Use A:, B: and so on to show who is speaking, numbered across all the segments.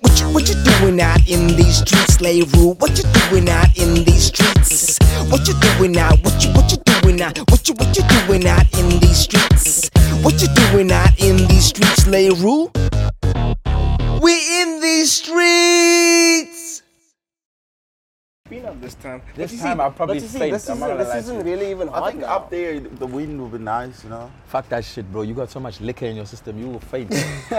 A: What you, what you doing out in these streets, slave rule? What you doing out in these streets? What you doing out? What you what you doing out? What you what you doing out in these streets? What you doing out in these streets, slave rule? We in these streets. Been up this time.
B: This time I'll probably
C: But you see,
B: faint.
C: this
B: I'm not
C: isn't,
B: gonna
C: this
B: lie to
C: isn't
B: you.
C: really even hot
D: I think
C: now.
D: up there the wind will be nice, you know.
B: Fuck that shit, bro. You got so much liquor in your system, you will faint.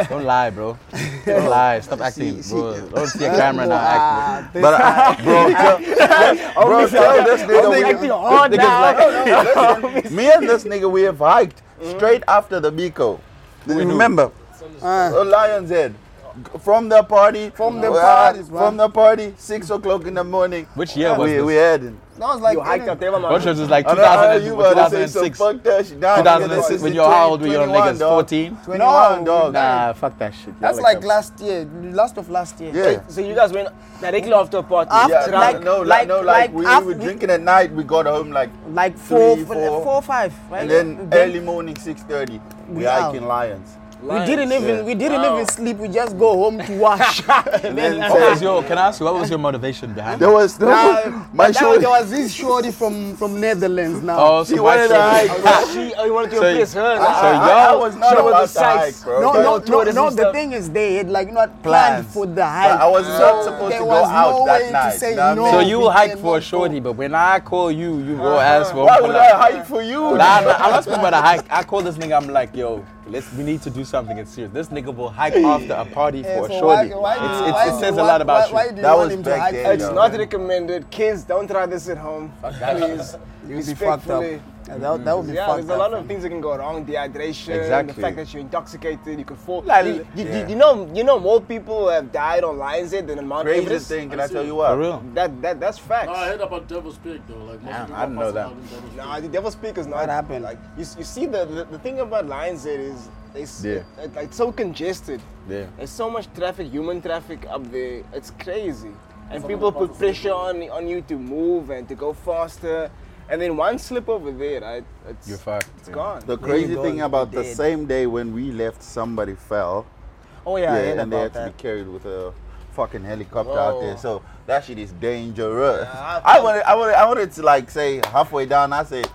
B: Don't lie, bro. Don't lie. Stop acting,
D: see-
B: bro. Don't see a camera
D: Ah,
B: now. Act, bro.
D: But I, bro, tell, bro, tell this nigga we-
C: acting hard
D: this nigga's
C: now.
D: like- listen, me and this nigga we have hiked straight after the Biko. Remember, uh, Lion's Head. From the party, from
E: the parties, man.
D: from the party, six o'clock in the morning.
B: Which year was
D: we,
B: this?
D: We heading.
E: That was like
C: You hiked up there, my man.
B: What was this like
D: I don't know how
B: 2000,
D: you about to say some
B: 2006?
D: fuck that shit. Nah, nigga,
B: 2006
D: this
B: when
D: is
B: you're how old were you
D: 21,
B: niggas?
D: dog.
B: 14?
D: 21, dog.
B: Nah, fuck that shit.
E: That's
B: Y'all
E: like
B: are-
E: last year, last of last year.
D: Yeah.
C: So you guys went directly after a party.
E: After,
D: Yeah,
C: Sit
D: no,
C: down.
E: like-
D: no, like, no, like,
E: like
D: we,
E: after-
D: we were drinking at night. We got home like,
E: Like four,
D: Three,
E: four,
D: four.
E: four, five, right?
D: and then
E: We
D: early morning, six thirty. We
E: Yeah.
D: hiking lions.
E: We didn't even,
D: yeah.
E: we didn't even sleep. We just go home to wash.
D: And then
B: What was your, can I ask you, what was your motivation behind
D: there
B: it?
D: was there was- my
E: But that,
D: show.
E: there was this shorty from from Netherlands now.
B: Oh, so
D: She
B: why
D: wanted
B: should-
D: to hike.
C: She, oh, you wanted to
B: So-
C: impress her.
B: so
D: I,
C: Ah,
D: I- I was not
C: Show
D: about
C: the
D: to hike,
C: sights.
D: bro.
E: no,
D: But-
E: no,
C: But-
E: no,
C: Tourism
E: no. The
C: stuff.
E: thing is, they had like not planned
D: Plans.
E: for the hike.
D: But I was not
E: So
D: supposed to
E: there
D: go
E: was
D: out
E: no
D: that
E: way
D: night,
E: to say
D: know what I
E: no.
D: mean?
B: So you
E: we
B: hike
E: cannot
B: for a
E: go.
B: shorty, but when I call you, you go ask for
D: Why would I hike for you?
B: Nah, nah, I'm not speaking about a hike. I call this nigga. I'm like, yo, let's. We need to do something. It's serious. This nigga will hike after a party
E: Yeah,
B: for
E: so
B: a shorty.
E: why- why do
B: It's-
E: you-
B: it's-
E: why
B: it
E: do-
B: says
E: why-
B: a lot about
E: why, why
B: you.
E: do you
D: That
E: want
D: was
E: him to
D: back
E: hike?
D: then,
C: It's
D: Yeah.
C: not recommended. Kids, don't try this at home. Please,
E: You'd be fucked up.
C: respectfully.
E: Yeah, That, that would be
C: Yeah,
E: fucked
C: there's a lot
E: up.
C: of things that can go wrong. Dehydration, the
B: Exactly.
C: fact that you're intoxicated, you could fall.
B: Like-
C: you, you-
D: Yeah.
C: you know, you know, more people have died on Lion's Head than on Mount
D: Craziest
C: Everest.
D: thing, can I tell you
B: For
D: what?
B: real.
C: That that that's facts.
F: No, I heard about Devil's Pig though. Like most
B: Damn,
F: people
B: I didn't know
F: pass
B: that.
F: out in Devil's Pig.
C: Nah, the devil speakers not
E: What happened?
C: Like you, you see the, the the thing about Lions Head is it's
B: Yeah.
C: it- it's so congested.
B: Yeah.
C: There's so much traffic, human traffic up there. It's crazy, and people put pressure on on you to move and to go faster, and then one slip over there, right? It's,
B: You're fucked.
C: It's
B: yeah.
C: gone.
D: The crazy
E: go,
D: thing
E: you
D: about the
E: dead.
D: same day when we left, somebody fell.
E: Oh yeah, I heard
D: and they
E: about
D: had to
E: that.
D: be carried with a fucking helicopter out there.
C: Whoa.
D: So that shit is dangerous.
C: Yeah, I-
D: I wanted, I wanted, I wanted to like say halfway down. I said,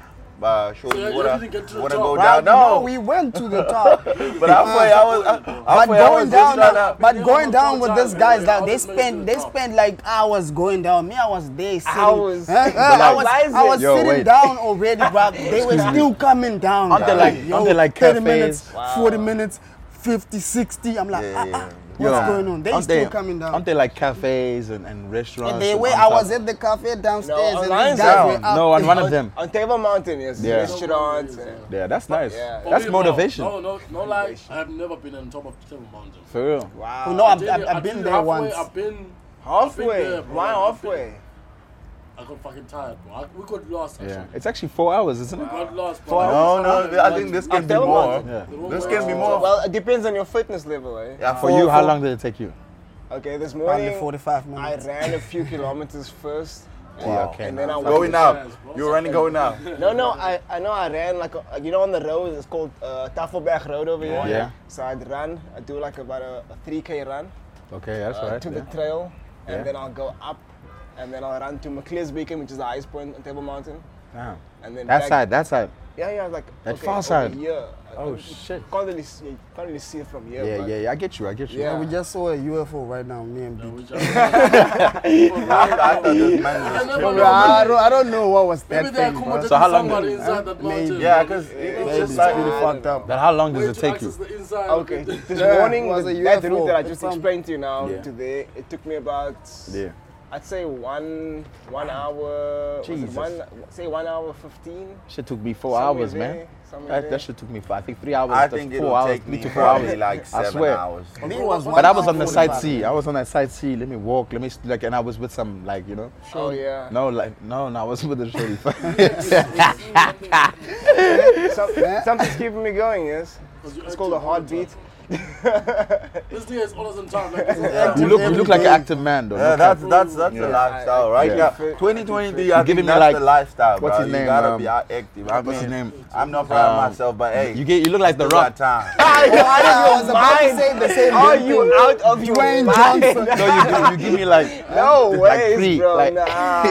D: uh, sure,
F: So
D: you
F: you
D: wanna,
F: didn't get to the
D: wanna
F: top.
D: go
F: Wow,
D: down?
E: No,
D: No,
E: we went to the top.
D: but halfway I was, I,
E: But
D: halfway I was
E: going
D: just
E: down,
D: trying to.
E: but
F: Yeah,
E: going
F: but
E: down with these
F: sometimes, man,
E: guys
F: it
E: down, they
F: always makes
E: spend
F: it
E: they
F: tough.
E: spend like hours going down. Me, I was there sitting.
C: Hours.
E: Huh?
C: But
E: I
C: like-
E: was, I was
B: Yo,
E: sitting
B: wait.
E: down already, bruv. They were still coming down.
B: Aren't they
E: bruv.
B: like- aren't they like
E: 30
B: cafes?
E: minutes, 40 minutes, 50, 60. I'm like,
D: Yeah,
E: ah,
D: yeah.
E: ah, what's
B: Yeah.
E: going on? They
B: Aren't
E: still coming down.
B: Aren't they like cafes and, and restaurants?
E: and they
B: and
E: were,
B: on
E: I was
B: top?
E: at the cafe downstairs,
C: No,
E: and
C: lines
E: these guys
C: down.
E: were up.
B: No, on one of them.
C: On Table Mountain, yes,
B: Yeah.
C: restaurants. and-
B: Yeah, that's nice.
C: Yeah.
F: For Oh.
B: That's
F: me, no,
B: motivation.
F: No, no, no lie. I have never been on top of Table Mountain.
B: For real.
C: Wow.
E: No, I've,
F: Dude,
E: I've, I've been
F: been
E: there
F: halfway,
E: once.
F: I've been
C: halfway.
F: there, bro.
C: Why
F: I've been-
C: halfway?
F: I got fucking tired, bro. I, we got lost. Actually.
B: Yeah. It's actually four hours, isn't it?
F: We got lost, bro.
B: Four
D: No, no, I think this can be
C: Tell
D: more.
C: them.
B: Yeah.
D: This can be more.
C: Well, it depends on your fitness level, eh?
D: Yeah,
B: For you, how long did it take you?
C: Okay, this
E: Probably
C: morning
E: 45
C: I
E: minutes.
C: ran a few kilometers first.
B: Yeah, okay.
C: And then I walked.
D: Going up. You're running going up.
C: No, no, I, I know I ran like, a, you know, on the road, it's called uh, Tafelberg Road over here.
B: Yeah.
C: So I'd run, I'd do like about a, a 3K run
B: Okay, that's
C: uh,
B: right.
C: to
B: yeah.
C: the trail, and
B: Yeah.
C: then I'll go up, and then I'll run to McClearsbeacon, which is the highest point on Table Mountain.
B: Damn.
C: And then
B: That
C: back-
B: side, that side.
C: Yeah, yeah, like.
B: That
C: okay,
B: far
C: over
B: side.
C: Here. I
B: Oh,
C: can't-
B: shit.
C: Can't really see, you can't really see it from here.
B: Yeah,
C: but
B: yeah, yeah. I get you. I get you.
C: Yeah.
E: We just saw a UFO right now, me and B.
D: I thought this man was
E: Bro, I don't, I don't know what was that
F: Maybe they
E: thing. bro.
F: accommodated
B: So how long
F: somebody
B: did-
F: inside that
E: Maybe.
F: mountain.
D: Yeah,
F: bro.
D: because
C: Maybe
D: it's
E: It's
D: just like
E: really fucked up.
B: But how long
F: Way
B: does it
F: to
B: take you?
F: access the inside.
C: Okay, this
E: Yeah,
C: morning,
E: was
C: the,
E: a
C: that
E: UFO.
C: route that I
E: It's
C: just
E: some-
C: explained to you now
B: um, Yeah.
C: to there, it took me about,
B: Yeah.
C: I'd say one one hour, was it
B: Jesus.
C: one, say one hour 15.
B: Shit took me four
C: Somewhere
B: hours, man.
C: there, somewhere
B: That,
C: there.
B: that shit took me four. I think three hours.
D: I
B: to
D: think
B: four
D: it'll
B: hours,
D: take
B: three
D: me
B: to four hours.
D: probably like
B: I
D: seven
B: swear.
D: hours.
E: I think it was
B: But I was
E: hour
B: on the
E: 45.
B: side C. I was on that side C. Let me walk. Let me s- like, and I was with some like you know.
C: Oh, yeah.
B: No, like no, no. I was with the shorty.
C: Some, something's keeping me going, yes. It's called a heartbeat.
F: This nigga is always on time. Like, yeah.
B: You look, you look like an active man, though.
D: Yeah,
B: Look
D: that's
B: at-
D: that's that's the
B: Yeah.
D: lifestyle right
B: Yeah.
D: now. 2023, I
B: You're
D: think
B: giving me
D: that's
B: like-
D: the lifestyle,
B: what's
D: bro.
B: his
D: You
B: name,
D: gotta
B: um,
D: be active. I
B: what's his
D: mean,
B: name?
D: I'm not proud
B: Um,
D: of myself, but hey,
B: you get, you look like the
D: it's our
B: Rock.
D: time.
E: I was about to say the same
C: Are
E: thing.
C: you out of your
E: Dwayne
C: mind?
E: Johnson.
B: No, you do. You give me like
C: No
B: like
C: ways,
B: three,
C: bro.
B: like-
C: nah.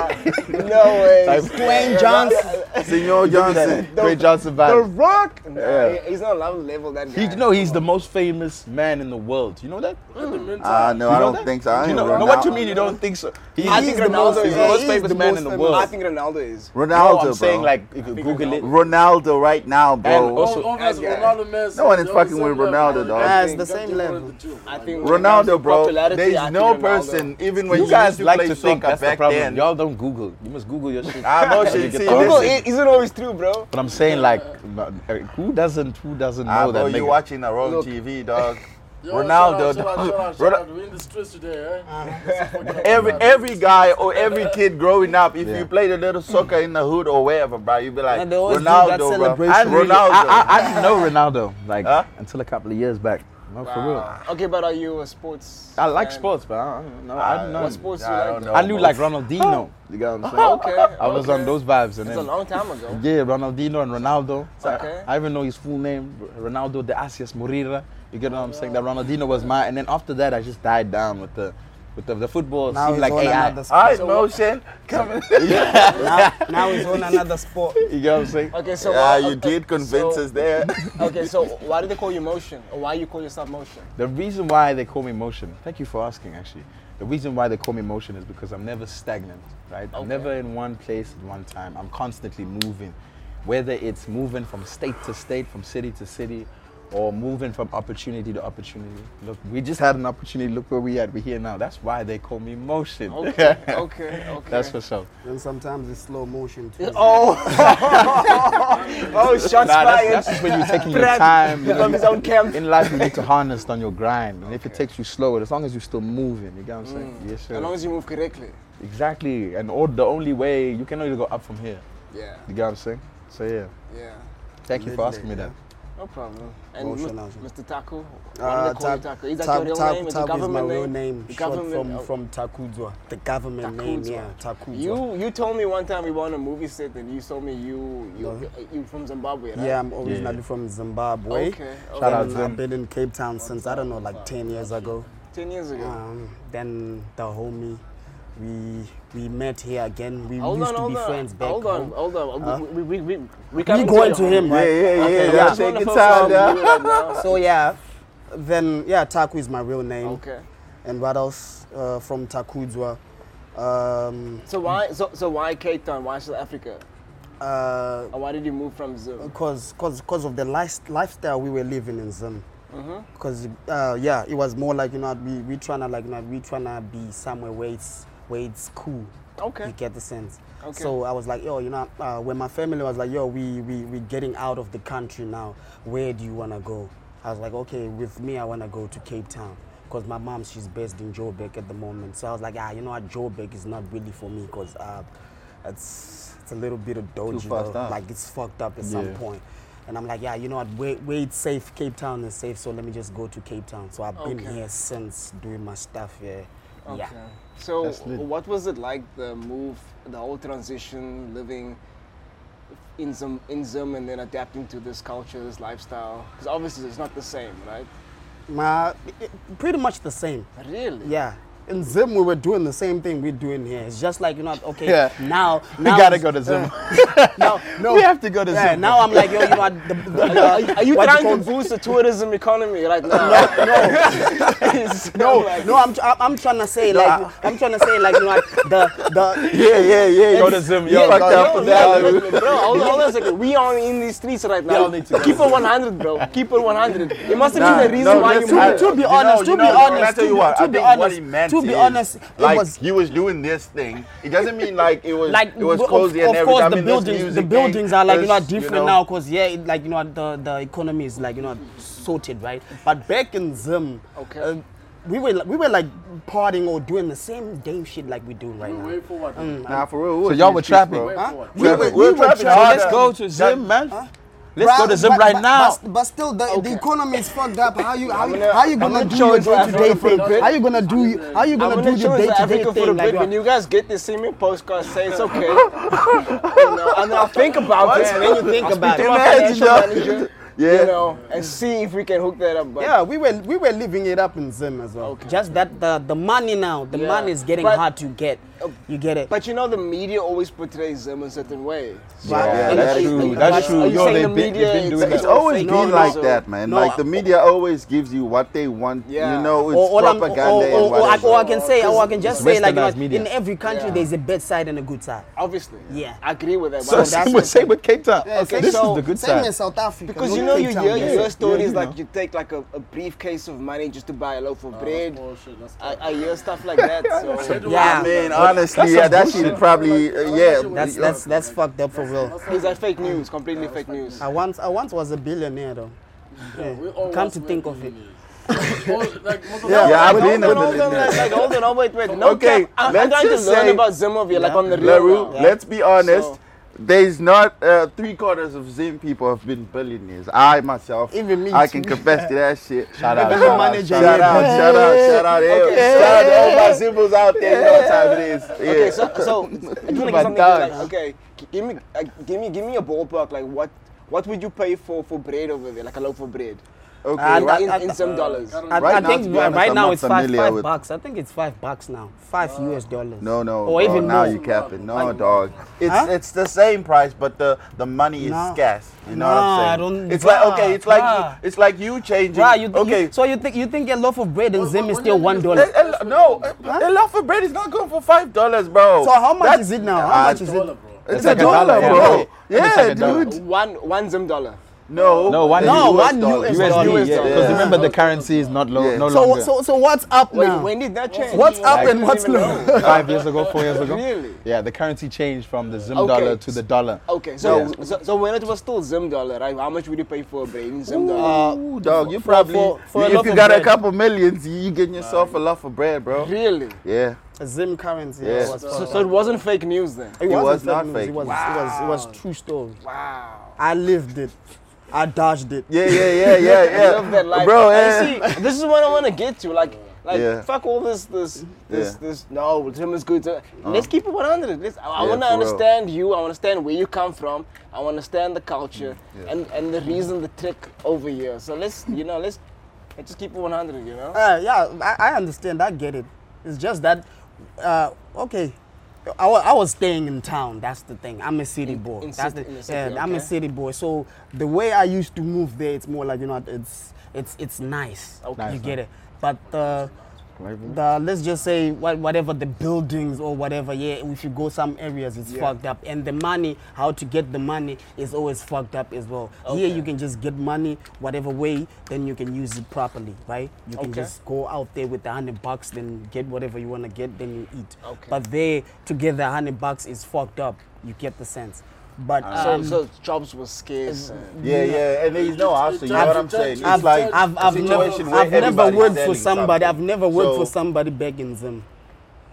C: No ways.
E: Dwayne Johnson.
D: Senor Johnson.
B: Dwayne Johnson
C: The
B: vibes.
C: Rock. Nah,
B: Yeah.
C: he- he's not level level that guy.
B: He, no, he's the most famous man in the world. You know that?
D: Uh, no,
B: You
D: I
B: know
D: don't
B: that?
D: think so. I
B: You
D: ain't
B: know,
D: Ronaldo.
B: no, what you mean? You don't think so? He,
C: I think
B: he's the
C: Ronaldo
B: most, he's
C: is-
B: the most
E: he's
B: famous
E: the
B: man
E: most
B: in the
E: famous.
B: world.
C: I think Ronaldo is.
D: Ronaldo,
B: no, I'm
D: bro.
B: saying like if you Google it.
D: Ronaldo right now, bro.
B: And also-
F: All guys are
C: Yeah.
F: Ronaldo, Messi,
D: No one is
F: they
D: fucking
F: always
D: with
F: say,
D: Ronaldo,
F: "Yeah,
D: dog.
F: I
E: Ah, it's
F: think
E: the
F: that's
E: same
F: one of
E: level.
F: the two."
C: I think when it comes to
D: Ronaldo, bro.
C: popularity, I
D: There's
C: think
D: no
C: Ronaldo.
D: person, even when
B: You
D: you,
B: guys
D: used to
B: like
D: play
B: to think
D: soccer
B: that's the
D: back
B: problem.
D: then.
B: Y'all don't Google. You must Google your shit.
D: I know
B: When
D: shit.
B: you get
D: See,
B: the-
C: Google
D: listen.
C: i- isn't always true, bro.
B: But I'm saying like, uh, who doesn't who doesn't know
D: Ah,
B: that?
D: bro, you
B: nigga?
D: watching the wrong
C: Look.
D: TV, dog.
F: Yo,
D: Ronaldo,
F: shout out, shout out, shout out, shout out. We're in the streets today, eh?
D: every every guy or every kid growing up, if you played a little soccer in the hood or wherever, bro, you'd be like
E: And they always do
D: Ronaldo,
E: that
D: bro.
E: celebration.
B: I
D: And
B: didn't, really,
D: Ronaldo.
B: I, I, I didn't know Ronaldo like
D: Huh?
B: until a couple of years back. No, for real.
C: Okay, but are you a sports?
B: I like
C: fan?
B: sports, but I don't know. I didn't know.
C: Ah, What
B: him.
C: sports do
D: I
C: you
D: don't
C: like?
D: know.
B: I knew
D: bro.
B: like Ronaldinho. You got what I'm saying?
C: Okay.
B: I was on those vibes and
C: It's a
B: then
C: long time ago.
B: yeah, Ronaldinho and Ronaldo.
C: Okay.
B: I even know his full name, Ronaldo de Asias Moreira. You get what I'm saying?
C: Ah.
B: That Ronaldinho was my, and then after that, I just died down with the, with the, the football.
E: Now
B: seemed
E: he's
B: like
E: on
B: AI.
E: another sport.
D: Alright, motion. Come
E: Now, now he's on another sport.
B: You get what I'm saying?
C: Okay, so
D: yeah,
C: why-
D: you
C: okay,
D: did convince
C: so-
D: us there.
C: Okay, so why do they call you motion, or why you call yourself motion?
B: The reason why they call me motion, thank you for asking actually. The reason why they call me motion is because I'm never stagnant, right? I'm
C: Okay.
B: never in one place at one time. I'm constantly moving, whether it's moving from state to state, from city to city, or moving from opportunity to opportunity. Look, we just had an opportunity. Look where we at. We're here now. That's why they call me motion.
C: Okay, okay, okay.
B: That's for sure.
E: And sometimes it's slow motion too.
C: Oh, oh, shots
B: Nah, that's,
C: fired.
B: that's just when you're taking your
C: Brad
B: time. You know,
C: from his own camp.
B: In life, you need to harness on your grind. And if it takes you slower, as long as you're still moving, you get what I'm saying? Yes, sir.
C: As long as you move correctly.
B: Exactly, and all, the only way you can only go up from here.
C: Yeah,
B: You get what I'm saying? So yeah,
C: yeah.
B: thank you for asking me that.
C: No problem. And
E: Motion,
C: Mr.
E: motion.
C: Mr. Taco, why
E: Uh,
C: do they call you
E: Tab,
C: Taco? Is that
E: Tab-
C: your real
E: Tab-
C: name? Is
E: Tab
C: your
E: is my
C: government
E: real
C: name?
E: name,
C: The
E: short
C: government.
E: from,
C: oh,
E: from Takudwa. The government name,
C: Takudwa.
E: yeah, Takudwa.
C: You you told me one time we were on a movie set and you told me you you you from Zimbabwe, right?
E: Yeah, I'm originally from Zimbabwe.
C: Okay, okay.
E: Shout
B: out
E: out
B: Zim.
E: I've been in Cape Town since, I don't know, like 10 years ago.
C: Ten years ago.
E: Um, then the homie, we we met here again. We
C: hold
E: used
C: on,
E: to
C: hold
E: be
C: on.
E: friends back
C: hold on,
E: home.
C: hold on. We we we we, we
E: We
C: coming
E: going to
C: your-
E: him,
D: yeah,
E: right?
D: yeah, yeah.
E: yeah.
D: yeah.
E: Just
D: Take
C: wanna
D: your
C: focus on
D: time,
C: you
D: yeah.
C: right now.
E: So yeah, then yeah, Taku is my real name.
C: Okay.
E: And what else uh, from Takudzwa? Um,
C: So why so so why Cape Town? Why South Africa?
E: uh,
C: And why did you move from Zim?
E: cause, cause, cause of the life, lifestyle we were living in Zim.
C: Mm-hmm.
E: Cause uh, yeah, it was more like you know we we trying to like you know, we trying to be somewhere where it's where it's cool.
C: Okay.
E: You get the sense.
C: Okay.
E: So I was like, yo, you know, uh, when my family was like, yo, we we we getting out of the country now. Where do you wanna go? I was like, okay, with me, I wanna go to Cape Town. Cause my mom, she's based in Joburg at the moment. So I was like, ah, you know what, Joburg is not really for me, cause uh, it's it's a little bit of dodgy. though.
D: fucked up.
E: Like it's fucked up at some
B: Yeah.
E: point. And I'm like, yeah, you know what, wait, wait, safe. Cape Town is safe, so let me just go to Cape Town. So I've been
C: Okay.
E: here since doing my stuff here.
C: Okay.
E: Yeah.
C: So
B: That's lit.
C: what was it like the move, the whole transition, living in Zim, in Zim, and then adapting to this culture, this lifestyle? Because obviously it's not the same, right?
E: My, it- pretty much the same.
C: Really?
E: Yeah. In Zim, we were doing the same thing we're doing here. It's just like, you know, okay,
B: Yeah.
E: now,
B: We
E: now
B: gotta
E: it's-
B: go to Zim.
E: now, no.
B: We have to go to
E: yeah,
B: Zim.
E: Now I'm like, yo, you know, I- the, the,
C: Are, are you
E: what
C: trying
E: call-
C: to boost the tourism economy right now?
E: No, no, I'm, I'm, I'm trying to say, like, I'm trying to say, like, you know, like, the, the,
D: Yeah, yeah, yeah.
B: Go
D: You
B: to Zim,
D: you
B: yo.
D: fucked
B: Go
D: up
B: to
D: for
B: Zim.
D: that.
C: Bro, hold on, hold on a second. We are in these streets right now.
B: all need to go.
C: Keep it 100, bro. Keep it 100. It must have
D: Nah,
C: been the reason
D: no,
C: why you
D: listen,
C: moved.
D: I-
E: to be
D: you
E: honest,
D: know-
E: to be
D: you know,
E: honest,
D: I tell
E: to
D: you
E: be-
D: what,
E: to
D: I
E: be
D: think what
E: honest,
D: he meant
E: to be
D: is,
E: honest, it
D: like,
E: was-
D: he was doing this thing. It doesn't mean like it was
E: like,
D: it was
E: of-
D: cozy
E: of,
D: and everything.
E: course,
D: I
E: the
D: mean, this
E: buildings, the
D: music
E: buildings
D: thing
E: are like, you know,
D: is,
E: different
D: know,
E: now, cause yeah, it, like, you know, the, the economy is like, you know, sorted, right? But back in Zim,
C: Okay.
E: uh, we were, we were like partying or doing the same damn shit like we do right now.
F: Wait for what?
D: Nah, for real.
B: So y'all were trapping.
F: Wait for what?
E: We were, we were
D: trapping
E: trapping.
D: hard.
B: Let's go to Zim, man. Let's go to Zim right now.
E: But, but still, the, the economy is fucked up. How you how,
C: I'm
E: you-
C: gonna-
E: how you
C: I'm
E: gonna
C: gonna
E: do your
C: show
E: day to day
C: Africa for a
E: thing?
C: bit.
E: How you gonna do how you
C: I'm
E: gonna
C: gonna
E: do
C: show
E: your
C: it
E: day
C: to
E: to day
C: Africa for a
E: thing?
C: bit. When
E: Like,
C: you guys get to see me postcard, say it's okay. you know, and I'll think about it, and then you think about it.
D: to
C: My
D: my head,
C: financial
D: you know.
C: manager,
D: Yeah.
C: You know, and see if we can hook that up. But
E: yeah, we were we were living it up in Zim as well.
G: Just that the, the money now, the
C: Yeah.
G: money is getting
C: But-
G: hard to get. You get it.
C: But you know, the media always portrays them a certain way. So
D: Yeah,
G: And
D: that's
G: it's-
D: true.
G: it's-
D: That's
G: it's-
D: true.
C: Are you
B: Yo,
C: saying
B: they've
C: the
B: been- they've
C: media?
B: been
C: is-
B: doing
C: is
D: It's always
C: fake?
D: been
C: No,
D: like
C: no.
D: that, man.
E: No,
D: like the
E: I-
D: media always gives you what they want.
C: Yeah.
D: You know, it's
G: or, or, I'm- or,
D: propaganda
G: or,
D: and
G: or, or I,
D: whatever.
G: or I can say, or I can just say, like, you know,
B: Westernized media.
G: in every country,
C: Yeah.
G: there's a bad side and a good side.
C: Obviously.
G: Yeah.
C: I agree with that.
B: So
C: but
B: same
C: that's-
B: with, same with Cape Town.
E: Yeah,
C: Okay,
B: this
C: so
B: is the good
E: Same
B: side.
E: in South Africa.
C: Because
E: no
C: you know,
E: big
C: you
E: town,
C: hear
E: yeah.
C: you hear stories
B: know.
C: like you take like a, a briefcase of money just to buy a loaf of bread.
F: bullshit, Oh, that's
C: I, I hear stuff like that. So
G: Yeah.
D: I mean,
B: that's
D: honestly, yeah,
B: some
D: that
B: bullshit.
D: shit probably, uh, yeah.
G: That's that's that's fucked up for real.
C: is that fake news? Completely fake news.
E: I once I once was a billionaire though.
F: We all
G: Come
F: was
G: to
F: with
G: think of it.
F: billionaires. All- like, most of
D: Yeah,
F: the-
D: I've
C: Like,
D: been
C: hold
D: a
C: on, hold on,
D: billionaire.
C: like, like, hold on, oh, wait, wait. No
D: Okay,
C: cap. I'm, I'm
D: let's
C: trying to
D: just
C: learn
D: say-
C: about Zimbabwe, like on the real.
D: Leroux,
C: now.
D: let's be honest.
C: So-
D: there's not uh, three quarters of Zim people have been billionaires. I myself,
E: Even me
D: I
E: too.
D: can confess to that shit. Shout
E: out,
D: out,
E: Even
D: shout
E: the shout out,
D: out,
E: manager,
D: shout
E: shout
D: out,
E: yeah. out,
D: shout out, shout out, shout out to all my Zimbos out there. You know what time it is. Yeah.
C: Okay, so so I just wanna
D: My
C: get something like
D: dogs.
C: okay, g- give me like, give me give me a ballpark like what what would you pay for for bread over there like a loaf of bread
D: okay,
G: and-
D: right,
C: in, in some dollars?
G: I,
D: Right
G: I
D: now,
G: think
D: to be honest,
G: right
D: I'm
G: now
D: not
G: it's five
D: familiar
G: five
D: with-
G: bucks. I think it's five bucks now, five US dollars.
D: no, no,
G: or
D: dog,
G: even
D: now
G: more.
D: you capping. No, dog. It's
E: Huh?
D: it's the same price, but the the money is
E: No.
D: scarce. You know
E: No,
D: what I'm saying?
G: I don't-
D: it's like okay, it's like
G: Bruh.
D: you, it's like you changing.
G: Bruh, you, think
D: okay,
G: you, so you think you think a loaf of bread in
F: What-
G: Zim
F: what-
G: is
F: what
G: still
F: do you
G: one
F: think
E: Eh,
G: dollar?
F: is-
D: A- a- no, a, a loaf of bread is not going for five dollars, bro.
E: So how much
D: That's-
E: is it now? How
D: Uh,
E: much is it?
F: Dollar, bro.
D: It's, a, dollar,
B: yeah.
D: bro. Yeah,
B: It's like a dollar.
D: dude.
C: One one Zim dollar.
D: No,
B: No, one-
D: the
B: No,
D: US
E: one
D: dollar.
E: US
B: USD,
E: dollar.
B: yeah. Because
D: Yeah.
B: remember the currency is not low,
D: Yeah.
B: no
E: So
B: longer.
E: so so what's up
C: Wait,
E: now?
C: when did that change?
E: What's up
C: I
E: and
C: don't
E: what's
C: even
E: low?
C: know.
B: Five years ago, four years ago.
C: Really?
B: Yeah, the currency changed from the Zim
C: Okay.
B: dollar to the dollar.
C: Okay, so, so so when it was still Zim dollar, right? How much would you pay for a bread in Zim dollar?
D: Uh, dog, you probably
G: for- for a
D: you- if
G: loaf
D: you
G: of
D: got a
G: bread.
D: couple millions, you, you getting yourself a loaf of bread, bro.
C: Really?
D: Yeah,
E: A Zim currency.
D: Yeah.
E: Was,
C: So, so it wasn't fake news then.
E: it,
D: was
E: wasn't
D: not
E: fake news, It
D: fake.
E: was, it was it was true story. Wow. I lived it. I dodged it.
D: yeah, yeah, yeah, yeah, yeah.
C: I love that life.
D: bro. eh.
C: And
D: Yeah.
C: you see, this is what I want to get to. Like, like
D: Yeah.
C: fuck all this, this,
D: Yeah.
C: this,
D: Uh-huh.
C: this. No, Tim is good. Let's keep it 100. Let's, I,
D: Yeah,
C: want to
D: for real.
C: understand you. I want to understand where you come from. I want to understand the culture
D: Mm,
C: and and the reason, the trick over here. So let's, you know, let's, let's just keep it 100. You know.
E: Uh, yeah, I, I understand. I get it. It's just that, uh, okay, I, wa- I was staying in town. That's the thing. I'm a city boy.
C: in
E: that's
C: city-
E: the,
C: in the city,
E: yeah, I'm
C: okay.
E: a city boy. So the way I used to move there, it's more like you know, it's it's it's nice.
B: Nice,
E: you get it. But the, the let's just say wha- whatever the buildings or whatever. Yeah, if you go some areas, it's fucked up. And the money, how to get the money is always fucked up as well. Here you can just get money whatever way, then you can use it properly, right? You can
C: Okay.
E: just go out there with the hundred bucks, then get whatever you want to get, then you eat.
C: Okay.
E: But there, to get the hundred bucks is fucked up. You get the sense. But
C: Ah. So,
E: um,
C: so jobs were scarce. and-
D: Yeah, yeah, and there's no hustle. You know
E: I've-
D: what I'm saying? It's
E: I've,
D: like
E: I've, I've,
D: a
E: never,
D: situation where
E: I've never
D: everybody's
E: worked for
D: selling
E: somebody. I've
D: something.
E: never worked for
D: So-
E: somebody begging them.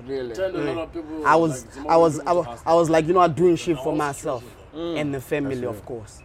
C: Really.
F: Turned a lot of people,
E: I was,
F: like, Zimbabwe
E: I was, I
F: people to
E: was,
F: hustlers.
E: I was like, you know, I'm doing shit for
F: whole
E: myself and the family, of course.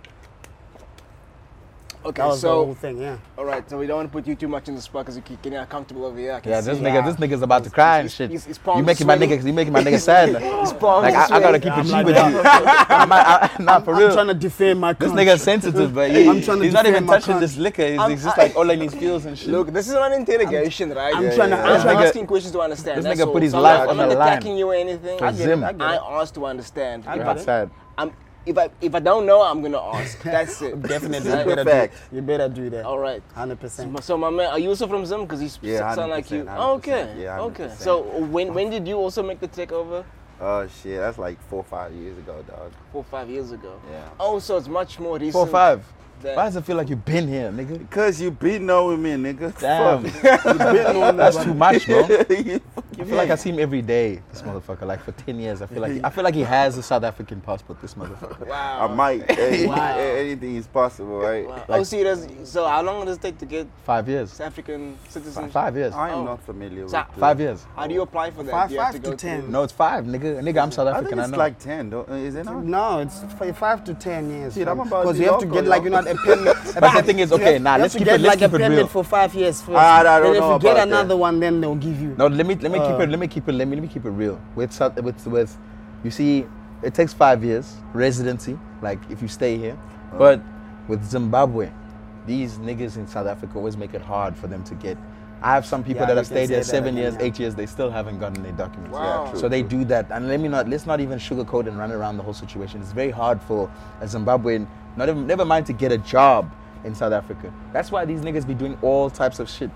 C: Okay.
E: That was the whole
C: So,
E: thing, yeah.
C: all right. So we don't want to put you too much in the spot because you're getting uncomfortable over here. I can
B: Yeah,
C: see
B: this
C: it.
B: nigga, this nigga's about to cry and
C: He's-
B: shit.
C: he's- his palms
B: you
C: are
B: making my
C: sweating.
B: nigga, you making my nigga sad. like
C: His palms
B: I,
C: are
B: I gotta
C: sweating.
B: keep it
E: I'm
B: G
E: like
B: with you.
E: that.
B: I'm, I, I, nah, for
E: I'm
B: real.
E: trying to defend my
B: this
E: country.
B: nigga's sensitive, but he,
E: I'm trying to
B: he's not
E: defend
B: even
E: my
B: touching
E: country.
B: this liquor. He's,
C: I'm-
B: he's just
C: I-
B: like all in his feels and shit.
C: Look, this is not an interrogation, right?
E: I'm trying to-
C: I'm
E: This
B: nigga-
C: asking questions to understand.
B: this
C: that's
B: nigga
C: all.
B: put his
C: So I'm
B: life
C: not-
B: on the
C: I'm not
B: line
C: attacking you or anything.
B: For Zim.
C: I, asked to understand.
E: I
B: You're
E: got it.
B: outside.
C: I'm, if I if I don't know, I'm gonna ask. That's it.
E: Definitely,
C: Right?
E: you better,
D: Fact.
E: do, you better do that.
C: All right.
E: hundred percent.
C: So my man, are you also from Zim? Because you
D: Yeah,
C: sound like you.
D: 100%,
C: Oh, okay.
D: 100%, yeah,
C: okay.
D: 100%.
C: So when when did you also make the takeover?
D: Oh shit, that's like four, five years ago, dog.
C: Four five years ago.
D: Yeah.
C: Oh, so it's much more recent.
B: Four five.
C: that?
B: Why does it feel like you've been here, nigga?
D: Cause you been knowing me, nigga.
B: Damn.
D: Fuck.
B: That's too much, bro.
D: You
B: I feel like I see him every day, this motherfucker. Like for ten years, I feel like I feel like he has a South African passport. This motherfucker.
D: I
C: Wow.
D: might. Hey, Anything is possible, right?
C: Wow. oh, see, does, so how long does it take to get
B: Five years.
C: South African citizenship?
B: Five years.
D: I am
C: Oh.
D: not familiar with
C: So-
D: this.
B: Five years.
C: How do you apply for that?
E: Five-
C: Do you have
E: five
C: go
E: to ten.
B: No, it's five, nigga. Nigga, I'm South
D: I think
B: African. I,
D: it's
B: know.
D: like ten, though. Is it not?
E: No, it's f- five to ten years.
D: Shit, I'm about
E: Because
D: to
E: you have to
D: local,
E: get like
D: yo.
E: you know a permit.
B: But the thing is, okay, nah,
G: You have
B: let's
G: to
B: keep
G: get
B: it. Let's
G: like
B: keep
G: a
B: it
G: permit
B: real.
G: for five years first.
D: I- I don't
G: then
D: know
G: if you get
D: about
G: another
D: that.
G: one, then they'll give you.
B: No, let me let me keep it. Let me keep it. Let me let me keep it real. With South, with with, you see, it takes five years residency. Like if you stay here,
E: Uh-huh.
B: but with Zimbabwe, these niggas in South Africa always make it hard for them to get. I have some people
E: Yeah,
B: that
E: we
B: have
E: can
B: stayed
E: say
B: here
E: that
B: seven
E: again,
B: years,
E: yeah.
B: eight years. They still haven't gotten their documents.
C: Wow. Yeah,
D: true,
B: so they do that, and let me not let's not even sugarcoat and run around the whole situation. It's very hard for a Zimbabwean, not even never mind to get a job in South Africa. That's why these niggas be doing all types of shit,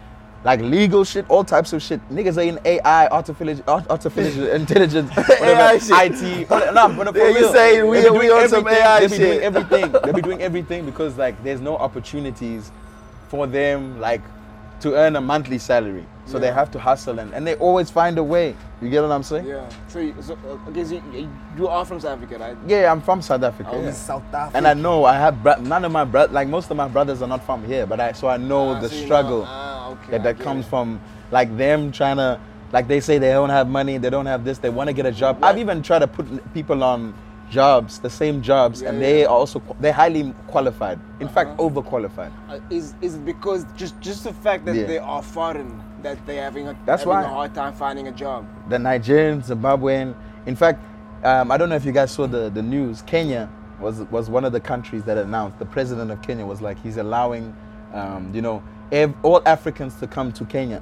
B: like legal shit, all types of shit. Niggas are in AI, artificial art- artificial intelligence, whatever,
D: AI shit.
B: IT. all- No, but for
D: They be
B: real,
D: saying we-
B: they be
D: we
B: doing
D: on some
B: everything-
D: AI
B: they be doing
D: shit.
B: everything. they be doing everything because like there's no opportunities for them like to earn a monthly salary. So they have to hustle and, and they always find a way. You get what I'm saying?
C: Yeah. So, you- so uh, okay, so you, you are from South Africa, right?
B: Yeah, I'm from South Africa.
C: Oh,
B: yeah.
E: South Africa.
B: And I know I have bro- none of my bro- like most of my brothers are not from here, but I so I know
C: Ah,
B: Oh, the
C: so you know-
B: struggle
C: ah, okay,
B: that
C: I
B: that
C: get
B: comes
C: it.
B: from like them trying to like they say they don't have money, they don't have this, they want to get a job. I've even tried to put n- people on jobs, the same jobs,
C: Yeah,
B: and
C: yeah.
B: they are also qu- they're highly qualified. In fact, overqualified.
C: Uh, is is it because just just the fact that
B: Yeah.
C: they are foreign that they're having a,
B: That's
C: having
B: why-
C: a hard time finding a job.
B: the Nigerian, Zimbabwean. In fact, um, I don't know if you guys saw the, the news. Kenya was was one of the countries that announced the president of Kenya was like he's allowing, um, you know, ev- all Africans to come to Kenya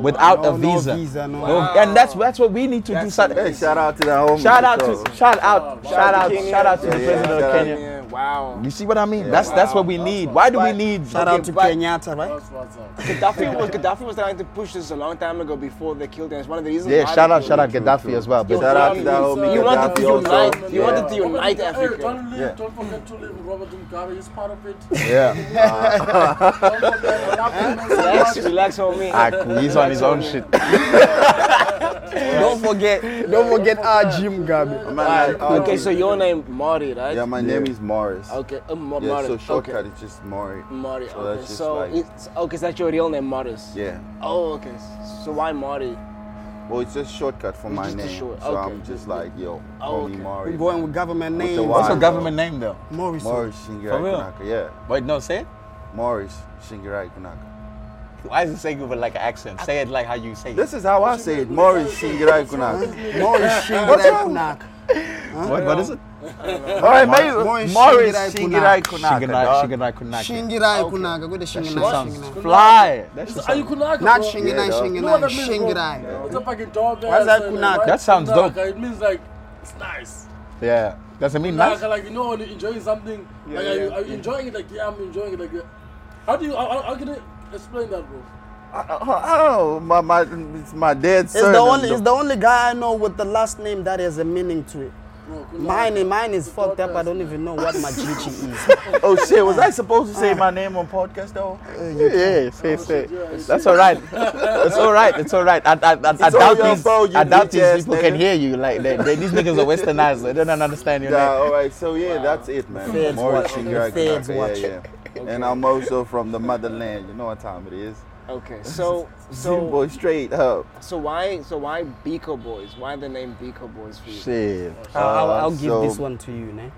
B: without
E: No- no
B: a visa. Oh,
E: visa, no.
B: and that's that's what we need to do.
C: That's
B: South-
D: Hey, shout out to the home.
B: shout out to shout out shout out shout out to the
D: Yeah,
B: president of
D: shout out.
B: Kenya.
C: Yeah, wow.
B: You see what I mean? that's that's
C: Wow.
B: what we need. Why do we need?
E: Shout out to
C: but-
E: Kenyatta, right?
F: That's what's up.
C: Gaddafi was Gaddafi was trying to push this a long time ago before they killed him. It's one of the reasons.
B: Yeah,
C: why
B: shout
C: they
B: out
C: killed
B: shout
C: him.
B: out Gaddafi as well.
D: Shout out to the
C: Yo,
D: homie.
C: you wanted to
D: Gaddafi also.
C: unite- you wanted to
F: Robert-
C: unite
F: hey,
C: Africa.
F: don't leave.
D: Yeah.
F: Don't forget to leave Robert Mugabe. He's part of it.
B: Yeah,
F: Don't forget.
C: Relax, relax, homie.
B: Ah, he's on his own shit.
G: Don't forget, don't forget our Jim Gabi.
D: Man,
C: Uh, okay, so your name Mari, right?
D: yeah, my name is Morris.
C: Okay, uh, Ma-
D: Yeah,
C: Mari.
D: so shortcut
C: Okay.
D: is just Mari.
C: Mari.
D: So
C: Okay,
D: that's just
C: so
D: like-
C: it's okay. Is that your real name, Morris?
D: Yeah.
C: Oh, okay. So why Mari?
D: Well, it's just shortcut for my
C: just a
D: name.
C: short-
D: So
C: okay.
D: I'm just like, yo,
C: Oh,
D: call me
C: okay.
D: Mari.
E: We're going with government
D: With the
E: names.
D: Y.
B: What's your government name though?
E: Morris.
D: Morris
B: For real?
D: Shingirai Kunaka. Yeah,
B: Wait, no, say it.
D: Morris Shingirai Kunaka.
B: Why is it saying it with like an accent? Say it like how you say it.
D: This is how I say it. Morris Shingirai Kunaka.
E: Morris Shingirai Kunak.
B: what, what is it?
D: All right,
E: Morris
D: maybe Morris
E: Shingirai
B: Shinganai,
D: Shingirai Kunaka.
B: Shinganai Kunaki.
E: Shingirai Kunaka. Go to Shingirai.
B: sounds
E: Shingirai.
B: fly. That, shit
F: Are you
B: sounds-
F: Kunaka?
E: Not
F: bro?
E: Shingirai,
D: Yeah, dog.
F: You know what
E: Shingirai,
F: that means, bro?
E: Shingirai.
F: It's a fucking dog.
E: Why is that Kunaka?
B: That sounds dope.
F: It means like it's nice.
B: yeah. Does it mean
F: Like,
B: nice?
F: like you know, when you're enjoying something, like are, you,
C: yeah,
F: are you enjoying it? Like yeah, I'm enjoying it. Like yeah. how do you? How, how- how can I explain that, bro?
D: Oh, my my, it's my dad's
E: It's the
D: surname,
E: only, it's the only guy I know with the last name that has a meaning to it.
F: Bro, Kunaka.
E: Mine, mine is
F: It's
E: fucked up.
F: daughter.
E: I don't even know what my Chichi is.
D: Oh shit, was I supposed to say my name on podcast though?
B: Uh, Yeah, say, say.
F: shit, yeah,
B: That's all right. It's all right. It's all right. I, I, I, I
D: It's all
B: doubt
D: your
B: these.
D: fault, you
B: I doubt these
D: bitch-ass
B: people can
D: nigga.
B: hear you. Like they, they, these niggas are westernized. They don't understand your
D: Yeah,
B: name.
D: all right. So yeah, that's it, man.
E: Feds
D: Morris
E: watching,
D: Shingirai
E: feds
D: Kunaka,
E: watching.
D: Yeah, yeah. And I'm also from the motherland. You know what time it is.
C: Okay, so
D: So,
C: so
D: boy, straight up.
C: so why so why Biko Boys? Why the name Biko Boys for you?
B: Shit.
E: I'll, I'll give
D: Uh, so-
E: this one to you, ne?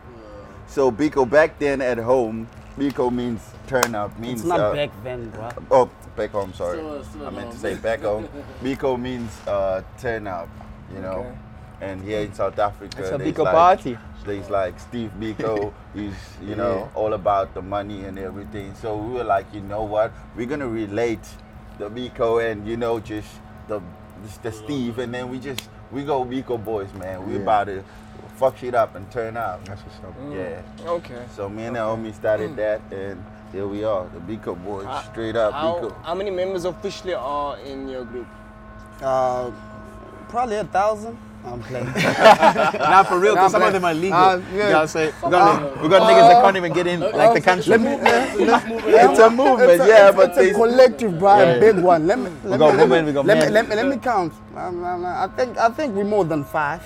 D: So Biko back then at home, Biko means turn up, means
E: It's not
D: uh,
E: back then, bro.
D: Oh, back home. Sorry,
F: Still- still
D: I meant to
F: home.
D: say back home. Biko means uh, turn up, you know.
C: Okay.
D: And here in South Africa,
B: It's a
D: there's
B: Biko
D: like,
B: party.
D: There's like Steve Biko, he's you know all about the money and everything. So we were like, you know what, we're gonna relate the Biko and you know just the just the Steve, and then we just we go Biko boys, man. We about to fuck shit up and turn up.
B: That's what's up.
D: Yeah.
C: Okay.
D: So me and the homie started that, and here we are, the Biko boys, straight up
C: How,
D: Biko.
C: how many members officially are in your group?
E: Uh, probably a thousand. I'm playing.
B: Nah, for real, 'cause some of them are legal.
G: Uh, yeah.
B: yeah. say, we
D: Ah.
B: got, we got niggas that can't even get in, like the country. it's a movement,
G: It's a-
B: yeah,
G: it's,
B: but
G: it's a
B: they-
G: collective, bro.
B: Yeah, Mm. yeah.
G: A big one. Let me. Let
B: got
G: me,
B: women, we got
G: let me,
B: men.
G: let me, let me count. Um, um, I think I think we're more than five.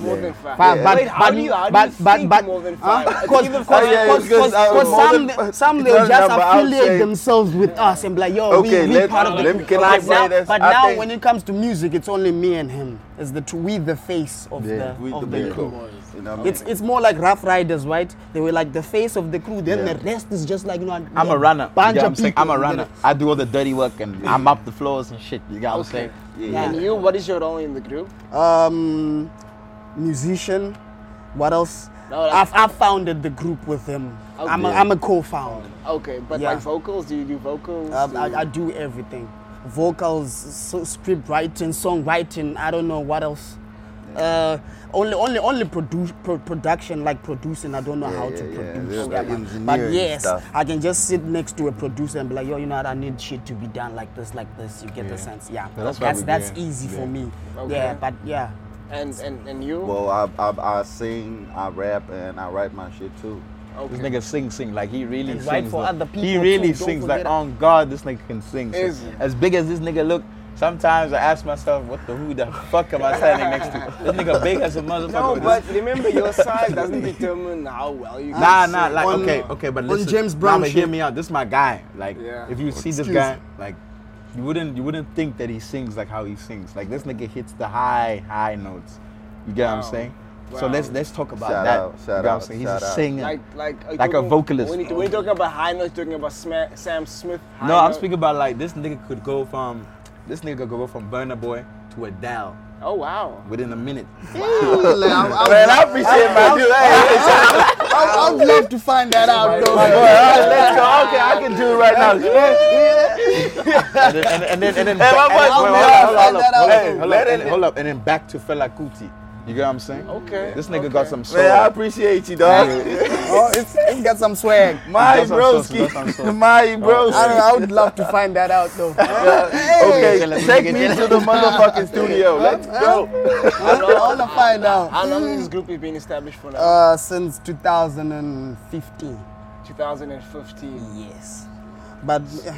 C: More than five.
G: But- but-
C: Wait, how
G: but-
C: do you, how
G: but-
C: do you
G: but-
C: think
G: but-
C: more than five? It's
E: Because
C: even
B: Oh, yeah, yeah, because, uh, more
E: some,
B: than-
E: they- some
B: it's
E: they'll
B: not
E: just
B: number, I would say-
E: affiliate themselves with us and be like, yo,
D: Okay,
E: we, we
D: let-
E: part of the
D: let me- can
E: but
D: I
E: now,
D: say this?
E: But
D: I
E: now
D: think-
E: when it comes to music, it's only me and him. It's the two, we the face of
B: Yeah,
E: the
D: with the
E: of the crew.
D: Biko. You know what I mean?
E: It's it's more like Rough Riders, right? They were like the face of the crew. Then the rest is just like you know.
B: I'm a runner. You
E: bunch
B: get what
E: of
B: I'm saying?
E: people,
B: I'm a
E: you
B: runner.
E: know.
B: I do all the dirty work and I'm up the floors and shit. You got what I'm
C: Okay.
B: saying?
C: And you, what is your role in the group?
E: Um, musician. What else?
C: No, that's-
E: I've I founded the group with him. I'm a,
B: Okay.
E: I'm a co-founder.
C: Okay, but
E: Yeah.
C: like vocals, do you do vocals?
E: Um,
C: Do
E: I, I
C: you-
E: do everything vocals so script writing songwriting i don't know what else uh, only only only produce pro- production like producing i don't know how to
D: yeah,
E: produce
D: yeah,
E: that
D: like
E: one.
D: engineering
E: but yes
D: stuff.
E: i can just sit next to a producer and be like yo you know what i need shit to be done like this like this you get the sense yeah
B: No, that's what
E: that's
B: we do,
E: that's
B: yeah.
E: easy for me
C: Okay.
E: yeah but yeah
C: and, and, and you?
D: Well, I, I I sing, I rap, and I write my shit too.
B: This
C: okay.
B: nigga sing, sing like he really
E: And
B: sings.
E: write for
B: like-
E: other people
B: he really
E: too, don't
B: sings like,
E: forget-
B: on God, this nigga can sing. So
C: Is-
B: as big as this nigga look, sometimes I ask myself, what the who the fuck am I standing next to? This nigga big as a motherfucker.
C: No,
B: with
C: but remember, your size doesn't determine how well you
B: this-
C: can
B: Nah,
C: sing.
B: nah, like
E: On-
B: okay, okay, but
E: on
B: listen,
E: James
B: nah,
E: Brown
B: but hear
E: shit.
B: me out. This is my guy. Like,
C: Yeah.
B: if you see this
E: Excuse
B: guy, like, you wouldn't, you wouldn't think that he sings like how he sings. Like this nigga hits the high, high notes. You get what
C: Wow.
B: I'm saying? So
C: Wow.
B: let's let's talk about
D: Shout
B: that.
D: out,
B: you
D: shout
B: get what I'm
D: out,
B: saying? He's
D: shout
B: a
D: out.
B: singer.
C: Like, like, are you
B: Like a
C: talking-
B: vocalist.
C: When you, when you talking about high notes, talking about Sma- Sam Smith. High
B: No, I'm
C: note.
B: speaking about like this nigga could go from this nigga could go from Burner Boy to Adele
C: Oh wow.
B: within a minute.
G: Man, I appreciate my dude. I would love to find that out, though.
B: Let's go. Okay, I can do it right now. and then and, and then and then back, and, wait, hold up, hold up, hold up, hold up, hold up, and, hold up, and then back to Fela Kuti. You get what I'm saying?
C: Okay,
B: This nigga
C: okay.
B: got some soul.
D: Man, I appreciate you, dog.
G: Oh, it's, it's got some swag.
D: My
B: That's what I'm supposed to- that's what I'm supposed to-
D: broski, my broski.
G: I, don't know, I would love to find that out, though.
D: Okay,
B: Tell him,
D: take
B: nigga,
D: me
B: tell
D: to the motherfucking studio. Let's go.
G: I want to find out.
C: How long has this group has been established for now?
G: Uh, since 2015.
B: Uh,
C: 2015.
E: yes
G: But eh,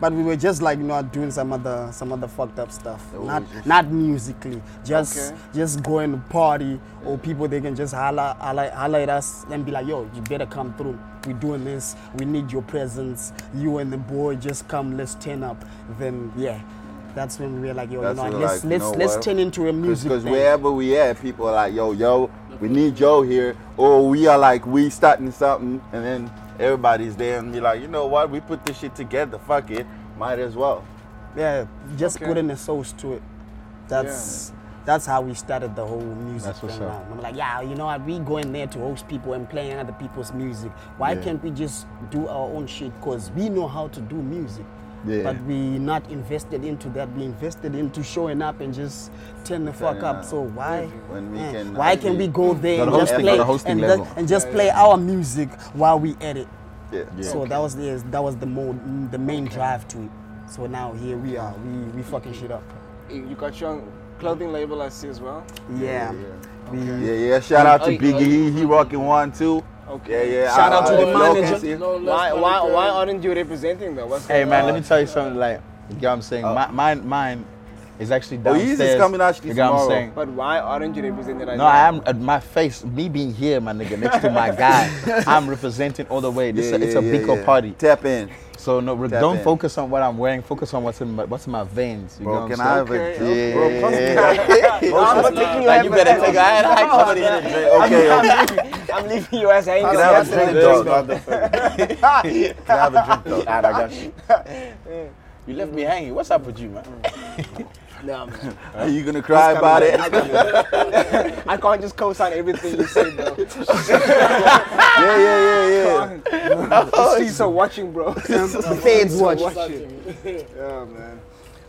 G: but we were just like not doing some other some other fucked up stuff.
D: Oh,
G: not not musically. Just
C: Okay.
G: just go and party or people they can just holla, holla, holla at us and be like, yo, you better come through. We're doing this. We need your presence. You and the boy just come. Let's turn up. Then yeah. That's when we were like, yo,
D: That's
G: you know,
D: when,
G: what, let's
D: like, you
G: let's
D: know
G: let's
D: what?
G: turn into a music
D: Because
G: thing.
D: wherever we at, people are like, yo, yo, we need Joe here. Or we are like, we starting something. And then everybody's there and be like, you know what? We put this shit together. Fuck it. Might as well.
G: Yeah, just
C: Okay.
G: putting a source to it. That's that's how we started the whole music
B: That's what's
G: thing.
B: up.
G: now. I'm like, yeah, you know what? We going there to host people and playing other people's music. Why can't we just do our own shit? Cause we know how to do music.
B: Yeah.
G: But we not invested into that. We invested into showing up and just turn the fuck
D: Turning
G: up.
D: up.
G: So why?
D: When we
G: eh,
D: can
G: why can
D: actually-
G: we go there
B: Got
G: and
B: a
G: just
B: hosting-
G: play
B: got a hosting
G: and,
B: level.
G: just- and just play our music while we edit?
D: Yeah.
G: So that was the that was the mode, the main drive to it. So now here we are. We we fucking shit up.
C: You you got your own clothing label, I see as well.
G: Yeah.
D: Yeah, yeah. Shout out to
C: Oh,
D: Biggie.
C: oh,
D: He, he rocking one too.
C: Okay.
D: Yeah, yeah.
E: Shout out to the
D: Flo can
E: manager.
D: see it.
F: No less
C: Why,
F: than
C: why,
F: a
C: why
F: girl.
C: aren't you representing though? What's
B: Hey
C: going
B: man,
C: on?
B: let me tell you something. Like, you get what I'm saying? My, mine, mine is actually
D: Oh,
B: downstairs.
D: Yeezy's coming actually
B: You get what I'm
D: tomorrow.
B: saying?
C: But why aren't you representing right
B: No,
C: now?
B: I am at my face, me being here, my nigga, next to my guy. I'm representing all the way. This
D: Yeah,
B: a, it's
D: yeah,
B: a
D: yeah,
B: big ol'
D: yeah.
B: party.
D: Tap in.
B: So no, re-
D: Tap
B: don't
D: in.
B: focus on what I'm wearing. Focus on what's in my, what's in my veins. You
D: Bro,
B: know
D: can
B: what
D: I
B: I'm
D: have
B: saying?
D: a
B: Yeah.
C: I'm not taking you
B: Like,
C: as
B: you
C: a-
B: better take a head hike. Somebody need a drink.
D: Okay, okay.
C: I'm leaving you as hanging.
D: Can I have a drink, dog? Can I have a drink, dog?
B: Alright, I got you. You left me hanging. What's up with you, man?
C: No, man.
D: Are you gonna cry about it? yeah,
C: I can't just co-sign everything you say, bro.
D: yeah, yeah, yeah.
C: oh, he's so watching, bro.
G: The fans watch.
C: Yeah, man.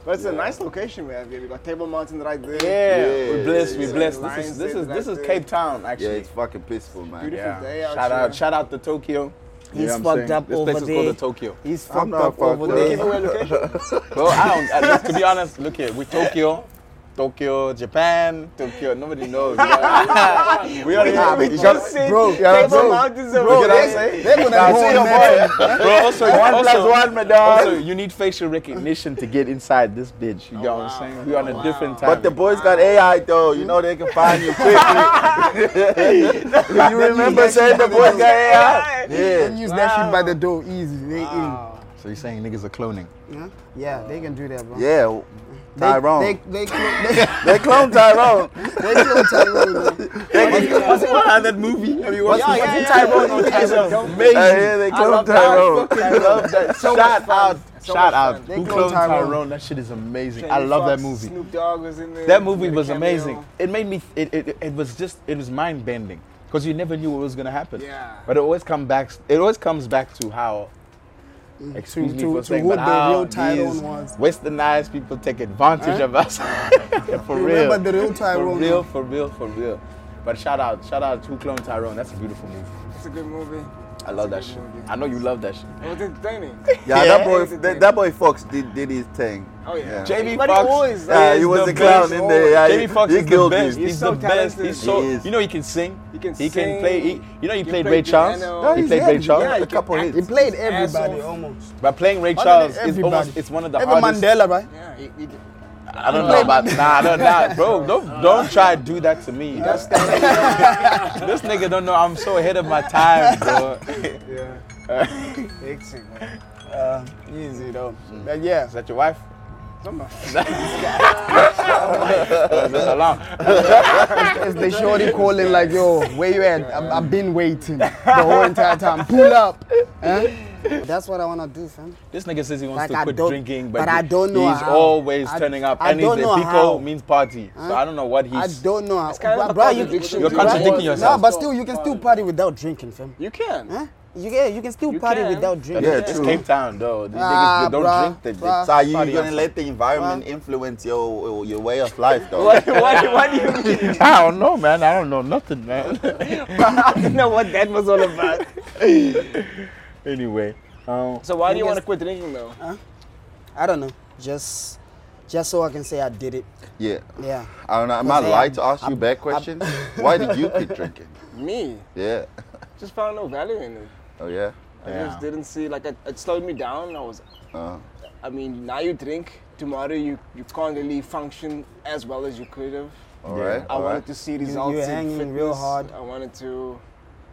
C: But it's a nice location we have here. We got Table Mountain right there.
B: Yeah,
D: Yeah.
B: we blessed. We
C: Yeah.
B: blessed. This is this is this is Cape Town,
D: Yeah,
B: actually.
D: it's fucking peaceful, man.
C: Beautiful
D: Yeah.
C: day out
B: Shout out,
C: here.
B: shout out to Tokyo.
E: He's
B: what I'm
E: fucked
B: saying?
E: up
B: this
E: over
B: place
E: there.
B: is called the Tokyo.
E: He's
D: I'm
E: fucked
D: not
E: up
D: fucked
E: over there.
D: up.
C: Give away location.
B: Bro, I don't. I, to be honest, look here. We Tokyo. Tokyo, Japan, Tokyo. Nobody knows. you know? we already have. You got-
C: just said
B: bro,
C: take
B: yeah,
C: them
B: bro.
C: out is a
B: Bro,
C: bro.
B: they- they're gonna
D: Now,
B: go
D: see
B: on
D: your
B: that. Bro, also,
D: One
B: also-
D: plus one, my dog.
B: Also, you need facial recognition to get inside this bitch. You got what I'm saying? We're on a different time.
D: But the boys got AI though. You know they can find you quickly. you remember saying the boys got AI?
E: They
D: Yeah.
E: use that shit by the door easy. They
B: so you're saying niggas are cloning?
E: in. Yeah? yeah, they can do that, bro.
D: Yeah.
E: They-
D: Tyrone.
E: They, they,
D: They,
E: clone- they,
D: clone Tyrone.
E: they clone Tyrone, bro.
B: What's that movie? Have you watched
E: Yeah, yeah, yeah.
D: Amazing. yeah, they clone Tyrone. I love that. Shout out.
B: Shout out.
E: They
B: Who
E: clone
B: cloned
E: Tyrone.
B: Tyrone? That shit is amazing. I love that movie.
C: Snoop Dogg was in there.
B: That movie
C: Did a
B: was
C: cameo.
B: amazing. It made me. It, it, it was just. It was mind bending because you never knew what was gonna happen.
C: Yeah.
B: But it always come back. It always comes back to how. Excuse
E: Mm, To-
B: me
E: to-
B: for
E: to
B: saying,
E: what
B: but
E: the
B: how
E: real Tyrone
B: these
E: was.
B: westernized people take advantage of us. Yeah, for
E: You
B: real.
E: remember the real
B: For
E: Tyrone.
B: real, for real, for real. But shout out, shout out to Clone Tyrone. That's a beautiful movie.
C: It's a good movie.
B: I love that
C: It's a
B: shit.
C: good movie.
B: I know you love that shit.
C: It was entertaining.
D: Yeah, that boy,
C: Yeah.
D: that, that boy Fox did, did his thing.
C: Oh yeah.
B: Jamie
C: But
B: Foxx
C: he always.
D: Yeah,
C: like,
D: uh, he
B: is
D: was
B: the
D: a clown
B: best.
D: in there. Yeah,
B: Jamie
D: he-
B: Fox
D: he
B: is the
D: killed
B: best.
D: him.
B: He's,
C: He's
B: the
C: so
B: best.
C: talented.
B: He's so
D: He is.
B: you know he can sing.
C: He can sing.
B: play. He, you know he
C: He
B: played
C: played
B: Ray Charles.
C: piano.
D: No,
B: he
D: he's
B: played Ray
D: everything.
B: Charles.
D: Yeah,
C: he
D: a couple
C: can act.
E: He
D: hits.
E: played everybody
C: Asshole.
E: almost.
B: By playing Ray
E: Other
B: Charles
E: than
B: is almost it's one of the
E: Even
B: hardest.
E: Mandela, right?
C: Yeah, he- he-
B: I don't know about nah, nah, nah, bro. Don't don't try to do that to me. That's this nigga don't know. I'm so ahead of my time, bro.
C: Hexing, man.
E: Uh, Easy though. But yeah.
B: Is that your wife?
C: Somebody.
B: Or is that alarm?
E: It's the shorty calling like, yo, where you at? I've, I've been waiting the whole entire time. Pull up. Eh? That's what I wanna do, fam.
B: This nigga says he wants
E: Like,
B: to
E: I
B: quit
E: don't-
B: drinking, but,
E: but I don't know
B: he's
E: how.
B: always
E: I-
B: turning up,
E: I
B: and he's
E: don't
B: the
E: know
B: pico
E: how.
B: means party. So
E: Huh?
B: I don't know what
E: I
B: he's.
E: don't know. How,
C: kind of a
E: bro, you,
C: contradiction
B: You're
C: to
B: contradicting
C: what-
B: yourself.
E: No, but still, you can still party without drinking, fam.
C: You can.
E: Huh? You, yeah, you can still
C: You
E: party
C: can.
E: without drinking.
D: Yeah,
B: It's
D: true.
B: Cape Town though. These
E: Ah,
B: niggas they don't
E: bruh,
B: drink. They, they
E: bruh.
D: So you
B: party
D: gonna
B: outside.
D: let the environment influence your your way of life though?
C: What, what, what do you mean?
B: I don't know, man. I don't know nothing, man.
C: I don't know what that was all about.
B: anyway, um,
C: So why do you
E: Niggas-
C: want to quit drinking though?
E: I don't know. Just, just so I can say I did it.
D: Yeah.
E: Yeah.
D: I don't know. Am I
E: Cause,
D: allowed
E: um,
D: to ask you bad questions? Why did you quit drinking?
C: Me,
D: Yeah.
C: just found no value in it.
D: Oh yeah.
C: I
B: Yeah. Uh-huh.
C: just didn't see like it, it slowed me down. I was,
D: Uh,
C: I mean, now you drink. Tomorrow you you can't really function as well as you could have.
D: all right.
C: I
D: all
C: wanted
D: right.
C: to see results.
E: you're
C: in
E: hanging real
C: fitness.
E: hard.
C: I wanted to.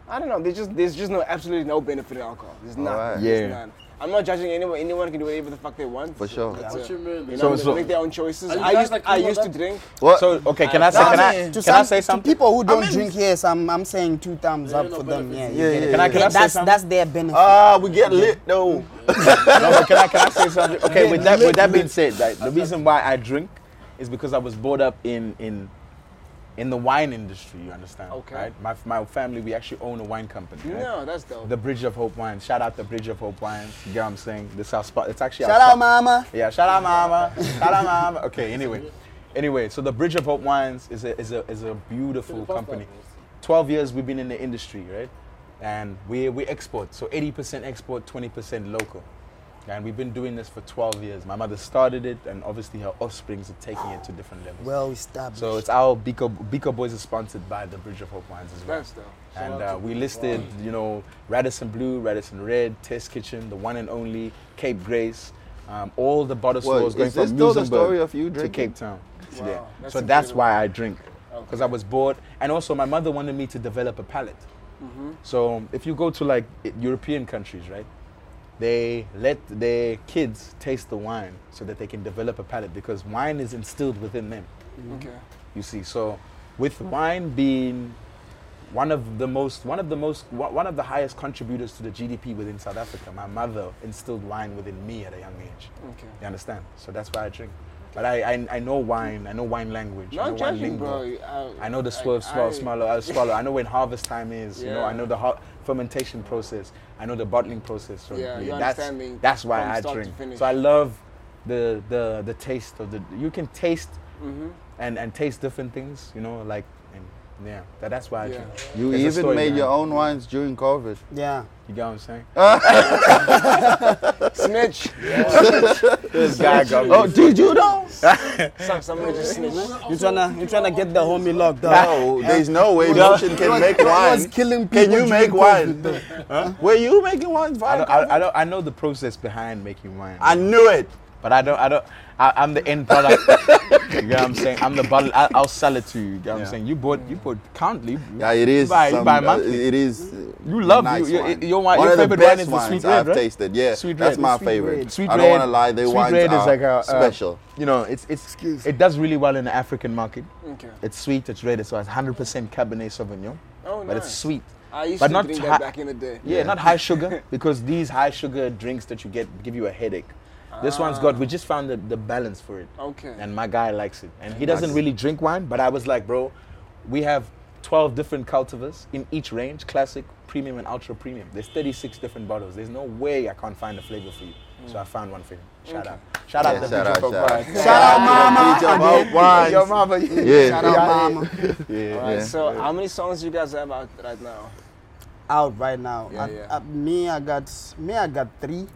C: I don't know. There's just there's just no absolutely no benefit in alcohol. There's none.
D: Alright.
B: Yeah.
C: There's none. I'm not judging anyone. Anyone can do whatever the fuck they want.
D: For sure.
C: It's
F: What
C: a-
F: you mean?
C: You
B: So-
C: know,
B: so-
C: they make their own choices.
F: Are you
C: I
F: guys
C: used,
F: like
C: I
F: cool
C: used to
F: with
C: drink.
D: What?
B: so okay, can I say?
E: No,
B: Can I?
E: mean, to
B: Can
E: some-
B: I say
E: to
B: something?
E: people who don't
D: mean-
E: drink, yes, I'm, I'm saying two thumbs
F: There
E: up
F: ain't no
E: for them. Yeah,
F: benefit.
E: you
D: Yeah,
E: get it.
D: yeah,
B: Can I? Can I say
E: that's
B: something? Uh,
E: that's their benefit.
D: ah, we get lit though.
B: no, but can I, can I say something? Okay, with that, with that being said, like, the reason why I drink is because I was brought up in in in the wine industry. You understand?
C: Okay.
B: Right? My my family, we actually own a wine company. right?
C: No, that's dope.
B: The Bridge of Hope Wine. Shout out the Bridge of Hope Wine. You get what I'm saying? This is our spot. It's actually
E: Shout
B: our
E: out,
B: spot.
E: mama.
B: Yeah, shout out mama. shout out mama. Okay, anyway. Anyway, so the Bridge of Hope Wines is a is a is a beautiful company. Twelve years we've been in the industry, right? And we we export. So eighty percent export, twenty percent local. And we've been doing this for twelve years. My mother started it and obviously her offsprings are taking it to different levels.
E: Well established.
B: so it's our Biko Biko Boys is sponsored by the Bridge of Hope Wines as well.
C: That's dope.
B: And uh, we listed, you know, Radisson Blue, Radisson Red, Test Kitchen, the one and only, Cape Grace, um, all the bottle
D: Well,
B: stores going
D: is this
B: from
D: still the
B: Musenberg
D: story of you
B: to
D: drinking?
B: Cape Town.
C: Wow,
B: Yeah.
C: that's
B: so that's
C: incredible.
B: why I drink, because I was bored. And also, my mother wanted me to develop a palate.
C: Mm-hmm.
B: So if you go to like i- European countries, right? They let their kids taste the wine so that they can develop a palate because wine is instilled within them
C: Okay.
B: you see so with wine being one of the most one of the most one one of the highest contributors to the gdp within south africa my mother instilled wine within me at a young age
C: Okay.
B: you understand so that's why i drink but i i, I know wine i know wine language i know
C: Not
B: wine
C: judging,
B: lingo.
C: bro. I,
B: I know the swerve,
C: I-
B: swallow,
C: I-
B: swallow, uh, swallow. I know when harvest time is. You know, I
C: Yeah.
B: know the ho- fermentation process. I know the bottling process. So
C: Yeah, you
B: that's
C: understand the-
B: that's why
C: from
B: I
C: start to
B: drink.
C: finish.
B: So I love the the the taste of the. You can taste
C: Mm-hmm.
B: and and taste different things. You know, like and yeah, that, that's why I
C: Yeah.
B: drink.
D: You
B: It's a
D: even
B: story,
D: made
B: man.
D: your own Oh, wines during COVID.
E: yeah.
B: You get what I'm saying?
C: Snitch. This guy got me.
D: Oh, did you know?
C: Some- someone just snitched.
F: Oh,
E: You tryna you tryna get the homie locked up.
D: No, there's no way Notion can make wine.
E: killing
D: Can
E: people
D: you make
E: during
D: wine? Huh? Were you making wine?
B: I,
D: via
B: don't, I, I, don't, I know the process behind making wine,
D: I knew it.
B: but I don't. I don't. I, I'm the end product. you know what I'm saying? I'm the bottle. I, I'll sell it to you. You know what I'm
D: Yeah.
B: saying? You bought. You bought. Can't leave.
D: Yeah, it is.
B: You buy, you
D: some-
B: buy
D: uh,
B: monthly.
D: It is. uh,
B: You love-
D: nice
B: you- you-
D: wine.
B: your wine-
D: One
B: your
D: of
B: favorite
D: the
B: wine
D: best
B: is the
D: wines
B: sweet red,
D: I've
B: right?
D: tasted. Yeah,
B: Sweet
D: that's
B: red.
D: my
B: Sweet
D: favorite.
B: red. Sweet
D: I don't want to
B: red-
D: lie. Their
B: sweet
D: wines
B: red
D: are
B: is like a, uh,
D: special.
B: You know, it's it's
H: Excuse
B: it does really well in the African market.
C: Okay.
B: It's sweet. It's red. So it's 100% Cabernet Sauvignon,
C: Oh,
B: but it's
C: nice.
B: sweet.
C: I used
B: but
C: to
B: not
C: drink
B: hi-
C: that back in the day.
B: Yeah, not high sugar because these high sugar drinks that you get give you a headache. This one's got.
D: Ah.
B: We just found the, the balance for it.
C: Okay.
B: And my guy likes it, and he doesn't really drink wine. But I was like, bro, we have 12 different cultivars in each range: classic, premium, and ultra premium. There's 36 different bottles. There's no way I can't find a flavor for you. So I found one for him. Shout out. Shout out
D: Mm. Yeah,
B: the
D: shout
B: Beach
D: out,
B: of
D: shout out.
B: Wine.
D: Shout out, mama.
B: Your mama.
D: Yeah.
E: Shout out, mama.
D: Yeah.
C: Alright,
D: yeah.
C: so how many songs do you guys have out right now?
E: Out right now.
C: Yeah,
E: I-
C: yeah.
E: I- me, I got me, I got three.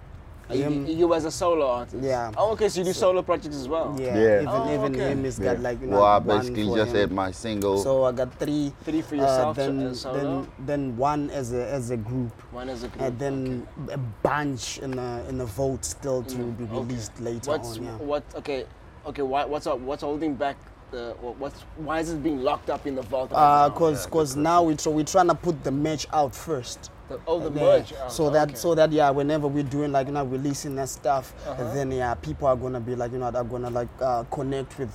C: You,
E: Him,
C: you as a solo artist.
E: Yeah.
C: Oh, okay. So you do solo projects as well.
E: yeah.
D: Yeah.
E: Even
C: Oh,
E: even
C: okay.
E: him has got like you know,
D: well, I
E: one
D: basically
E: for
D: just
E: him.
D: had my single.
E: So I got three.
C: Three for yourself, so-
E: then,
C: uh, solo?
E: then then one as a as a group.
C: One as a group.
E: And then a bunch in a in a vote still to be
C: Mm, okay.
E: released later
C: What's
E: on. Yeah.
C: what? Okay. Okay. Why, what's up? What's holding back? The what- what's why is it being locked up in the vault? Right
E: Uh,
C: now?
E: cause, cause now we tr- we're trying to put the merch out first.
C: The, oh, the
E: Yeah.
C: merch. out,
E: So that
C: okay.
E: so that yeah, whenever we're doing like you know releasing that stuff,
B: Uh-huh.
E: then yeah, people are gonna be like you know they're gonna like uh, connect with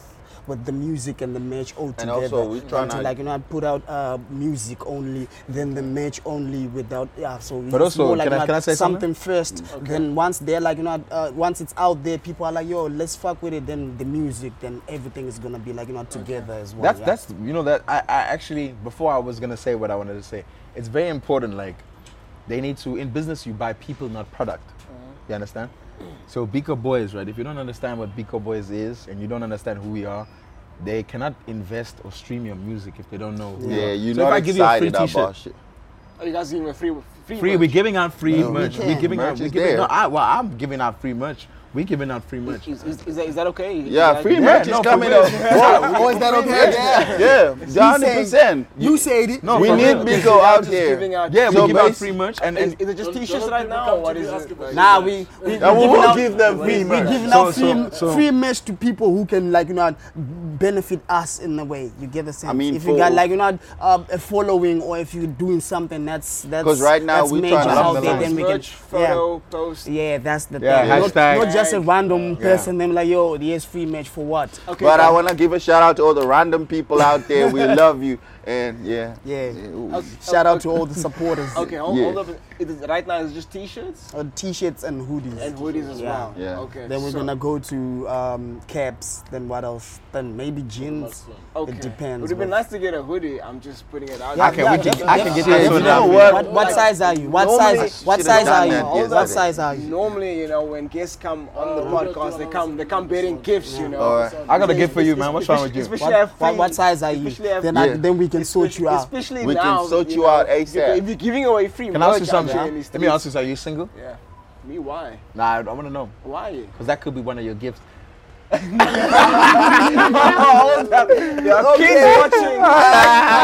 E: with the music and the merch all
D: And
E: together.
D: also we
E: Than
D: tryna-
E: to like you know put out uh, music only, then the merch only without yeah. So
B: But
E: it's
B: also,
E: more like
B: can I-
E: you know,
B: can I say Mm.
E: something first. Then once they're like you know uh, once it's out there, people are like yo, let's fuck with it. Then the music, then everything is gonna be like you know together as well.
B: That's
E: yeah.
B: that's you know that I, I actually before I was gonna say what I wanted to say. It's very important. Like they need to in business you buy people not product. You understand? So Biko Boys, right? If you don't understand what Biko Boys is and you don't understand who we are, they cannot invest or stream your music if they don't know. Who we
D: yeah,
B: are.
D: you're
B: so
D: not
B: if I give you a free
D: excited about
B: T-shirt,
D: shit.
C: Are you guys giving a free free?
B: free. We're
C: merch?
B: giving out free
D: No, we
B: merch. We
E: can't.
B: are giving
D: Merch
B: out. We're
D: is
B: giving.
D: there.
B: No, I, well, I'm giving out free merch. We're giving out free merch.
C: Is, is, is, that, is that okay?
D: Yeah,
C: Like-
D: free
B: Yeah,
D: merch
B: no,
D: is
B: for
D: coming
B: real.
D: up.
E: Oh, is that okay?
D: Yeah, yeah, hundred percent.
E: You said it.
B: No,
D: We
B: for
D: need
B: real.
D: Biko out
C: Just
D: here.
C: giving out-
B: Yeah,
D: So
B: we give out
D: basi-
B: free merch and
C: Is,
B: and
C: is it just
F: Don't-
C: t-shirts
F: don't
C: right
F: people
C: now,
F: come
C: or what
F: to
C: is
F: me asking
C: it?
F: for
C: Like-
E: Nah, we we, we
D: And we
E: giving
D: will
E: out,
D: give them
E: we-
D: free
E: we
D: merch.
E: giving
B: So-
E: out
B: so-
E: free,
B: so-
E: free merch to people who can like you know benefit us in a way. You get the sense.
D: I mean,
E: if you
D: for-
E: got like you know uh, a following or if you're doing something that's that's
D: 'Cause right now
E: that's
D: we're
E: major
D: trying to
E: out
B: up
E: there,
B: the
E: then we can
C: merch,
E: yeah.
C: photo, post.
E: Yeah, that's the
B: Yeah,
E: thing. Not-
B: hashtag.
E: Not, just a random
D: Yeah.
E: person. Them like, yo, here's free merch for what?
C: Okay,
D: But
C: so-
D: I want to give a shout out to all the random people out there. We love you. And yeah.
E: Yeah.
D: ooh.
E: Shout out to all the supporters.
C: Okay, hold,
D: Yeah.
C: hold up. It is, right now, it's just t-shirts
E: Uh, T-shirts and hoodies.
C: and hoodies as
E: Yeah.
C: well.
D: Yeah.
C: Okay.
E: Then we're
C: so-
E: gonna go to um, caps. Then what else? Then maybe jeans.
C: Okay.
E: It depends.
C: Would have been
E: but-
C: nice to get a hoodie. I'm just putting it out.
E: Yeah,
B: Okay,
E: yeah,
B: we can-
E: def-
B: I can get
E: def-
B: that
E: def-
B: sorted
E: no,
B: out.
E: What, what size are you? What
D: Normally,
E: size? What
D: should've
E: size
D: done
E: are you?
D: that
E: what
D: yesterday.
E: size are you?
C: Normally, you know, when guests come on the
F: Oh, we don't
C: podcast,
F: do
C: they
F: our
C: come, they come bearing gifts. You know.
D: Alright.
B: I got a gift for you, man. What's wrong with you?
C: Especially
E: What,
C: at
E: what,
C: free-
E: what size are you?
C: especially at
E: Then,
D: Yeah.
E: I, then we can sort you out.
C: Especially
D: We can
C: now.
D: sort you out ASAP.
C: If you're giving away free
B: can I
C: merch,
B: ask you something?
C: out there in these
B: Let me ask you
C: streets-
B: something. Are you single?
C: Yeah. Me? Why?
B: Nah, I, I want to know
C: Why?
B: because that could be one of your gifts.
C: There are kids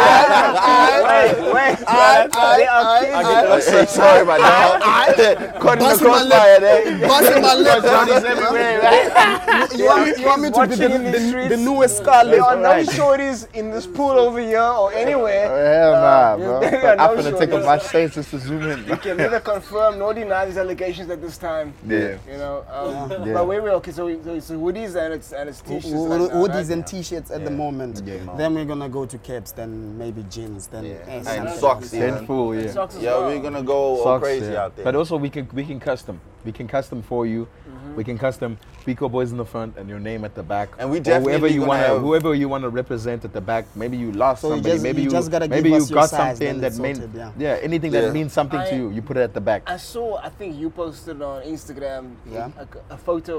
C: watching. Wait, wait. There are kids
D: I'm so sorry, my dog. Caught in the
E: Bust my
D: crossfire there.
E: Busting my lip.
D: Johnny's everywhere, right?
E: You want, you want me to be
C: watching in the
E: the, the, the
C: streets.
E: newest Scarlett?
C: There are no shorties in this pool over here or anywhere.
B: Hell nah,
C: bro. yeah, But I'm no finna take a shorties.
B: bunch of states just to zoom in.
C: You can neither confirm nor deny these allegations at this time.
B: Yeah.
C: You know. Um,
D: Yeah.
C: But wait, wait. Okay, so, we- so it's hoodies and it's and it's
E: Ho-
C: t-shirts.
E: ho-
C: right now,
E: Hoodies
C: right?
E: and T-shirts at the moment.
B: Yeah.
E: Then we're gonna go to caps. Then maybe jeans. Then eh,
D: Yeah. And
E: something.
D: socks,
B: Ten
D: even.
B: fool, yeah.
C: Socks as
D: Yeah,
C: well.
D: we're gonna go all
B: Socks,
D: crazy
B: yeah.
D: out there.
B: But also we can we can custom. We can custom for you. We can custom Pico Boys in the front and your name at the back.
D: And we
B: Or
D: definitely
B: whoever you
D: gonna
B: wanna
D: have-
B: whoever you wanna represent at the back. Maybe you lost
E: So you
B: somebody.
E: just-
B: maybe
E: you
B: you,
E: just gotta give
B: maybe
E: us
B: you
E: your
B: got
E: size,
B: something
E: then
B: that
E: it's
B: meant
E: sorted, yeah.
B: anything
D: Yeah.
B: that means something
C: I-
B: to you, you put it at the back.
C: I saw. I think you posted on Instagram.
E: Yeah.
C: A, a photo.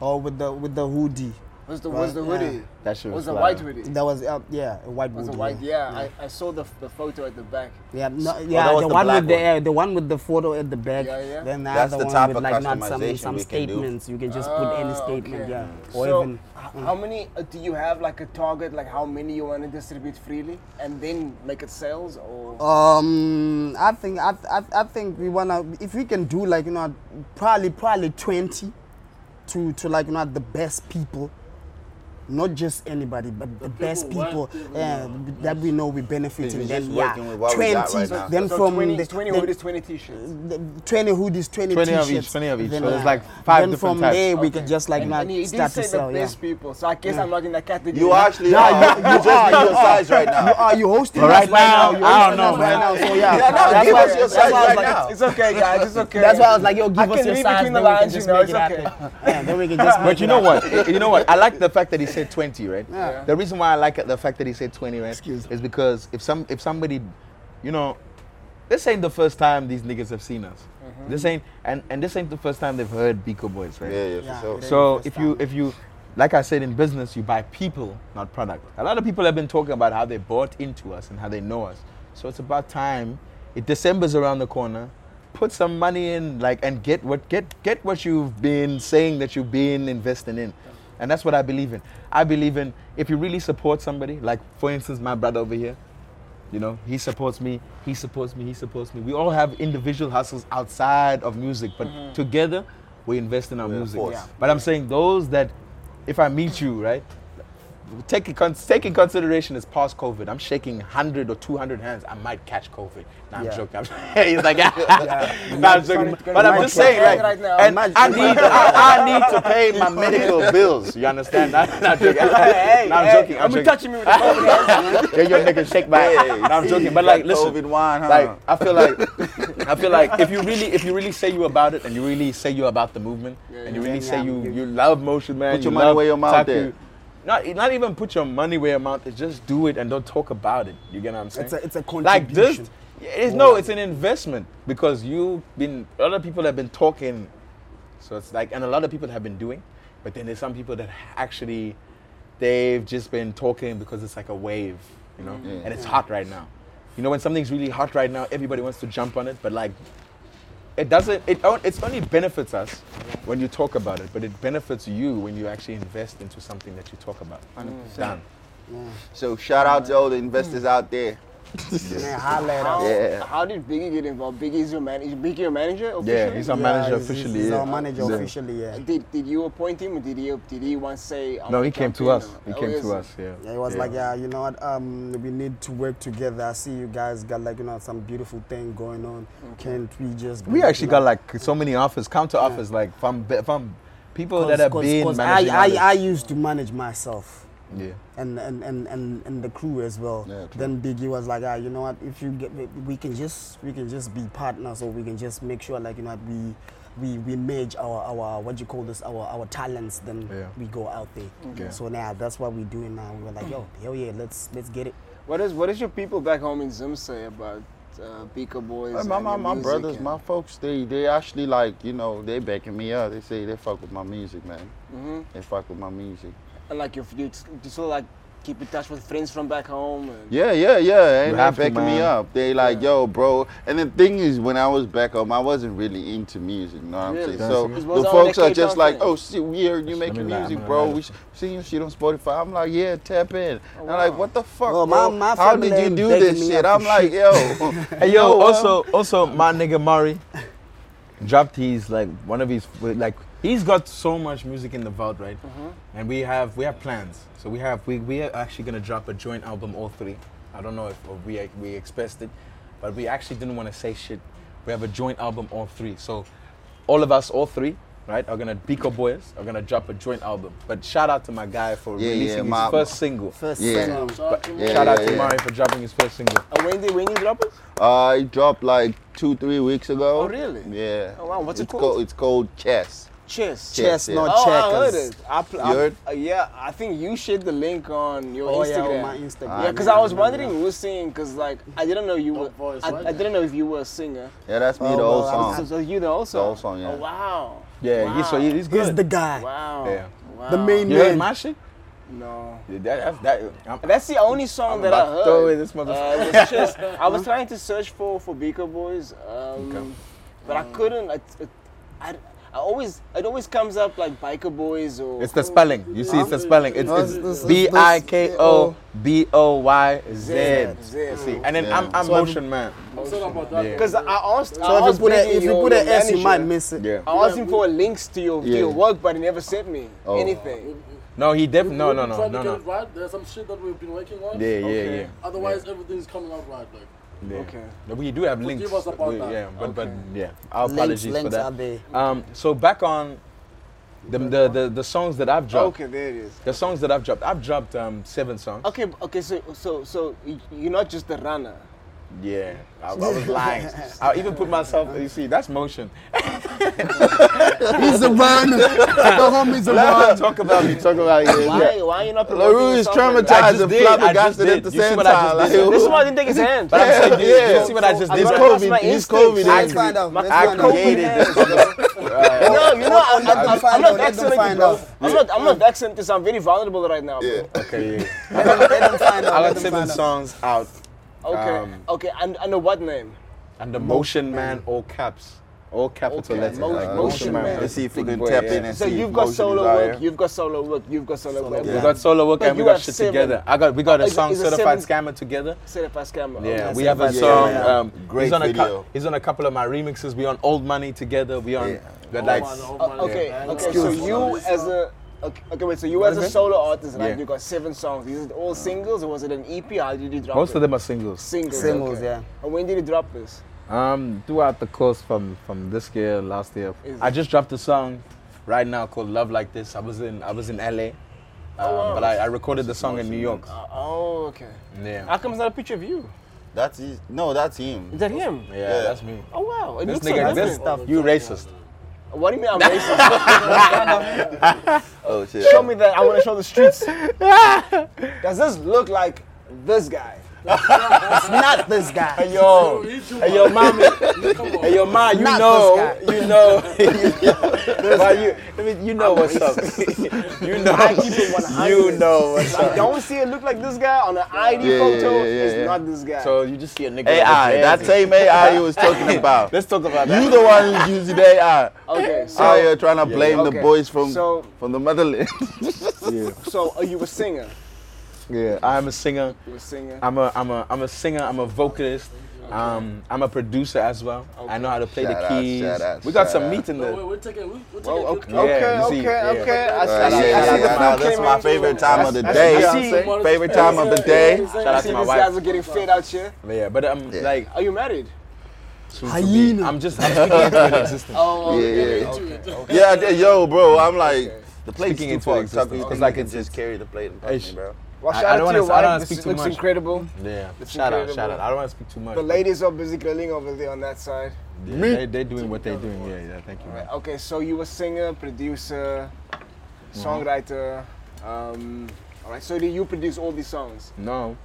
E: Or Oh, with the with the hoodie.
C: Was the was the
E: Right, yeah.
C: hoodie?
B: That shit was
C: was the
B: fly.
C: white hoodie.
E: That was uh, yeah, a white
C: was
E: wood,
C: the white.
E: yeah.
C: Yeah, I, I saw the the photo at the back.
E: Yeah, no,
D: that
E: yeah,
D: was
E: the,
D: the
E: one
D: black
E: with the
D: one.
E: uh, the one with the photo at the back.
C: Yeah, yeah.
E: Then the
D: That's
E: other
D: the
E: one
D: type
E: with
D: of
E: like not some
D: customization
E: some
D: we can do.
E: statements. You can just put any
C: Ah,
E: statement,
C: okay.
E: yeah, or
C: So,
E: even mm.
C: h- how many uh, do you have like a target? Like how many you want to distribute freely, and then make it sales or?
E: Um, I think I, I, I think we wanna if we can do like you know probably probably twenty to to like you know the best people, not just anybody but the, best
F: people
E: people
F: worth it,
E: uh, that we know we benefit
D: We're
E: in.
D: just
E: Then yeah,
D: working with what we
E: twenty.
D: got right now.
E: then
C: so
E: from
C: 20,
E: the,
C: 20
E: the-
C: hoodies, 20 t-shirts.
E: the 20 hoodies, 20,
B: 20 of each,
E: t-shirts,
B: 20 of each.
E: then,
B: So there's
E: uh,
B: like five
E: then
B: different
E: from
B: types.
E: there we
B: Okay.
E: can just like
C: And,
E: not
C: and he did
E: start
C: say
E: to
C: the
E: sell. yeah.
C: best people, so I guess I'm not in that category.
D: You actually
E: Yeah,
D: are.
E: you,
D: You
E: you
D: just
E: are,
D: need
E: you
D: your
E: are.
D: size right now.
E: You are, you hosting
B: But
E: us
B: right now,
E: right now. You're
B: I
E: hosting
B: don't
E: us
B: know,
E: right now.
B: man.
E: So yeah,
D: Yeah, no,
E: that's
D: give
E: why,
D: us your
E: that's
D: size
E: why I was
D: right
E: like,
D: now.
C: It's okay, guys. It's okay.
E: that's why I was like, yo, give
C: I
E: us
C: can
E: your
C: read
E: size,
C: between the
E: then we can
C: lines,
E: just
C: you know,
E: make it
C: it's
E: happen.
C: okay.
E: Yeah, then we can just make
B: But you
E: it
B: know
E: happen.
B: what? You know what? I like the fact that he said 20, right? The reason why I like it, the fact that he said 20, right? Excuse is because if some if somebody, you know, this ain't the first time these niggas have seen us. This ain't and and this ain't the first time they've heard Biko Boys, right?
D: Yeah, yeah,
E: Yeah.
D: for sure.
B: So
E: First
B: if you if you like I said in business, you buy people, not product. A lot of people have been talking about how they bought into us and how they know us. So it's about time. It December's around the corner. Put some money in, like, and get what get get what you've been saying that you've been investing in, and that's what I believe in. I believe in if you really support somebody, like for instance, my brother over here. You know, he supports me, he supports me, he supports me. We all have individual hustles outside of music, but
C: Mm-hmm.
B: together we invest in our
D: a
B: music.
D: force. Yeah.
B: But I'm saying those that, if I meet you, right, take, in con- take in consideration is past COVID. I'm shaking 100 or 200 hands, I might catch COVID. Nah, I'm
E: Yeah.
B: joking. I'm He's like, nah, I'm joking.
C: Sorry,
B: But I'm
C: might
B: just
C: catch
B: saying,
C: COVID
B: like,
C: right now.
B: and
E: Might-
B: I need, I, I need to pay my medical bills. You understand? Nah, nah, joking.
C: Hey,
B: Nah, I'm
C: hey,
B: joking. I'm
C: I'm
B: joking.
C: touching me with the phone.
B: Yeah, your nigga shake my.
D: Hey,
B: Nah, I'm
D: see,
B: joking, but
D: got
B: like, listen,
D: COVID wine, huh?
B: like I feel like, I feel like if you really, if you really say you about it, and you really say you about the movement, and you really
E: yeah,
B: say
E: yeah,
B: you
E: you-
B: you love motion, man.
D: Put
B: you
D: your money
B: love
D: where your mouth
B: Taku,
D: is.
B: Not, not even put your money where your mouth is. Just do it and don't talk about it. You get what I'm saying?
E: It's a- it's a
B: Like this,
E: contribution.
B: it's no, it's an investment because you've been. A lot of people have been talking, so it's like, and a lot of people have been doing, but then there's some people that actually, they've just been talking because it's like a wave, you know,
D: Yeah.
B: and it's hot right now. You know, when something's really hot right now, everybody wants to jump on it, but like it doesn't it on- it's only benefits us when you talk about it but it benefits you when you actually invest into something that you talk about
D: 100%.
B: Done.
D: So shout out to all the investors out there.
E: Man, holla at us.
C: How,
D: Yeah.
C: how did Biggie get involved? Biggie's your man. Is Biggie your manager?
B: yeah
C: officially?
B: he's our
E: Yeah,
B: manager
E: he's-
B: officially
E: He's
B: yeah.
E: our manager
B: Yeah.
E: officially, yeah.
C: Did, did you appoint him or did he did he once say I'm
B: no he
C: gonna
B: came
C: jump
B: to
C: in
B: us
C: or-
B: he
C: Oh,
B: came
C: is
B: to us yeah
E: Yeah, it was like, yeah, you know what? Um, we need to work together. I see you guys got like, you know, some beautiful thing going on. Can't we just?
B: we
E: be,
B: actually
E: you
B: got
E: know,
B: like so many offers counter offers like from from people that have
E: cause-
B: been
E: cause
B: managing
E: I,
B: others.
E: I, I used to manage myself.
B: yeah
E: and and, and, and and the crew as well.
D: Yeah, true.
E: then Biggie was like, ah, you know what? If you get, we can just we can just be partners, or we can just make sure like you know we we we merge our our what do you call this our our talents. Then
B: Yeah.
E: we go out there.
B: Okay.
E: So now that's what we're doing now. We were like, yo, hell yeah, let's let's get it.
C: What is what is your people back home in Zim say about uh, Biko Boys?
D: my,
C: and
D: my,
C: your
D: my
C: music
D: brothers,
C: and-
D: my folks, they they actually like you know they backing me up. They say they fuck with my music, man. They fuck with my music.
C: and like if you you still like keep in touch with friends from back home. And,
D: Yeah, yeah, yeah. And
B: have to,
D: they backing me
B: man.
D: up. They like, yo, bro. And the thing is, when I was back home, I wasn't really into music. You know what I'm
C: Really?
D: saying?
C: It
D: So
C: was
D: the
C: all
D: folks
C: that
D: are
C: Cape
D: just
C: Town
D: like,
C: thing.
D: oh, see, we heard you
B: me
D: making
B: laugh,
D: music,
B: man.
D: bro. We seen your shit on Spotify. I'm like, yeah, tap in. And I'm like,
C: Oh, wow.
D: what the fuck,
E: Well, my-
D: bro?
E: my
D: How
E: family
D: did you
E: ain't
D: do
E: backing
D: this
E: me
D: shit?
E: up
D: I'm
E: for
D: like,
E: shit.
D: yo. um,
B: Hey
D: you know
B: yo,
D: what?
B: also also my nigga Murray dropped his like one of his like he's got so much music in the vault, right?
D: Mm-hmm.
B: And we have we have plans. So we have we we are actually gonna drop a joint album, all three. I don't know if we we expressed it, but we actually didn't want to say shit. We have a joint album, all three. So all of us, all three. Right, are gonna Biko Boys are gonna drop a joint album. But shout out to my guy for
D: Yeah, yeah,
B: releasing his
D: my-
B: first single.
E: First
D: Yeah.
E: song.
B: But
D: Yeah,
B: shout out
D: yeah,
B: to
D: yeah.
B: Murray for dropping his first single.
C: And when did when you drop it?
D: Uh, it dropped like two, three weeks ago.
C: Oh, really?
D: Yeah.
C: Oh, wow. What's it
D: It's
C: called?
D: It's called Chess.
C: Chess.
D: Chess.
E: Chess,
D: yeah.
E: not
C: Oh, I heard
E: checkers.
C: it. I pl-
D: You
C: I-
D: heard?
C: uh, yeah, I think you shared the link on your
E: Oh, yeah,
C: Instagram.
E: on my Instagram.
C: Yeah, because I was wondering who was singing. Because like I didn't know you were.
F: Top voice,
C: I,
F: right?
C: I didn't know if you were a singer.
D: Yeah, that's me,
E: Oh,
D: the old
E: well, I'm
D: song.
C: So, so you the also.
D: The whole song, yeah.
C: Oh wow.
B: Yeah,
C: wow.
B: he's so he's good.
E: He's the guy.
C: Wow.
B: Yeah.
C: Wow.
G: The main
B: You heard
G: man.
B: my shit?
C: No.
B: Yeah, That, that, that, I'm-
C: That's the only song
B: I'm
C: that
B: about
C: I
B: to
C: heard.
B: throw in this
C: Uh, it was just- I was trying to search for for Beaker Boys, um, but I couldn't. It, it, I, I always it always comes up like Biker Boys or
B: It's the spelling. You see, it's the spelling. It's,
F: No,
B: it's
F: this- this-
B: B I K O B O Y Z.
C: Z.
B: See, and then
D: Yeah.
B: I'm, I'm motion man.
F: I'm sad about that.
B: Yeah.
F: though.
C: Because I asked, I
G: So if
C: asked
G: you put a,
C: Biggie,
G: if you
C: your-
G: put an
C: your
G: S, you might
C: manager,
G: miss it.
B: Yeah.
C: I asked him for links to your, to your
B: Yeah.
C: work, but he never sent me
D: Oh.
C: anything.
B: No, he def.
F: We've
B: No,
F: been
B: no, no,
F: trying
B: no,
F: to get
B: no.
F: it right. There's some shit that we've been working on.
B: Yeah, yeah, yeah.
F: Otherwise, everything's coming out right. Like,
B: yeah.
C: Okay.
B: No, We do have links.
F: us about
B: We-
F: that.
B: Yeah, but, but
C: Okay.
B: yeah. Our
E: Links-
B: apologies for
E: links
B: that.
E: are there.
B: Um, so back on the, the, the, the songs that I've dropped.
C: Okay, there it is.
B: The songs that I've dropped. I've dropped um, seven songs.
C: Okay, b- okay. So, so, so y- you're not just a runner.
B: Yeah, I, I was lying. I even put myself. You see, that's motion.
G: He's a runner. the homie's a runner.
B: Let's talk about me. Talk about you.
C: Why, why are you not promoting
D: LaRue is
C: yourself like that?
B: I
D: traumatized
B: just
D: and
B: did, I just
D: flabbergasted
B: did.
D: at the
B: You see
D: same
B: what I just
D: time. Like,
B: did?
C: This is why I didn't take his hand.
B: But I'm saying,
D: Yeah.
B: you, you see what I just
C: I
B: did?
C: gotta trust my
D: It's
C: instincts.
D: COVID.
G: Let's find out. Let's
B: I
G: find out.
B: created this.
C: No, you know, I'm, I'm,
G: Let
C: I'm,
G: them find out, let
C: not
G: them
C: vaccinated,
G: find
C: bro.
G: out.
C: I'm not, I'm not vaccinated, so I'm very vulnerable right now.
D: Yeah.
C: Bro.
B: Okay, yeah.
G: Let them- let them find out.
B: I
G: let
B: got
G: them
B: seven
G: find out.
B: songs out.
C: Okay,
B: Um,
C: okay, and under what name?
B: And the Motion Man, all caps. All capital
C: Okay,
B: letters.
C: Mo-
B: Uh,
C: Motion Man.
D: Let's see if we
B: Big
D: can
B: boy,
D: tap
B: yeah.
D: in and
C: So
D: see. if
C: you've got
D: motion
C: solo
D: is out
C: work,
D: here.
C: you've got solo work, you've got solo work.
B: We
D: Yeah.
B: got solo work
C: But
B: and we
C: you
B: got
C: have
B: shit
C: seven.
B: together. I got we got a
C: But
B: song
C: is it Oh,
B: Certified Scammer together.
C: Set up as camera.
B: Yeah,
C: Okay.
B: we have a
G: Certified
B: song.
G: Scammer, yeah.
B: Um,
D: Great
B: he's on a cou-
D: video.
B: he's on a couple of my remixes. We on Old Money together. We on
D: Yeah.
B: the
F: Oh,
B: like.
F: man, oh,
C: Uh,
F: man,
C: okay,
F: yeah.
C: okay. So you as a okay, okay wait. So you as a solo artist, right?
B: Yeah.
C: You got seven songs. Is it all singles or was it an EP? How did you drop
B: Most
C: it?
B: of them are singles.
C: singles.
G: Singles,
C: okay.
G: yeah.
C: And when did you drop this?
B: Um, throughout the course from from this year, last year,
C: Is
B: I
C: it-
B: just dropped a song right now called "Love Like This." I was in I was in LA, um, but I, I recorded the song in New York.
C: Uh, oh, okay.
B: Yeah,
C: How comes not a picture of you?
D: That's his, no, that's
C: Is
D: him.
C: that him?
B: yeah,
D: Yeah.
B: that's me.
C: Oh wow, it
B: This
C: looks so
B: nigga, this
C: different.
B: stuff, you racist.
C: What do you mean I'm racist?
D: Oh shit.
C: show me that. I want to show the streets. Does this look like this guy?
G: Not this guy.
B: Yo,
F: You too,
B: hey, yo, mommy, hey, yo, ma, you
G: Not
B: know,
G: this
B: you know, but you, I mean, you know what's up. you know, you know what's
C: I
B: up.
C: don't see it look like this guy on an ID
D: Yeah, yeah,
C: photo.
D: yeah, yeah,
C: it's
D: yeah.
C: not this guy.
B: So you just see a nigga. with a
D: AI, that
B: jersey.
D: same AI you was talking about.
B: Let's talk about that.
D: You the one who's using the AI.
B: um,
C: okay,
D: So, Out
C: so
D: here trying to blame
C: Okay.
D: the boys from
C: So-
D: from the motherland.
C: so are you a singer?
B: Yeah, I'm a singer.
C: You a singer?
B: I'm a I'm a I'm a singer. I'm a vocalist. Um, I'm a producer as well. I know how to play
D: Shout
B: the
D: out,
B: keys.
D: shout out,
B: we got
D: shout
B: some
D: out.
B: meat in
F: No, we're,
B: there.
F: we're taking, we're, we're taking
C: Oh,
F: good
C: okay,
F: care.
B: Yeah,
C: okay,
B: you see,
C: okay,
B: yeah.
C: okay. I see,
D: Uh,
C: I
D: yeah,
C: see, I
D: yeah,
C: see the
D: yeah,
C: food
D: no, that's
C: came
D: my
C: in.
D: favorite time of the
C: I see-
D: day.
C: I
B: see-
C: see-
D: Favorite time of the day.
B: Shout out
C: I see
B: to my
C: these guys are
B: wife.
C: getting fed out here.
B: But yeah, but I'm
D: Yeah.
B: like
C: Are you married?
B: soon to be. I'm just I'm speaking into existence.
C: Oh,
D: Yeah,
C: okay.
D: yeah.
C: Okay.
D: Yeah, I did- yo, bro, I'm like the plate
B: Speaking
D: too
B: into
D: fucked
B: existence.
D: up. You
B: It's
D: can
B: like
D: can
B: it's-
D: just carry the plate in front of
B: Ish.
D: me, bro.
C: Well,
B: I-
C: shout
B: I
C: out
B: don't
C: to
B: wanna-
C: your
B: I don't wanna
C: wife.
B: speak
C: This
B: too
C: looks
B: much.
C: incredible.
B: Yeah,
C: It's
B: shout out,
C: incredible.
B: shout out. I don't want to speak too much.
C: The ladies are busy grilling over there on that side.
B: Yeah, they, they're doing what they're doing. Yeah, yeah. Thank you, man.
C: Okay, so you a singer, producer,
B: Mm-hmm.
C: songwriter. Um, all right, so do you produce all these songs?
B: No,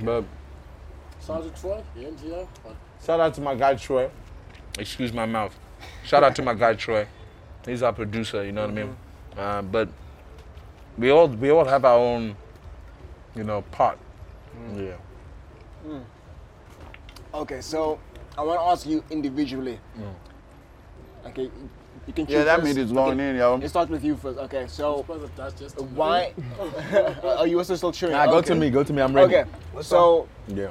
B: but
F: Sergeant Troy, you in here?
B: Shout out to my guy Troy. Excuse my mouth. Shout out to my guy Troy. He's our producer. You know what
C: Mm-hmm.
B: I mean. Uh, but we all we all have our own, you know, part.
C: Mm.
B: Yeah.
C: Okay, so I want to ask you individually.
B: Mm.
C: Okay, you- you can choose.
D: Yeah, that
C: first.
D: meat is going
C: okay.
D: in, yo.
C: Let's start with you first. Okay, so
F: Brother, that's just
C: why are you also still chewing?
B: Nah, go
C: Okay.
B: to me. Go to me. I'm ready.
C: Okay, so
B: Yeah.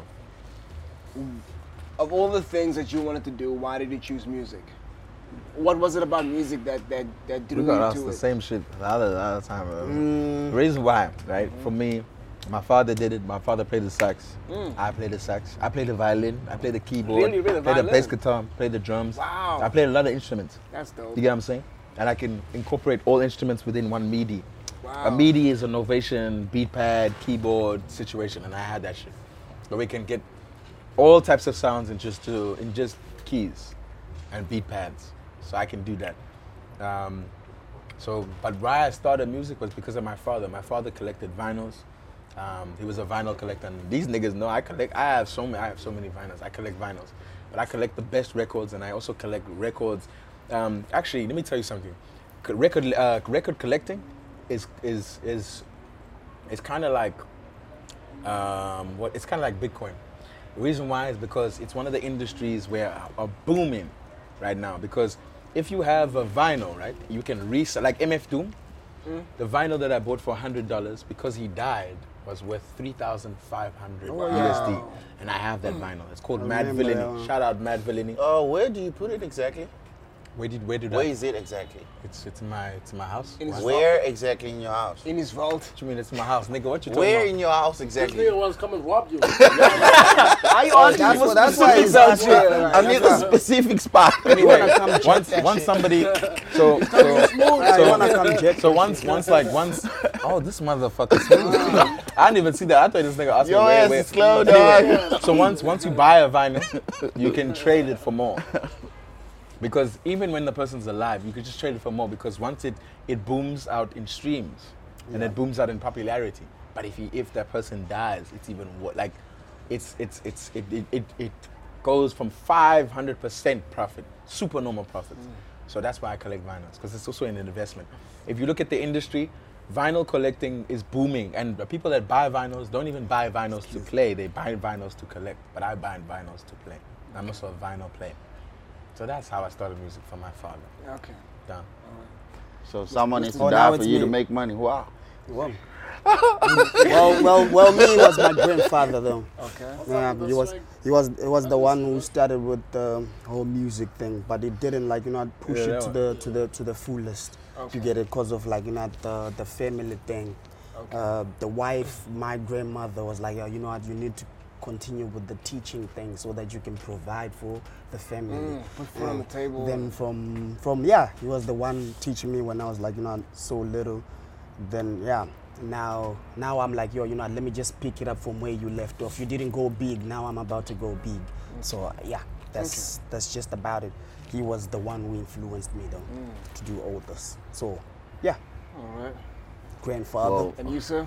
C: of all the things that you wanted to do, why did you choose music? What was it about music that that that drew
B: We
C: you
B: got asked
C: to
B: the
C: it? Mm.
B: same shit the other, the other time. uh, Reason why, right? For me, my father did it. My father played the sax. I played the sax. I played the violin. I played the keyboard.
C: Mm. Really? Really?
B: Played the bass
C: Violin?
B: guitar. Played the drums.
C: Wow.
B: I played a lot of instruments.
C: That's dope.
B: You get what I'm saying? And I can incorporate all instruments within one MIDI.
C: Wow.
B: A MIDI is a Novation beat pad, keyboard situation, and I had that shit. But we can get all types of sounds in just to, in just keys and beat pads. So I can do that. Um, so, but why I started music was because of my father. My father collected vinyls. Um, he was a vinyl collector. And these niggas know I collect. I have so many. I have so many vinyls. I collect vinyls, but I collect the best records, and I also collect records. Um, actually, let me tell you something. C- Record uh, record collecting is is is it's kind of like um, what it's kind of like Bitcoin. The reason why is because it's one of the industries where are- are booming right now. Because if you have a vinyl, right, you can resell like MF Doom. The vinyl that I bought for hundred dollars because he died was worth three thousand five hundred USD, and I have that vinyl. It's called Mad
G: remember that
B: Villainy.
G: one.
B: Shout out Mad Villainy.
D: Oh, where do you put it exactly?
B: Where did where did
D: Where
B: I?
D: is it exactly?
B: It's it's in my it's in my house.
C: In his-
B: What?
D: Where exactly in your house?
C: in his vault.
B: What you mean it's my house, nigga? What you talking
D: Where
B: about?
D: in your house
F: This
D: exactly?
F: nigga wants to come and rob you.
C: I
B: Oh,
C: asked
E: that's
C: for
E: what- that's why
C: specifics
E: he's
C: out
E: asking.
C: here.
D: I need a specific spot.
B: anyway, once once somebody so so,
E: you wanna come
B: so,
E: check
B: so once once like once oh this motherfucker I didn't even see that I thought this nigga asked
D: Your
B: me where,
D: ass
B: where.
D: is slow,
B: But anyway,
D: dog.
B: so once once you buy a vinyl you can trade it for more because even when the person's alive you could just trade it for more because once it it booms out in streams and it booms out in popularity but if he, if that person dies it's even wo- like it's it's it's it it, it, it goes from 500% profit super normal profits so that's why i collect vinyls because it's also an investment if you look at the industry vinyl collecting is booming and the people that buy vinyls don't even buy vinyls to play they buy vinyls to collect but i buy vinyls to play i'm also a vinyl player so that's how I started music for my father.
C: Okay.
B: Down.
D: So someone needs
E: Oh,
D: to
E: now
D: die for
E: it's
D: you to
E: me.
D: make money. Wow.
E: well, well, well, me was my grandfather though.
C: Okay.
E: Yeah, he was he was he was the one who started with the whole music thing, but he didn't like you know push
B: Yeah,
E: it to
B: that
E: the to the to the fullest.
C: Okay.
E: You get it because of like you know the the family thing. Uh, the wife, my grandmother was like, "Yo, you know what, you need to continue with the teaching thing so that you can provide for the family.
C: Mm, put food on the table.
E: Then from from yeah, he was the one teaching me when I was like you know so little. Then yeah, now now I'm like yo, you know what, let me just pick it up from where you left off. You didn't go big. Now I'm about to go big. So uh, yeah, that's that's just about it. He was the one who influenced me though to do all this. So yeah,
C: All right.
E: grandfather.
D: Well,
C: And you, sir?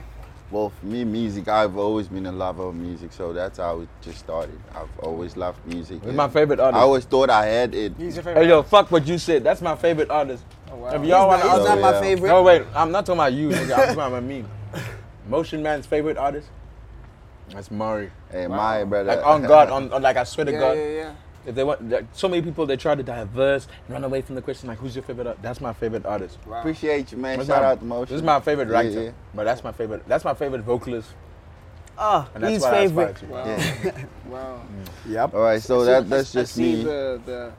D: Well, for me, music, I've always been a lover of music, so that's how it just started. I've always loved music.
B: Who's my favorite
D: I
B: artist?
D: always thought I had it.
C: He's your favorite.
B: Hey yo, fuck what you said. That's my favorite artist.
C: Oh, wow.
B: If y'all want to
E: He's
B: ask,
E: not
D: Oh,
E: my
D: yeah.
E: favorite.
B: no wait, I'm not talking about you. Nigga. I'm talking about me. Motion Man's favorite artist. That's Mari.
D: Hey, my brother.
B: Like on God, on, on like I swear to
C: Yeah,
B: God.
C: yeah, yeah.
B: If they want, like, so many people they try to diverse, run away from the question like, who's your favorite? artist? That's my favorite artist.
C: Wow.
D: Appreciate you, man.
B: That's
D: Shout
B: my-
D: out to Motion.
B: This is my favorite
D: Yeah,
B: writer,
D: yeah.
B: but that's my favorite. That's my favorite vocalist,
E: Ah,
B: and that's
E: his
B: what I
E: favorite.
B: aspire to.
C: Wow. Wow.
E: Yep.
D: All right, so
C: I see-
D: that that's
C: I
D: just
C: see
D: me.
C: The, the,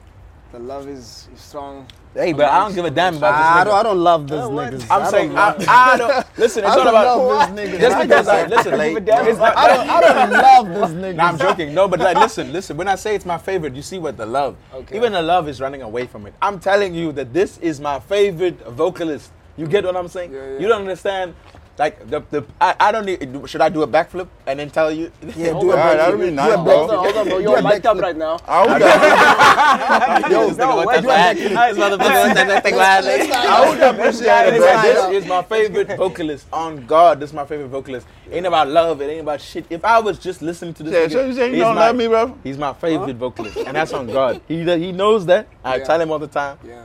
C: the love is, is strong.
B: Hey, but I don't give a damn about this.
E: I
B: nigga.
E: don't, I don't love this
C: what?
E: niggas.
B: I'm
E: I
B: saying
E: don't
B: I, I don't listen. It's not about
D: this nigga.
B: just because I listen. It's not, I don't. I don't love this nigga. Nah, I'm joking. No, but like, listen, listen. When I say it's my favorite, you see what the love.
C: Okay.
B: Even the love is running away from it. I'm telling you that this is my favorite vocalist. You get what I'm saying?
C: Yeah, yeah.
B: You don't understand. Like the, the I, I don't need. Should I do a backflip and then tell you?
E: Yeah,
B: Hold
E: do
B: on.
E: a backflip.
D: Alright, that'll be
E: Do a
D: nice, bro.
E: backflip.
C: Hold on, hold on, bro. You're mic'd up right now.
D: I would have,
B: Yo, no, what I would appreciate it, man. This is my favorite vocalist on God. This is my favorite vocalist. Ain't about love. It ain't about shit. If I was just listening to this,
D: Yeah,
B: nigga,
D: so you saying you
B: he's
D: don't
B: my-
D: love me, bro?
B: He's my favorite vocalist, and that's on God. He he knows that. I
C: Yeah.
B: tell him all the time,
C: Yeah.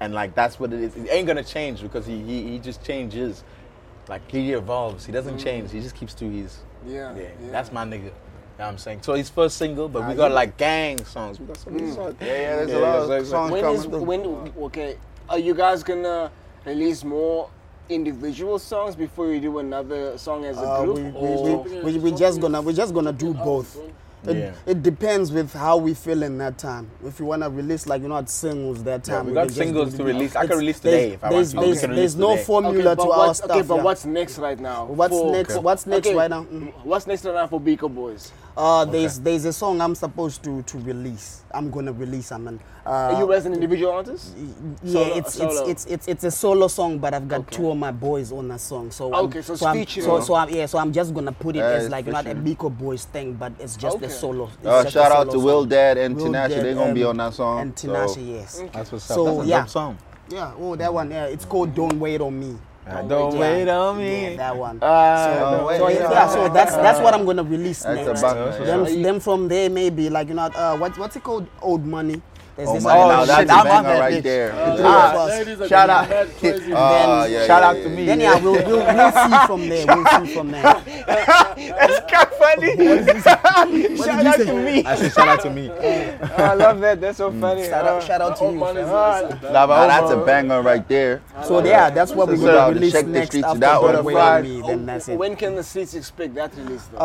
B: and like that's what it is. It ain't gonna change because he he, he just changes. Like he evolves. He doesn't change. He just keeps to his.
C: Yeah,
B: yeah.
C: yeah.
B: That's my nigga. You know what I'm saying. So his first single, but we got like gang songs. We got so many songs.
D: yeah, yeah, there's
B: Yeah,
D: a lot
B: yeah,
D: of
B: exactly.
D: songs
C: When is
D: coming.
C: when? Okay, are you guys gonna release more individual songs before you do another song as a
E: Uh,
C: group?
E: we, we,
C: or-
E: we, we, we just gonna we just gonna do both. It,
B: Yeah.
E: it depends with how we feeling that time. If you wanna release like you know singles that time,
B: we
E: we can
B: got
E: just do
B: singles to
E: different-
B: release. I can
E: It's-
B: release
E: there's-
B: today if I want
E: there's,
B: to. We
E: There's,
B: can
E: there's
B: release
E: no
B: today.
C: okay,
E: formula
C: but
E: to our
C: what's,
E: stuff.
C: okay, but
E: yeah.
C: what's next right now?
E: What's
C: for-
E: next? What's next
C: okay,
E: right now? Mm.
C: What's next right now for Biko Boys?
E: Uh, there's there's a song I'm supposed to to release. I'm gonna release. I mean, uh,
C: Are you as an individual artist?
E: yeah,
C: Solo-
E: it's,
C: solo?
E: it's it's it's it's a solo song, but I've got two of my boys on that song. So I'm-
C: Okay, so it's
E: I'm,
C: featuring.
E: so, so I'm yeah, so I'm just gonna put it
D: Yeah,
E: as
D: it's
E: like not a
D: featuring.
E: Biko Boys thing, but it's just
C: Okay.
E: a solo. it's
D: Uh,
E: just a
D: shout out
E: solo
D: to Will
E: song.
D: Dad and
E: Will
D: Tinashe.
E: Dad
D: They're gonna be
E: and-
D: on that song.
E: And Tinashe,
D: so-
E: yes.
B: That's what's
E: So,
B: up. That's a
E: yeah.
B: dope song.
E: Yeah. Oh, that one. Yeah, it's called "Don't Wait on Me."
B: Don't, wait on me.
E: Yeah, that one.
D: Ah, Don't
E: so,
D: Wait
E: so,
D: on
E: yeah,
D: Me.
E: so that's that's what I'm gonna release
D: That's
E: next.
D: a banger.
E: Them, them from there maybe like you know uh, what what's it called? Old money. There's
D: Oh
E: this
D: my,
E: other
D: now
E: shit.
D: that's a
E: I'm on
D: banger
E: that
D: right
E: bitch.
D: there.
E: The three
D: Ah,
E: of us.
F: Ladies are
D: shout
F: getting
D: out,
F: mad crazy.
D: Ah,
E: Then-
D: yeah,
B: Shout
D: yeah,
B: out to
D: yeah.
B: me.
E: Then yeah, we'll, we'll, we'll see from there. We'll see from there.
C: That's kind of funny. Shout out to me.
B: I said shout out to me.
C: I love that. That's so funny.
E: Mm. Shout out,
C: Uh,
E: shout out to
F: Oh,
E: you.
F: man,
E: fam.
F: it's-
D: Ah.
F: it's-
D: Nah, but that's a banger right there.
E: So yeah, that's what
D: So
E: we're
D: shout out
E: gonna
D: to
E: release
D: Shake the
E: next
D: Streets,
E: after
D: that one
E: Better Way
D: fried.
E: Me. Then that's it.
C: Oh, When oh. can the streets expect that release? Though?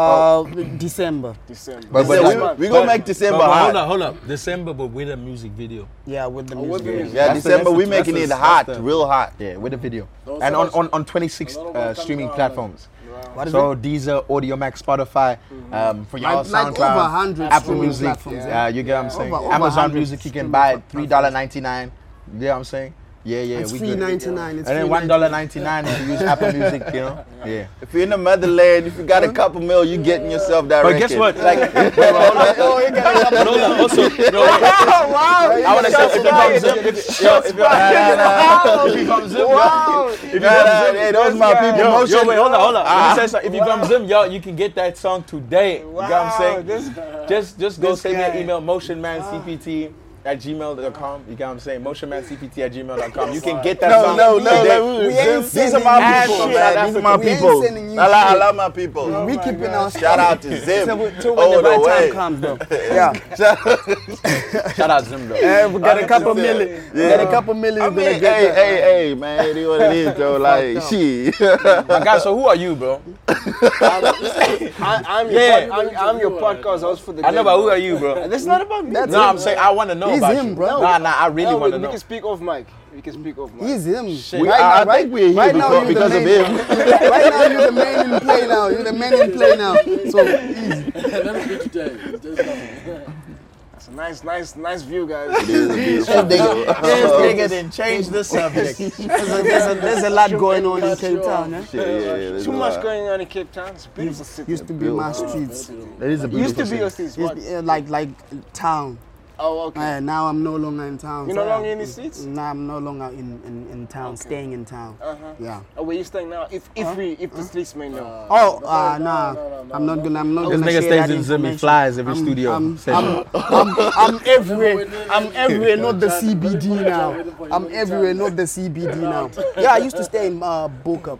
E: Uh, December.
C: December.
D: But, but
C: This
D: we,
C: month.
D: we gonna make December
B: But hold
D: hot.
B: up, hold up. December, but with a music video.
E: Yeah, with the music.
C: with Oh, the
E: video.
C: music.
D: Yeah,
B: That's the-
D: December
B: that's
D: we
B: the-
D: making
B: that's
D: it
B: the-
D: hot,
B: that's the-
D: real hot.
B: Yeah, with a video.
F: Those
B: And
F: are
B: on,
F: much-
B: on, on 26
F: Another one
B: uh,
F: coming
B: streaming
F: out,
B: platforms.
E: What is
B: So Deezer, Audio Mac, Spotify, um, for y'all
E: Mm-hmm. Like- like
B: SoundCloud,
E: over 100
B: Apple
E: streaming
B: Music.
E: platforms,
B: Uh, you get what I'm saying?
E: Over- over
B: Amazon
E: 100
B: Music, you can
E: streaming
B: buy it
E: platforms.
B: $3.99. You get what I'm saying? Yeah, yeah.
E: It's
B: we
E: free
B: good.
E: 99. It's
B: And then
E: free
B: one dollar ninety nine if you use Apple Music, you know. Yeah.
D: If you're in the motherland, if you got a couple mil, you getting yourself that
B: But
D: record.
B: guess what?
D: Like,
B: Oh, But hold on, also, I want to say if it comes up, if, yo, if, nah,
D: uh,
B: nah, nah. if it comes up, wow. if it
D: nah, nah,
B: comes up,
D: hey, those my people.
B: yo, yo,
D: Motion. Ah.
B: wait, hold on, hold on. Let me say something. If it comes up, y'all, you can get that song today. You know what I'm saying? just, just go send me an email, motionmancpt
E: Ah.
B: at gmail.com. You get what I'm saying? Motionmancpt at gmail.com. You can get that
D: no,
B: song
D: no, no.
B: today.
D: no.
E: we ain't
D: These are
E: sending
D: my
E: you
D: people,
E: shit.
D: man. These are my
E: We ain't
D: people.
E: sending you
D: I love, I
E: shit.
D: love my people. Oh,
E: we keeping our
D: Shout out to Zim.
E: till, till when
D: all
E: the right
D: the way.
E: time comes, though. Yeah,
B: Shout out Zim, though.
E: Eh, we got a couple
D: Yeah.
E: million. We
D: Yeah.
E: got a couple million.
D: I
E: we're gonna
D: mean, hey,
E: get that.
D: hey, hey, man. It is what it is, though. Like,
E: up.
D: shit.
B: My guy, so who are you, bro?
C: I, I'm, your
B: Yeah.
C: pod- I'm, I'm your podcast host for the day.
B: I know, but who
C: bro.
B: are you, bro?
C: This is not about me. That's
B: No, I'm saying I want to know
E: He's
B: about
E: him,
B: you.
E: bro.
B: Nah, nah, I really
C: No, we,
B: want to
C: we
B: know.
C: can speak off mic. We can speak off mic.
E: He's him.
D: We- I, I think we're here
E: right now
D: because,
E: you the
D: because of
E: main-
D: him.
E: right now you're the main in play now. You're the main in play now. So
F: Let me get today. There's nothing.
C: It's a nice, nice, nice view, guys.
B: This nigga didn't change the subject.
E: there's a, there's a, there's a lot going on in Cape Town. Eh?
D: Yeah, yeah, yeah,
C: Too much going on in Cape Town. It's a beautiful city.
E: Used to be my streets.
B: That is a
C: Used to be your streets.
E: Used
C: What?
E: to be, uh, like like town.
C: Oh, okay.
E: Uh, now I'm no longer in town.
C: You're
E: so
C: no longer in
E: I-
C: the streets?
E: Nah, I'm no longer in, in, in town, staying in town.
C: Uh-huh.
E: Yeah.
C: Oh, where you staying now? If if we if the streets may know.
E: Oh, uh, nah. I'm not gonna. I'm not
B: This
E: gonna.
B: nigga
E: share
B: stays
E: that
B: in Zimmy
E: information.
B: flies every
E: I'm-
B: studio
E: I'm,
B: session.
E: I'm, I'm, I'm everywhere. I'm everywhere, not the CBD now. I'm everywhere, not the CBD now. Yeah, I used to stay in uh, Boca.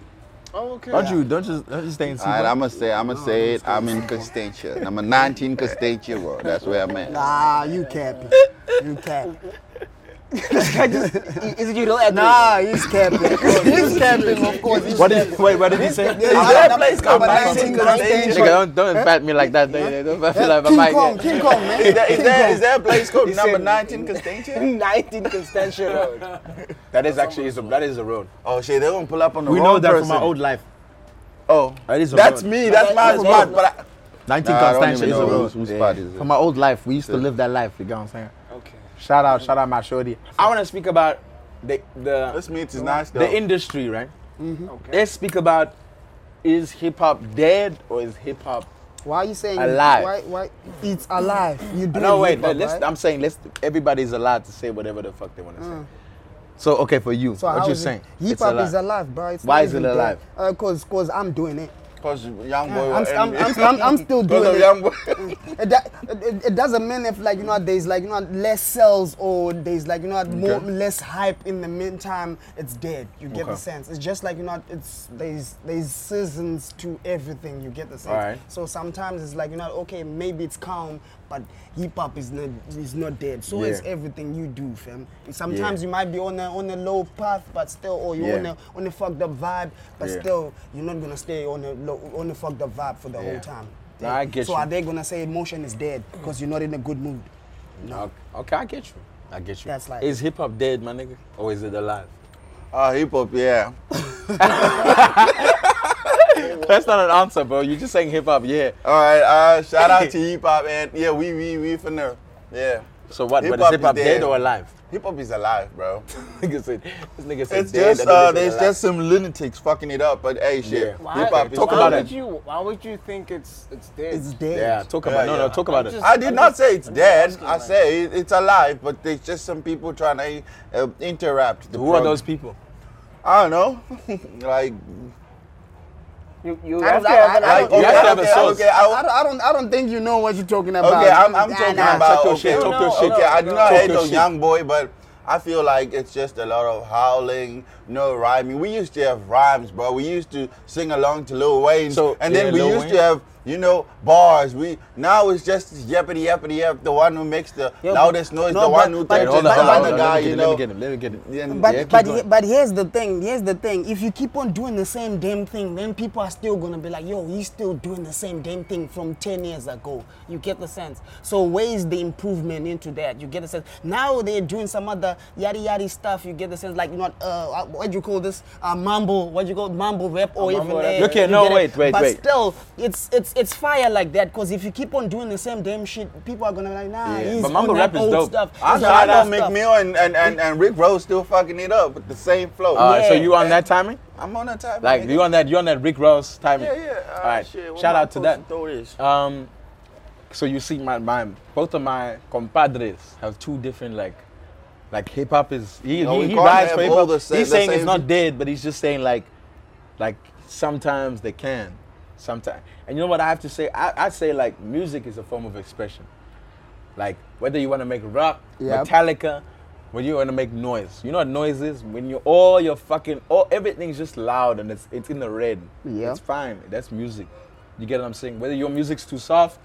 C: oh, okay.
B: Don't you don't just don't just stay in
D: All right,
B: Seagull.
D: I'm gonna say, I'm gonna say it. I'm in Constantia. I'm a 19 Constantia road. That's where I'm at.
E: Nah, Ah, you capping. You capping.
C: Is it your real address?
E: Nah, he's capping. he's capping, of course. He's
B: What did wait? What did he say?
E: that place
B: called
E: Nineteen
B: Nigga, don't don't pat me like that. Nigga. Don't pat me like my
E: King
B: mic.
E: Kong, King Kong, man. King Kong.
D: that a place called
C: said-
D: 19 Constantia?
C: 19 Constantia Road.
B: That is actually is a, that is a road.
D: Oh shit, they're gonna pull up on the
B: We
D: wrong
B: know that
D: person.
B: from our old life.
D: Oh,
B: That is a
D: that's
B: road.
D: me. That's my spot. But I,
B: 19
D: Nah, I don't
B: Constantia
D: even
B: is a
D: know
B: road.
D: whose- whose spot is it.
B: From our old life, we used to live that life. You know what I'm saying?
C: Okay.
B: Shout out, shout out, my shorty. I want to speak about the the
D: this meat is nice though.
B: the industry, right?
C: Okay.
B: Let's speak about is hip hop dead or is hip hop
E: Why are you saying
B: Alive.
E: Why, why? It's alive. You do
B: No, wait.
E: hip-hop,
B: let- let's,
E: right?
B: I'm saying let's. Everybody's allowed to say whatever the fuck they want to say. So okay, for you,
E: Mm. So
B: what
E: how
B: you
E: is it-
B: saying?
E: Hip
B: It's
E: hop
B: allowed.
E: is alive, bro. It's
B: Why
E: not
B: is it
E: even dead.
B: alive?
E: Uh, cause, cause I'm doing it.
D: Cause young boy.
E: I'm,
D: was
E: I'm,
D: enemy.
E: I'm, I'm, I'm still
D: Because
E: doing
D: of
E: it.
D: young boy.
E: It, do- it- it- it doesn't mean if like you know there's like you know less sales or there's like you know more less hype in the meantime it's dead you get the
B: Okay.
E: sense it's just like you know it's there's there's seasons to everything you get the sense
B: Alright.
E: so sometimes it's like you know okay maybe it's calm but hip hop is not is not dead so
B: Yeah.
E: is everything you do fam sometimes you might be on a on a low path but still or you're on
B: Yeah.
E: a on a fucked up vibe but
B: Yeah.
E: still you're not gonna stay on a low, on a fucked up vibe for the
B: Yeah.
E: whole time
B: No, I get
E: so
B: you.
E: are they gonna say emotion is dead because you're not in a good mood? No.
B: Okay, okay, I get you. I get you.
E: That's like-
B: Is hip hop dead, my nigga, or is it alive?
D: Ah, hip hop. Yeah.
B: That's not an answer, bro. You're just saying hip hop, yeah.
D: All right. Uh, shout out to hip hop and yeah, we we we finna. Yeah.
B: So what? but is
D: Hip-hop is
B: hip hop dead.
D: dead.
B: or alive?
D: Hip hop is alive, bro.
B: nigga said. This nigga said
D: It's
B: dead. that
D: just
B: nigga
D: uh,
B: said
D: there's
B: alive.
D: just some lunatics fucking it up, but hey, shit,
B: Yeah.
D: hip hop is
B: Talk
C: why
B: about
C: would
B: it.
C: You, why would you think it's it's dead?
E: It's dead.
B: Yeah, talk
D: Yeah,
B: about no, no,
D: yeah.
B: talk about
C: I
B: it.
C: just-
D: I did not say it's dead.
C: asking,
D: I
C: like-
D: say it- it's alive, but there's just some people trying to uh, interrupt. The
B: Who are
D: prog-
B: those people?
D: I don't know. like
C: You, you
E: I
C: have
E: don't-
C: to
E: I-
C: have an
E: I- I
C: idea.
E: don't-
B: You have to have a
D: okay,
B: source.
D: okay, I,
E: I don't, I don't. I don't think you know what you're talking about.
D: Okay, I'm, I'm
E: Nah,
D: talking
E: nah.
D: about
B: talk your
D: okay,
B: shit, talk your
D: okay,
B: shit.
D: I do not
B: Talk
D: hate
B: your
D: on
B: shit.
D: young boy, but I feel like it's just a lot of howling, no rhyming. We used to have rhymes, bro. We used to sing along to Lil Wayne,
B: So,
D: and
B: yeah,
D: then we
B: Lil
D: used
B: Wayne.
D: to have you know bars. We now it's just yappity yappity yap. The one who makes the
E: Yeah, but-
D: loudest noise,
E: no,
D: the
E: but-
D: one who
E: but-
D: takes
E: hold
D: the
E: on, hold on,
D: other
E: hold on,
D: guy. You
B: Let me
D: know,
B: get him. Let me get him. Let me get him.
D: And-
E: But
D: yeah, keep
E: but
D: going.
E: he- but here's the thing. Here's the thing. If you keep on doing the same damn thing, then people are still gonna be like, "Yo, he's still doing the same damn thing from 10 years ago." You get the sense. So where is the improvement into that? You get the sense. Now they're doing some other yada yada stuff. You get the sense, like not uh, what do you call this? Uh, mambo. What do you call mambo rap or even?
C: mambo rap.
E: uh,
B: Okay,
E: you
B: no,
E: get it?
B: wait, wait,
E: But
B: wait.
E: still, it's it's it's fire like that. Cause if you keep on doing the same damn shit, people are gonna be like, "Nah,
B: Yeah.
E: he's
B: But mambo
E: on
B: rap
E: that
B: is
E: old
B: dope.
E: stuff." He's
D: I'm
E: on that
D: tired of
E: old stuff.
D: McMill and, and, and, and Rick Rose still fucking it up with the same flow.
B: All right, so
E: Yeah.
B: you on that timing?
D: I'm on that type. of
B: Like
D: nigga.
B: you on that? You on that Rick Ross timing?
D: Yeah, yeah. Ah,
B: All right.
D: shit, what
B: Shout
D: am I
B: out to that.
D: supposed throw this?
B: Um, so you see, my, my both of my compadres have two different like, like hip hop is he
D: No,
B: he,
D: we
B: he
D: can't
B: rides
D: have
B: for hip
D: all
B: hop.
D: the sa-
B: he's
D: the
B: saying it's
D: same-
B: not dead, but he's just saying like, like sometimes they can, sometimes. And you know what I have to say? I I say like music is a form of expression, like whether you want to make rock, Metallica. When you want to make noise, you know what noise is. When you all your fucking all everything's just loud and it's it's in the red.
E: Yeah.
B: It's fine. That's music. You get what I'm saying? Whether your music's too soft,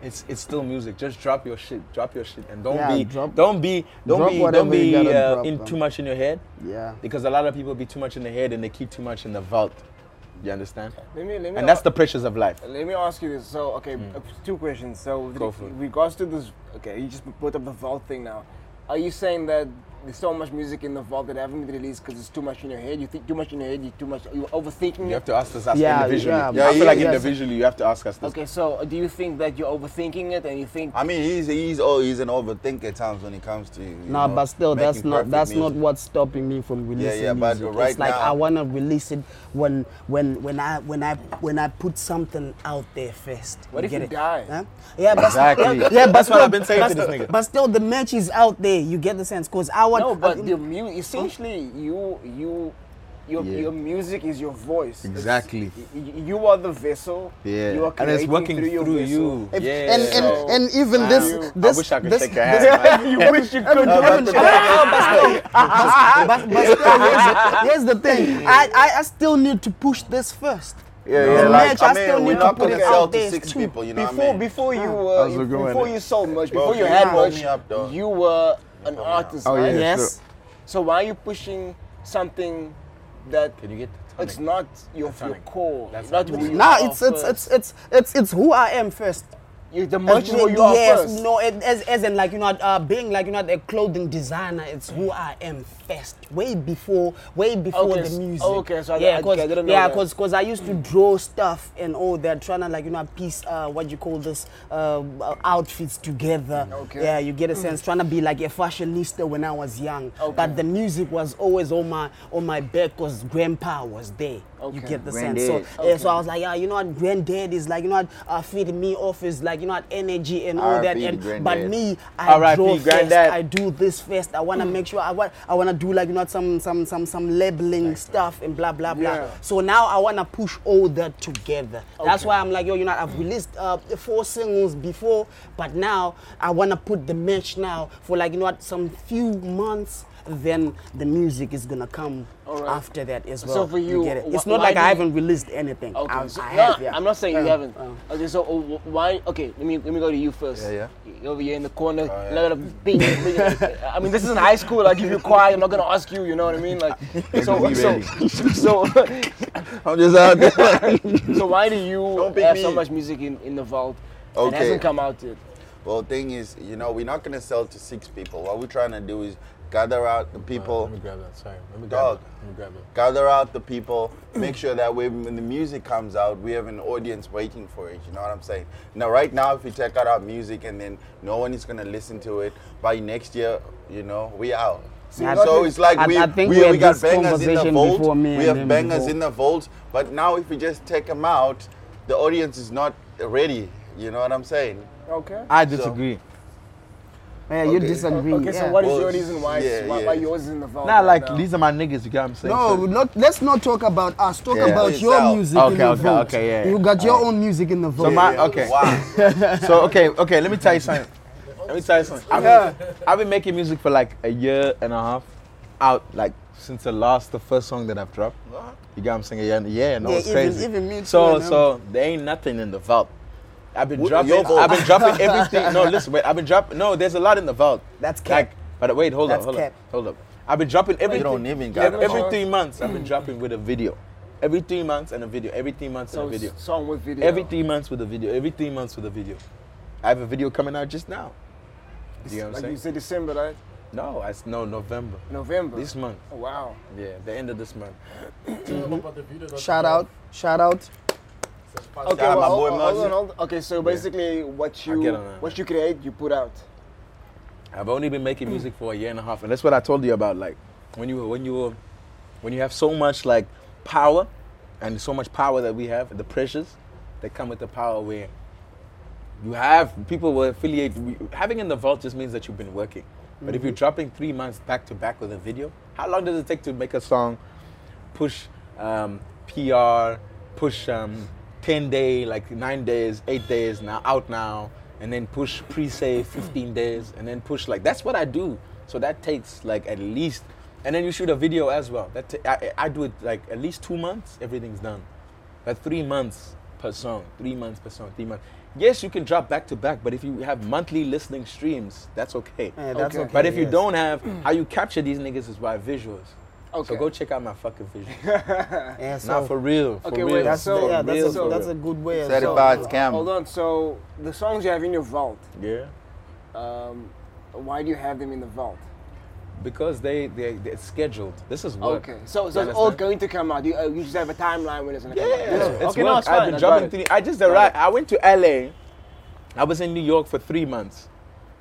B: it's it's still music. Just drop your shit. Drop your shit and don't
E: Yeah,
B: be
E: drop-
B: don't be don't
E: drop
B: be
E: whatever
B: don't
E: you
B: be
E: gotta
B: uh,
E: drop,
B: in
E: man.
B: too much in your head.
E: Yeah.
B: Because a lot of people be too much in the head and they keep too much in the vault. You understand?
C: Let me- let me
B: and that's
C: al-
B: the pressures of life.
C: Let me ask you this. So, okay, uh, two questions. So, with
B: Hmm. Go
C: re-
B: for it.
C: regards to this, okay, you just put up the vault thing now. Are you saying that there's so much music in the vault that haven't been released because it's too much in your head? You think too much in your head. You too much. You're overthinking.
B: You
C: it?
B: have to ask this us
E: Yeah,
B: individually.
E: yeah,
B: I
D: yeah,
B: feel like
D: yeah.
B: individually you have to ask us this.
C: Okay, so uh, do you think that you're overthinking it, and you think?
D: I mean, he's he's oh he's an overthinker at times when it comes to. You
E: Nah,
D: know,
E: but still, that's
D: making
E: not
D: perfect
E: that's not
D: music.
E: what's stopping me from releasing
D: yeah, but
E: music.
D: right
E: it's like
D: now-
E: I wanna release it when when when I when I when I put something out there first.
C: What if
E: get
C: you
E: it?
C: die?
E: Huh? Yeah, but
B: Exactly.
E: yeah, yeah, but
B: That's what
E: still-
B: I've been saying
E: but
B: to this
E: still-
B: nigga.
E: But still, the match is out there. You get the sense, cause I want.
C: no, but
E: I-
C: the mu- essentially you you. Your,
B: Yeah.
C: your music is your voice. It's-
B: Exactly.
C: y- y- you are the vessel.
B: Yeah.
C: You are
B: And it's
C: creating
B: working
C: through, your
B: through
C: vessel.
B: you.
E: if-
B: yeah.
E: and, and,
C: so-
E: and even
C: Wow.
E: this,
C: I
E: this
B: wish I could
E: this,
B: shake your
E: this-
B: hand,
C: you wish you could.
E: Evan- Evan- but still- but- but- but still, here's the- here's the thing. I, I, I still need to push this first.
D: Yeah,
E: The
D: yeah.
E: match,
D: Like,
E: I
D: I
E: still
D: mean,
E: need
D: we're
E: to
D: not
E: put
D: gonna
E: it
D: sell
E: out
D: to
E: there
D: six
E: too.
D: people. You know
C: before
D: what I mean?
C: before you were
B: How's it going,
C: before
B: eh?
C: you sold merch,
D: Bro,
C: before you
D: you
C: had
D: fucked
C: merch,
D: me up, dog.
C: you were an
D: fucked me up.
C: artist,
B: Oh, yeah,
C: right?
E: yes.
C: So why are you pushing something that
B: Can you get the tonic?
C: it's not your,
B: The
C: your
B: tonic.
C: core?
B: That's
C: not
B: tonic.
C: who you
E: Now
C: are
E: it's it's,
C: first.
E: it's it's it's it's who I am first.
C: You- the merch is
E: As
C: who
E: in-
C: you are
E: yes,
C: first.
E: no, it, as as in like you know, uh, being like you know, a clothing designer. It's who I am first, way before, way before
C: Okay,
E: the
C: s-
E: music.
C: okay, so I- I-
E: yeah,
C: okay, I didn't know
E: yeah,
C: that.
E: cause 'cause I used to draw stuff and all that, trying to like you know, piece uh, what you call this uh, uh, outfits together.
C: Okay. Mm.
E: Yeah, you get a sense, trying to be like a fashionista when I was young.
C: Okay.
E: But the music was always on my on my back, cause grandpa was there. You
C: Okay.
E: get the sense. So, yeah, so I was like, yeah, you know what, granddad is like, you know what, uh, feed me off is like, you know what, energy and all that.
D: R.I.P.
E: And but
D: granddad.
E: me, I
B: R.I.P.
E: draw first.
B: granddad.
E: I do this first. I wanna make sure I want I wanna do like you know some some some some labeling stuff and blah blah blah.
C: Yeah.
E: So now I wanna push all that together. That's why I'm like yo, you know I've released uh, four singles before, but now I wanna put the merch now for like you know what some few months. Then the music is gonna come
C: Alright.
E: after that as
C: So
E: well.
C: for you,
E: get it?
C: wh-
E: it's not
C: why
E: like
C: do you-
E: I haven't released anything.
C: Okay,
E: I,
C: so-
E: I
C: no,
E: have, yeah.
C: I'm not saying you
E: Uh,
C: haven't. Okay, so uh, wh- why? Okay, let me let me go to you first.
D: Yeah, yeah.
C: yeah. Over here in the corner,
D: Oh,
C: a lot of bing, bing. I mean, this isn't high school. I give you quiet. I'm not gonna ask you. You know what I mean? Like, so
D: be
C: so so,
D: I'm just out there.
C: so why do you
D: Don't pick
C: have so
D: me.
C: much music in, in the vault? It
D: Okay.
C: hasn't come out yet.
D: Well, thing is, you know, we're not gonna sell to six people. What we're trying to do is gather out the people.
F: Let me grab that. Sorry. Let me grab
D: Dog.
F: that. Let me grab that.
D: gather out the people, make sure that when, when the music comes out, we have an audience waiting for it. You know what I'm saying? Now, right now, if we check out our music and then no one is gonna listen to it, by next year, you know, we out.
E: I-
D: so it's like
E: I-
D: we,
E: I think
D: we,
E: we had
D: we got
E: this
D: bangers in the
E: conversation
D: vault,
E: before me
D: we
E: and
D: have
E: him
D: bangers
E: before.
D: in the vault, but now if we just take them out, the audience is not ready. You know what I'm saying?
C: Okay.
B: I
D: So-
B: disagree.
G: Yeah, you
D: Okay.
G: disagree.
C: Okay, so
G: yeah.
C: what is your
D: Well,
C: reason why,
D: yeah,
C: why,
D: yeah.
C: why yours is in the vault?
B: Nah,
C: right
B: like
C: now?
B: these are my niggas. You get what I'm saying?
G: No,
B: So-
G: not, let's not talk about us. Talk
D: Yeah. Oh,
G: about your
D: Yourself.
G: music in
B: Okay,
G: the
B: okay,
G: vault.
B: okay, yeah, yeah.
G: You got your own music in the vault.
B: my- okay.
D: Wow.
B: so okay, okay. Let me tell you something. Let me tell you something. I've, I've been making music for like a year and a half, out like since the last, the first song that I've dropped. You got what I'm saying? Yeah, yeah. No,
E: Yeah,
B: it's
E: even-
B: crazy.
E: even me too,
B: so,
E: and I'm-
B: so there ain't nothing in the vault. I've been
D: What-
B: dropping.
D: your vault.
B: I've been dropping everything. No, listen, wait. I've been dropping. No, there's a lot in the vault.
E: That's
B: Like,
E: cap.
B: but wait, hold
E: That's
B: up, hold
E: cap.
B: up, hold up. I've been dropping everything.
D: don't even got
B: every,
D: a
B: every
D: vault.
B: three months. I've been dropping with a video. Every three months and a video. Every three months
C: so
B: and a video.
C: s- song with video.
B: Every three months with a video. Every three months with a video. I have a video coming out just now. Do you know what I'm
C: like
B: saying?
C: you said December, right?
B: no, I s- no November.
C: November.
B: This month.
C: Oh, wow.
B: Yeah, the end of this month.
G: Shout out. Shout out.
C: Okay,
D: out my
C: well,
D: boy
C: hold, hold
D: Muzzy.
C: on, hold on. Okay, so basically, what you
B: get on that,
C: what
B: man.
C: you create, you put out.
B: I've only been making music for a year and a half, and that's what I told you about. Like when you when you when you have so much like power, and so much power that we have, the pressures that come with the power where you have people will affiliate. we- Having in the vault just means that you've been working. But if you're dropping three months back to back with a video, how long does it take to make a song, push um, PR, push um, ten day, like nine days, eight days now out now, and then push pre-save fifteen days, and then push like that's what I do. So that takes like at least, and then you shoot a video as well. That ta- I I I do it like at least two months. Everything's done. Like three months per song, three months per song, three months. Yes, you can drop back to back, but if you have monthly listening streams, that's okay.
G: Yeah, that's Okay. okay,
B: But if you
G: yes.
B: don't have, how you capture these niggas is by visuals.
C: Mm. Okay.
B: So go check out my fucking visuals.
G: Yeah, so
B: Not for real. For
C: Okay,
B: real.
C: wait,
G: That's,
C: so-
G: yeah,
B: for
G: that's,
B: real,
G: a,
B: for
G: that's a
B: real.
G: good way. as well.
D: Certified
C: Hold
D: scam.
C: on. So the songs you have in your vault,
B: yeah.
C: um, why do you have them in the vault?
B: Because they they they're scheduled. This is work.
C: Okay, so so
B: You
C: it's all
B: understand?
C: going to come out. You, uh, you just have a timeline when it's gonna come out.
B: Yeah, it's
C: okay,
B: work.
C: no, it's
B: I've
C: fine.
B: been
C: I
B: dropping
C: got it.
B: three. I just arrived. I went to LA. I was in New York for three months.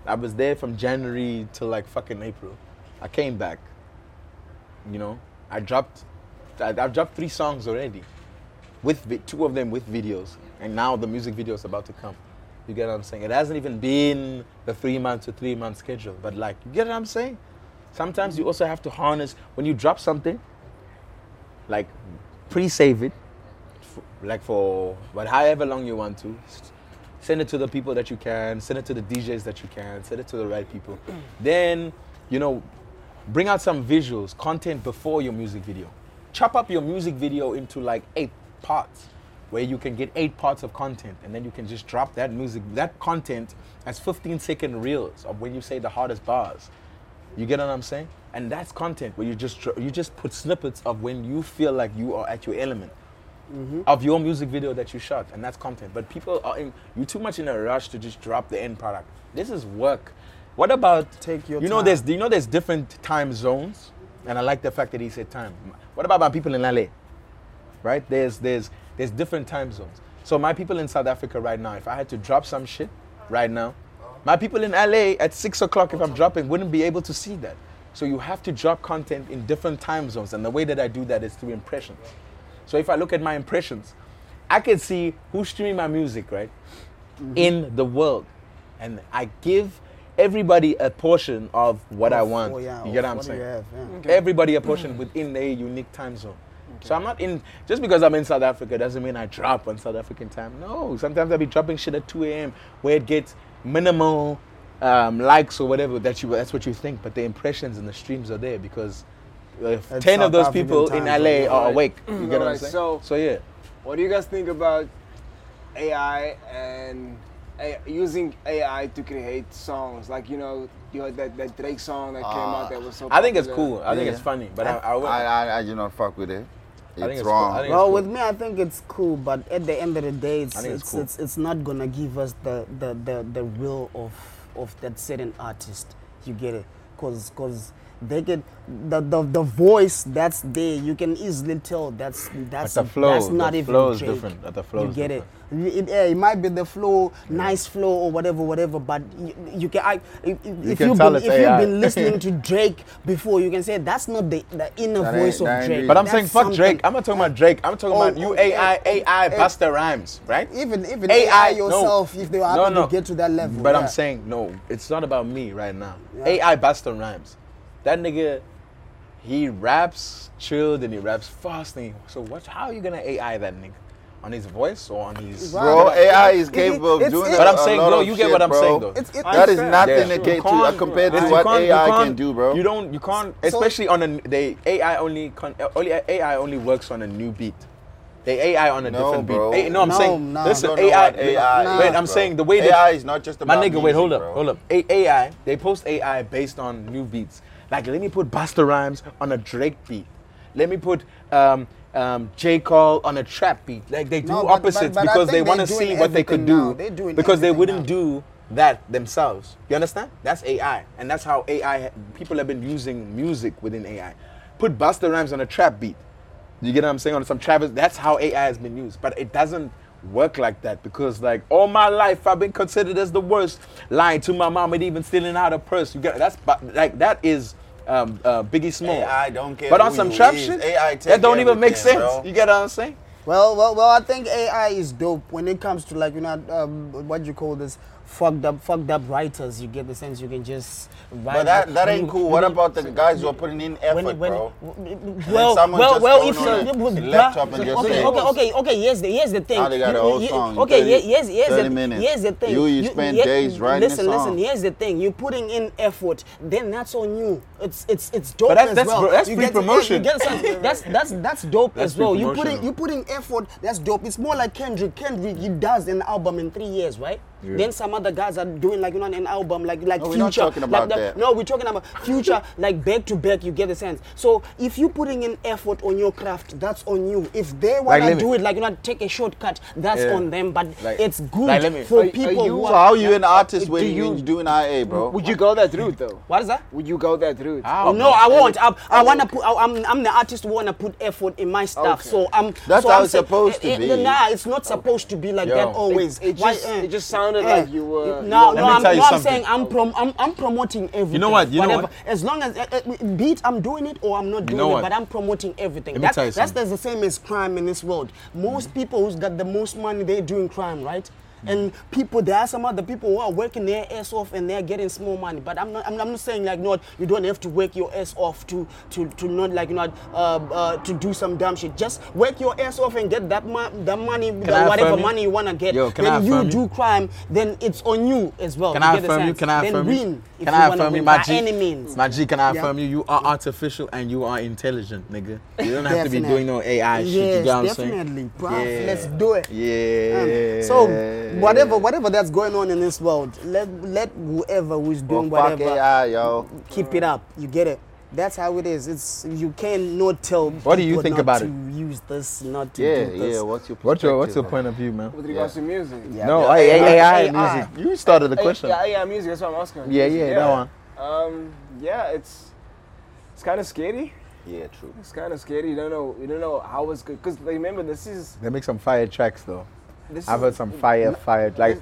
B: I was there from January to like fucking April. I came back. You know, I dropped. I, I've dropped three songs already, with vi- two of them with videos, and now the music video is about to come. You get what I'm saying? It hasn't even been the three months to three month schedule, but like, you get what I'm saying? Sometimes you also have to harness when you drop something. Like, pre-save it, like for but however long you want to S- send it to the people that you can send it to the djs that you can send it to the right people then you know bring out some visuals content before your music video chop up your music video into like eight parts where you can get eight parts of content and then you can just drop that music that content as 15 second reels of when you say the hardest bars you get what I'm saying? And that's content where you just dr- you just put snippets of when you feel like you are at your element
G: Mm-hmm.
B: of your music video that you shot, and that's content. But people are in you too much in a rush to just drop the end product. This is work. What about
G: Take your
B: You know,
G: time.
B: there's you know there's different time zones, and I like the fact that he said time. What about my people in LA? Right? There's there's there's different time zones. So my people in South Africa right now, if I had to drop some shit right now, my people in LA at six o'clock if I'm dropping wouldn't be able to see that. So you have to drop content in different time zones, and the way that I do that is through impressions. So if I look at my impressions, I can see who's streaming my music, right? In the world. And I give everybody a portion of what I want.
G: Oh, yeah,
B: you get what I'm
G: do you
B: saying?
G: have? Yeah.
B: Everybody a portion within their unique time zone. So I'm not in just because I'm in South Africa doesn't mean I drop on South African time. No, sometimes I'll be dropping shit at 2 a.m. where it gets minimal um, likes or whatever. That you that's what you think, but the impressions and the streams are there because uh,
G: It's
B: ten of
G: South
B: those
G: African
B: people in
G: time zone,
B: LA are
C: right.
B: awake. You get what I'm
C: Alright,
B: saying?
C: so-
B: so yeah.
C: What do you guys think about AI and A- using AI to create songs? Like you know, you know that, that Drake song that came out that was so.
B: Ah, I think it's
C: popular.
B: cool. I think
D: Yeah.
B: it's funny, but I, I,
D: I,
B: would-
D: I, I do not fuck with it. It's
B: think it's
D: wrong.
B: cool. I think
G: Well,
B: cool.
G: with me, I think it's cool, but at the end of the day, it's it's,
B: I think it's
G: it's,
B: cool.
G: it's not gonna give us the the the, the will of of that certain artist. You get it? Cause 'cause
E: they can the, the the voice that's there you can easily tell that's that's
B: the flow-
E: that's
B: the
E: not even
B: flow is
E: Drake.
B: different, but the flow
E: you
B: is
E: get it it, eh, it might be the flow nice flow or whatever whatever but you, you can I, if, if
B: can
E: you've
B: tell
E: been if
B: it's
E: you've
B: AI.
E: been listening to Drake before you can say that's not the, the inner
D: That ain't-
E: voice
D: that
E: of
D: ain't
E: Drake
D: it.
B: But I'm
E: That's
B: saying fuck
E: something-
B: Drake. I'm not talking about Drake. I'm talking
E: Oh,
B: about you
E: oh,
B: AI,
E: eh,
B: AI,
E: eh,
B: Buster Rhymes, right?
E: even even
B: AI,
E: AI,
B: no.
E: yourself if they were
B: No,
E: happen
B: no.
E: to get to that level
B: But
E: yeah.
B: I'm saying no, it's not about me right now.
E: Yeah.
B: AI Busta Rhymes, that nigga, he raps chilled and he raps fast. And he, so what? How are you gonna AI that nigga on his voice or on his?
E: Right.
D: Bro, AI is
E: It-
D: capable
E: it's-
D: of doing
E: it's-
D: that.
B: But I'm saying,
D: a lot
B: no,
D: of
B: you get
D: shit,
B: what I'm
D: bro.
B: saying, though.
E: It's- it's
D: that is
E: unfair.
D: nothing
B: Yeah.
D: to get to
B: You
D: uh,
B: can't-
D: compared to
B: you
D: what
B: can't- you
D: AI can
B: can't-
D: do, bro.
B: You don't, you can't, especially on a they AI only con, only AI only works on a new beat. They AI on a
D: No,
B: different
D: bro.
B: beat. Eh, no, I'm
E: No,
B: saying
E: no.
B: listen,
D: You don't know
B: AI,
D: what AI
B: Wait,
D: is,
B: I'm
D: bro.
B: saying the way they-
D: AI is not just
B: my
D: about
B: nigga. wait,
D: music,
B: hold up,
D: bro.
B: hold up. A- AI they post AI based on new beats. Like let me put Busta Rhymes on a Drake beat. Let me put. Um, um, J. Cole on a trap beat. Like they do
E: No, but- but-
B: opposites
E: but I
B: because
E: think
B: they
E: they're
B: want to
E: doing
B: see what they could
E: everything now.
B: do.
E: They're doing
B: because they
E: everything
B: wouldn't
E: now.
B: do do that themselves. You understand? That's AI, and that's how AI people have been using music within AI. Put Busta Rhymes on a trap beat. You get what I'm saying? On some Travis, that's how AI has been used, but it doesn't work like that because like all my life I've been considered as the worst, lying to my mom and even stealing out a purse. You get that's bu- like that is. Um, uh, Biggie Small.
D: AI don't care
B: But on
D: who
B: some
D: you
B: trap
D: is.
B: shit,
D: AI take
B: that don't even make
D: everything,
B: sense.
D: bro.
B: You get what I'm saying?
E: Well, well, well. I think AI is dope when it comes to like you know um, what you call this fucked up, fucked up writers. You get the sense you can just write.
D: But that, that
E: when
D: ain't
E: you-
D: cool.
E: when
D: What
E: you-
D: about the guys who are putting in effort,
E: when it- when it-
D: bro?
E: w- well,
D: someone
E: well,
D: just
E: well,
D: going
E: if you,
D: on a
E: w- w-
D: laptop
E: bruh,
D: and just
E: okay,
D: saying-
E: okay, okay, okay. Here's the here's the thing.
D: Now they got
E: You-
D: a whole
E: you-
D: song,
E: Okay,
D: 30
E: ye- here's here's
D: 30
E: the,
D: minutes.
E: here's the thing.
D: You- you spend
E: yeah,
D: days writing a
E: Listen, listen.
D: song.
E: Here's the thing. You're putting in effort. Then that's on you. It's it's it's dope
B: But that's-
E: as
B: that's
E: well.
B: bro- that's
E: You
B: free
E: get- yeah, you
B: promotion.
E: get some- That's that's that's dope
B: That's
E: as
B: free
E: well. You
B: promotion.
E: putting you putting effort. That's dope. It's more like Kendrick. Kendrick he does an album in three years, right? Then some other guys are doing like you know an album like like
D: No, we're
E: future.
D: not talking about
E: like the-
D: that.
E: No, we're talking about future like back to back. You get the sense. So if you're putting in effort on your craft, that's on you. If they
B: Like,
E: wanna
B: let me-
E: do it like you know take a shortcut, that's
B: Yeah.
E: on them. But
B: Like-
E: it's good
B: like, let me-
E: for
B: Are- are
E: people who
D: So
E: are.
D: how are you an artist when
C: do
D: you
C: you-
D: doing IA, bro?
C: Would you go that route though?
E: What is that?
C: Would you go that route?
B: How?
E: Oh, no, I won't. I, I
C: Okay.
E: wanna put. I, I'm, I'm the artist who wanna put effort in my stuff.
C: Okay.
E: So I'm.
D: That's
E: so
D: how
E: I'm
D: it's
E: saying-
D: supposed to
E: eh, eh,
D: be.
E: Nah, it's not supposed to be like
D: Yo.
E: that
D: It-
E: always.
C: it just-
E: eh,
C: it just sounded like you
E: No,
C: were- you were-
E: no,
B: Let me
E: I'm,
B: tell you
E: no, I'm
B: something.
E: saying I'm prom. I'm, I'm promoting everything.
B: what? You know
E: whatever.
B: what?
E: As long as eh, eh, be it I'm doing it or I'm not doing
B: know
E: it,
B: what?
E: but I'm promoting everything.
B: Let me
E: That's
B: tell you
E: that's
B: something.
E: the same as crime in this world. Most people who's got the most money, they're doing crime, right? And people, there are some other people who are working their ass off and they're getting small money. But I'm not, I'm, I'm not saying like not, you don't have to work your ass off to to, to not like not uh, uh, to do some dumb shit. Just work your ass off and get that mo- that money,
B: I
E: that whatever
B: affirm you?
E: money you wanna get.
B: Yo, can I
E: then you
B: affirm you?
E: do crime, then it's on you as well.
B: Can
E: You
B: I
E: get the
B: affirm you?
E: sense?
B: Can I
E: then
B: affirm
E: win
B: you?
E: if
B: Can
E: you
B: I
E: wanna
B: affirm you,
E: win,
B: my
E: by
B: G?
E: any means.
B: My G, can I
E: Yeah.
B: affirm you? You are artificial and you are intelligent, nigga. You don't have to be
E: Definitely.
B: doing no AI shit.
E: Yes,
B: you know what I'm
E: definitely,
B: saying?
E: bruv. Let's do it. Um,
B: Yeah.
E: So whatever whatever that's going on in this world, let let whoever who's
D: Well,
E: doing
D: fuck
E: whatever
D: AI, yo.
E: keep it up. You get it. That's how it is. It's you cannot tell.
B: What do you
E: people
B: think
E: not
B: about
E: to
B: it?
E: Use this, not to
D: Yeah,
E: do this.
D: yeah. What's your
B: What's your What's your
D: perspective,
B: point of view, man?
C: With regards to music.
E: Yeah.
B: No,
E: yeah.
B: I- I- AI,
E: AI.
B: music. You started the
C: I-
B: question.
C: Yeah, yeah, music. That's what I'm asking.
B: Yeah,
C: Music,
B: yeah, that one.
C: Um, yeah, it's it's kind of scary.
D: bro? Yeah, true.
C: It's kind of scary. You don't know. You don't know how it's good. Cause like, remember, this is
B: They make some fire tracks though.
C: this.
B: I've heard
C: is,
B: some fire, fire like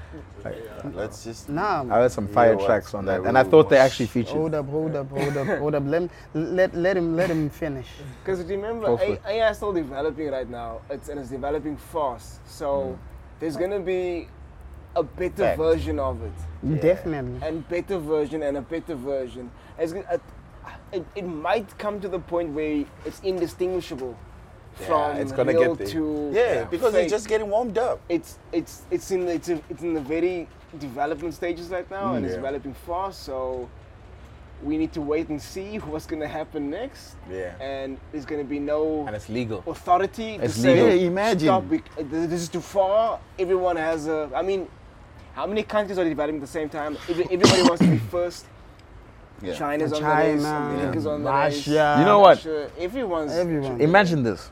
D: Let's just.
B: I
E: Nah.
B: heard some fire
D: Yeah, what?
B: tracks on that,
D: Like,
B: and I
D: we
B: thought they
D: watch-
B: actually featured.
E: Hold up, hold up, hold up, hold up. Let him, let let him let him finish.
C: Because remember,
B: Go for it.
C: AI is still developing right now. It's and it's developing fast.
B: Hmm.
C: So there's gonna be a better
D: Fact.
C: version of it.
E: Definitely.
C: and better version and a better version. It's, gonna- it, it, it might come to the point where it's indistinguishable from
B: it's gonna
C: real
B: get there.
C: to
D: Yeah, because
C: fake.
D: it's just getting warmed up.
C: it's it's it's in the, it's, a, it's in the very development stages right now and it's
D: Yeah.
C: developing fast. So we need to wait and see what's gonna happen next.
B: Yeah.
C: and there's gonna be no
B: And it's legal.
D: Oh,
C: authority
B: It's
C: to say,
B: legal.
D: Yeah, imagine.
C: stop, bec- uh, th- this is too far. Everyone has a. I mean, how many countries are developing at the same time? Every- Everybody wants to be first.
D: Yeah.
C: China's on the race,
E: China,
C: America's on the race.
E: Russia.
B: You know what?
C: Russia, Everyone's.
E: Everyone.
B: Imagine this.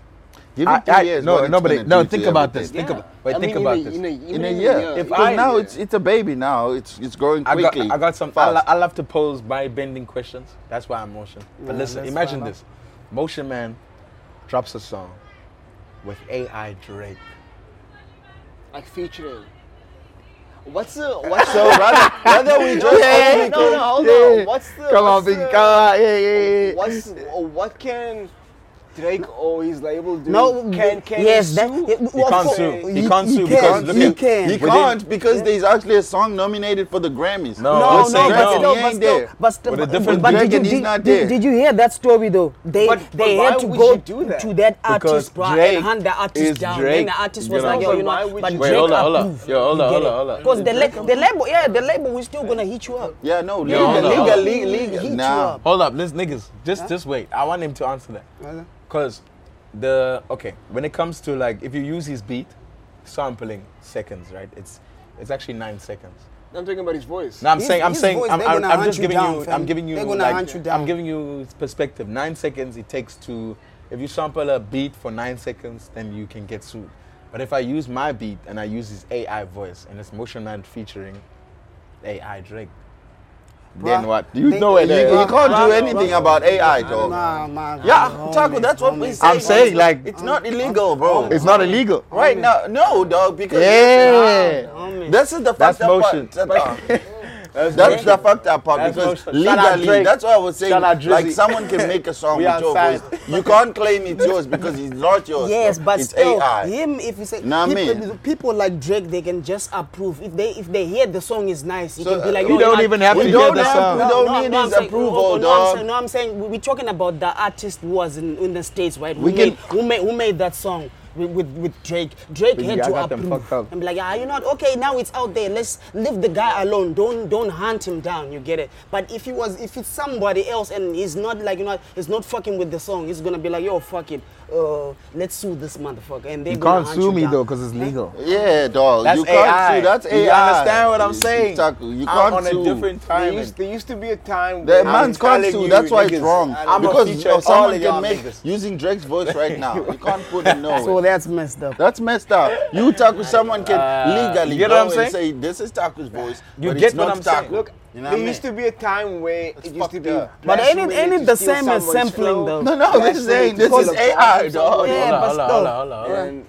D: Give it
B: I-
D: three
B: I-
D: years,
B: no,
D: what it's
B: no, but
D: gonna
B: it- no,
D: do to
B: think about
D: everything.
B: this. Think
C: Yeah.
B: about, but
C: I
B: think
C: mean,
B: about
C: in a-
B: this.
C: in a-
D: in
C: even
D: a year.
C: If
D: Because
C: I-
D: now it's it's a baby now. It's it's growing
B: I got,
D: quickly.
B: I got some. I,
D: fast.
B: lo- I love to pose by bending questions. That's why I'm motion. But
E: Yeah,
B: listen,
E: that's
B: imagine
E: why I
B: this: Motion Man drops a song with AI Drake.
C: Like featuring. What's the what's
D: so rather, rather we just
C: Yeah, no, no, hold on. What's the-
D: come on,
C: what's
D: big
C: the-
D: guy? Yeah, yeah, yeah.
C: what's what can Drake or his label do?
E: No,
C: can can
E: yes,
C: he
E: that-
C: sue?
E: yeah, w-
B: He
E: Of
B: can't
E: course.
B: sue. He
E: You-
B: can't
E: you
B: sue because
E: can,
B: look
E: you
B: at
E: can.
D: He
B: within-
D: can't because there's actually a song nominated for the Grammys.
B: No,
E: No,
B: Let's
E: no, but
B: say no.
E: still,
D: He
E: but
D: ain't
E: still,
D: there.
E: but still,
B: With a
E: but-
B: different
E: but
D: Drake
E: did you,
D: and he's
E: did,
D: not
E: did-
D: there.
E: did you hear that story though? They
C: But- but
E: they
C: why
E: had to
C: would
E: go
C: you do that?
E: to that
B: Because
E: artist, bro,
B: Drake
E: and hunt the
B: is
E: artist down.
B: Drake,
E: Then the artist
B: you
E: was
B: know.
E: like, yo,
C: But
E: you
C: why
E: know,
C: would
E: but
C: you-
B: Wait,
E: Drake
B: hold on, hold on.
E: approved.
B: Yo, hold on, hold on, hold on.
E: Because the, la- the label, yeah, the label is still gonna hit you up.
D: Yeah, no,
E: Yeah,
B: hold
D: legal,
B: on,
D: legal,
B: hold
E: on.
D: legal, legal.
E: Heat you
D: Nah.
E: up.
B: Hold up, this niggas. Just just wait. I want him to answer that. Cause the okay, when it comes to like if you use his beat, sampling seconds, right? It's it's actually nine seconds.
C: I'm talking about his voice.
B: No, I'm
E: His-
B: saying I'm
E: his
B: saying
E: voice,
B: I'm,
E: they're
B: I'm,
E: gonna
B: I'm
E: hunt
B: just
E: you
B: giving
E: down,
B: you
E: fam.
B: I'm giving you
E: They're gonna
B: like,
E: hunt you
B: I'm
E: down.
B: giving you perspective. Nine seconds it takes to if you sample a beat for nine seconds, then you can get sued. But if I use my beat and I use his AI voice and it's Motion Man featuring AI Drake, then
E: Bruh,
B: what? Do you
E: they-
B: know it?
D: You,
B: eh?
D: you can't do anything about AI, dog.
E: Nah, man.
D: Yeah, Taco, that's what we say.
B: I'm saying, like-
D: it's not illegal, bro.
B: It's not illegal.
D: right now, no, dog, because
B: Yeah.
D: Nah, this is the
B: That's
D: fucked up
B: motion.
D: part. That's- That's the fucked up part
B: That's
D: because
B: motion. Shout out
D: legally,
B: Drake.
D: that's what I was saying.
B: Shout out Drizzy.
D: Like someone can make a song
B: We
D: with your
B: outside.
D: voice. You can't claim it's yours because it's not yours.
E: Yes,
D: bro.
E: but
D: it's
E: still,
D: AI.
E: him if you say
D: Nah,
E: people,
D: man.
E: people like Drake, they can just approve if they if they hear the song is nice. You
D: So,
E: can be like,
D: we
E: yo,
B: uh, don't
E: I-
B: even have
E: we
B: to
E: don't
B: hear the
E: have-
B: song.
E: no,
D: We don't
E: no,
D: need
E: no, I'm
D: his
E: saying-
D: approval,
E: no, no, I'm
D: dog.
E: saying- No, I'm saying we- we're talking about the artist who was in, in the states, right? Who
D: We can-
E: made who made who made that song. With, with, with Drake, Drake
B: But
E: had
B: yeah, I
E: to
B: got them
E: approve
B: fucked up.
E: and be like, ah, you know what? Okay, now it's out there. Let's leave the guy alone. Don't don't hunt him down. You get it? But if he was, if it's somebody else and he's not like you know, he's not fucking with the song, he's gonna be like, yo, fuck it. Uh, let's sue this motherfucker. And they
B: You can't sue me though because it's legal.
D: Yeah, dog.
B: That's
D: you can't
B: AI.
D: sue. That's
B: You
D: AI.
B: understand what I'm saying?
D: Taco, you
B: I'm
D: can't
B: on a
D: sue.
B: different
C: There
B: time.
C: used, there used to be a time
D: The
C: when
D: man's
C: I'm
D: can't
C: telling
D: sue.
C: you,
D: That's why it's
C: niggas,
D: wrong.
C: I don't know.
B: a
D: because
B: feature all
D: someone
B: of y'all
D: can make
B: niggas.
D: using Drake's voice right now. You can't put a no.
E: So that's messed up.
D: That's messed up. You Taku, someone can legally
B: you get
D: go
B: what I'm saying?
D: and say this is Taku's voice,
B: You
D: but
B: get
D: it's
B: what
D: not
B: I'm saying?
D: Taku.
C: Look,
D: you know what I
C: there
D: mean?
C: used to be a time where it used to
D: fucked
C: be.
D: up.
E: But ain't it-
C: blasphemy
E: ain't it
C: to
E: the
C: steal
E: same as
C: someone's
E: sampling,
C: flow,
E: though?
D: no, no, this is
C: blasphemy
D: saying
C: to
D: this is
C: steal a
D: AI,
C: song's
D: dog.
E: Yeah,
B: Hold on,
E: but
B: hold on,
E: still.
B: hold on, hold on, hold on.
C: and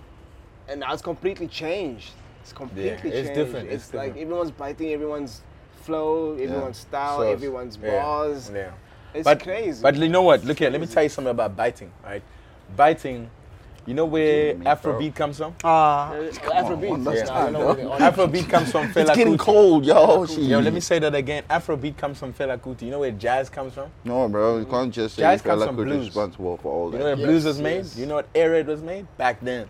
C: and now it's completely changed. It's completely
B: it's
C: changed.
B: different, it's
C: It's, like
B: different.
C: everyone's biting everyone's flow, everyone's style,
B: So,
C: everyone's
B: yeah,
C: bars.
B: yeah.
C: It's
B: but,
C: crazy.
B: But you know what? Look here. Let me tell you something about biting. Right, biting. You know where Afrobeat comes from?
C: Oh. Uh, Afrobeat.
D: that's
C: now, you know where they are.
B: Afrobeat comes from Fela
D: It's getting
B: Kuti.
D: cold, yo. She-
B: Yo, let me say that again. Afrobeat comes from Fela Kuti. You know where jazz comes from?
D: No, bro, you can't just say
B: Jazz comes
D: Fela
B: from
D: Kuti
B: blues.
D: responsible for all
B: You know where
D: that.
B: blues was made? You know what air raid was made? Back then.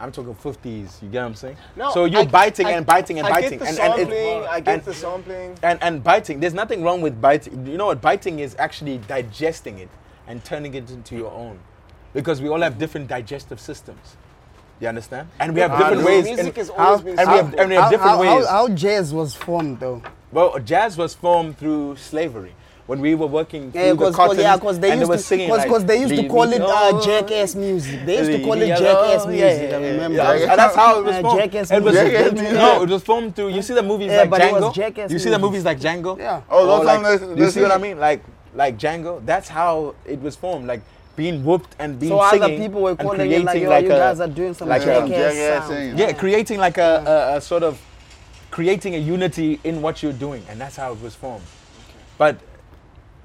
B: I'm talking 50s. You get what I'm saying?
C: No,
B: so you're
C: I-
B: biting
C: I-
B: and biting and
C: I
B: biting.
C: Get the
B: and, and it-
C: sampling, I get
B: and-
C: the sampling.
B: and and biting there's nothing wrong with biting you know what biting is actually digesting it and turning it into your own because we all
E: Mm-hmm.
B: have different digestive systems you understand and we have
C: Ah,
B: different
C: no.
B: ways
C: Music
B: in-
C: has always been
B: and we have,
C: simple.
B: and we have different ways
E: How, jazz was formed though?
B: well jazz was formed through slavery when we were working through
E: Yeah,
B: the
E: because
B: cottons
E: yeah, cause they
B: and
E: used
B: they were
E: to,
B: singing
E: cause,
B: like,
E: 'cause they used to
B: "Leave
E: call
B: me
E: it
B: alone."
E: uh, jackass music. They used to
B: Leave
E: call it
B: me
E: jackass
B: alone.
E: music.
B: Yeah, yeah,
E: I
B: yeah.
E: remember.
B: Yeah, and that's how it was
E: Uh,
B: formed.
E: jackass
B: it was,
E: music.
D: Jackass
B: it-
D: music.
B: no, it was formed through. You see the movies
E: Yeah,
B: like
E: but it was
B: Django.
E: jackass
B: you see the
E: music.
B: movies like Django.
E: Yeah.
D: Oh,
B: Or
D: those
B: like,
D: are nice-
B: You
D: nice
B: see what I
D: music.
B: mean? Like, like Django. That's how it was formed. Like being whooped and being
E: So other
B: singing
E: people were
B: and
E: calling it
B: creating
E: like, yo, you
B: a-
E: guys are doing some
B: like a-
E: jackass
D: jackass
E: sound.
D: thing.
B: yeah, creating like a, a, a sort of creating a unity in what you're doing, and that's how it was formed. But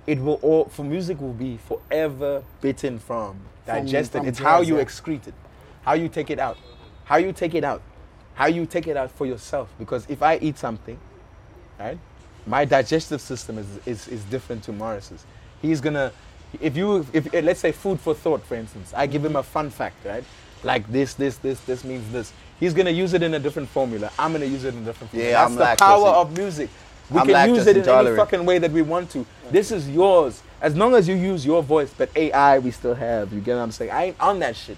B: it will all for music will be forever bitten from, digested.
E: from
B: it's how
E: jazz,
B: you
E: yeah.
B: excrete it, how you take it out, how you take it out, how you take it out for yourself. Because if I eat something, right? My digestive system is, is, is different to Morris's. He's gonna, if you, if eh, let's say food for thought, for instance, I give him a fun fact, right? Like this, this, this, this means this. He's gonna use it in a different formula. I'm gonna use it in a different formula.
D: Yeah,
B: That's
D: I'm
B: the
D: lactose
B: power
D: in-
B: of music. We
D: I'm
B: can use
D: lactose
B: it in any
D: intolerant.
B: fucking way that we want to. This is yours. As long as you use your voice, but AI we still have. You get what I'm saying? I ain't on that shit.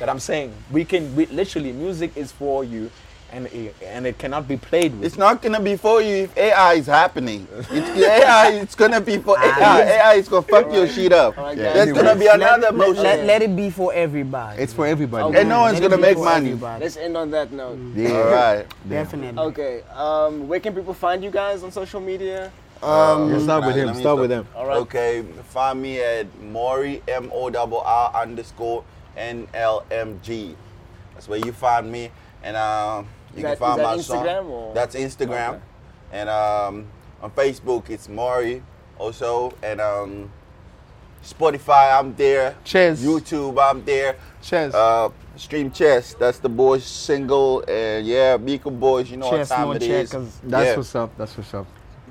B: But I'm saying we can we, literally music is for you. and it, and it cannot be played with.
D: It's not gonna be for you if AI is happening. It's AI. It's gonna be for AI. AI is gonna fuck your shit up.
C: Alright, guys.
D: There's gonna be another
E: let,
D: motion,
E: let- let it be for everybody.
B: it's for everybody.
C: Okay.
D: and no one's
E: Let it
D: gonna
E: be
D: make
E: for
D: money.
E: everybody.
C: Let's end on that note.
B: Yeah.
D: All right.
E: Definitely.
C: Okay, um, where can people find you guys on social media?
D: Um,
B: You start with him,
D: let me
B: start with him.
C: All right.
D: Okay. Find me at Mori M O double R underscore N L M G. That's where you find me, and um, you can
C: Is that-
D: find
C: is that
D: my song.
C: Instagram or-
D: That's Instagram,
C: Okay.
D: and um, on Facebook it's Mori also, and um, Spotify I'm there.
B: Cheers.
D: YouTube I'm there.
B: Cheers.
D: Uh, Stream Chess, that's the boys single, and yeah, Beacon Boys, you know
E: Chess,
D: what time
E: no
D: it is.
E: checkers.
B: That's
D: yeah.
B: what's up. That's what's up.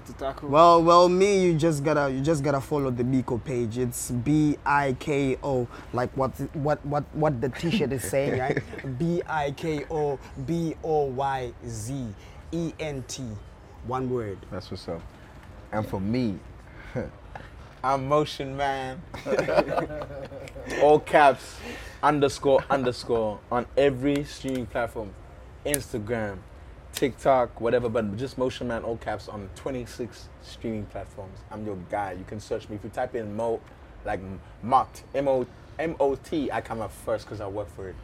C: It's Otaku.
E: Well, well, me, you just gotta, you just gotta follow the Biko page. It's B I K O, like what, what, what, what the T-shirt is saying, right? B I K O B O Y Z E N T, one word.
B: That's what's up. And for me, I'm Motion Man. All caps, underscore, underscore, on every streaming platform Instagram, TikTok, whatever, but just Motion Man, all caps, on 26 streaming platforms. I'm your guy. You can search me. If you type in Mo, like Mott, M O M O T, I come up first because I work for it.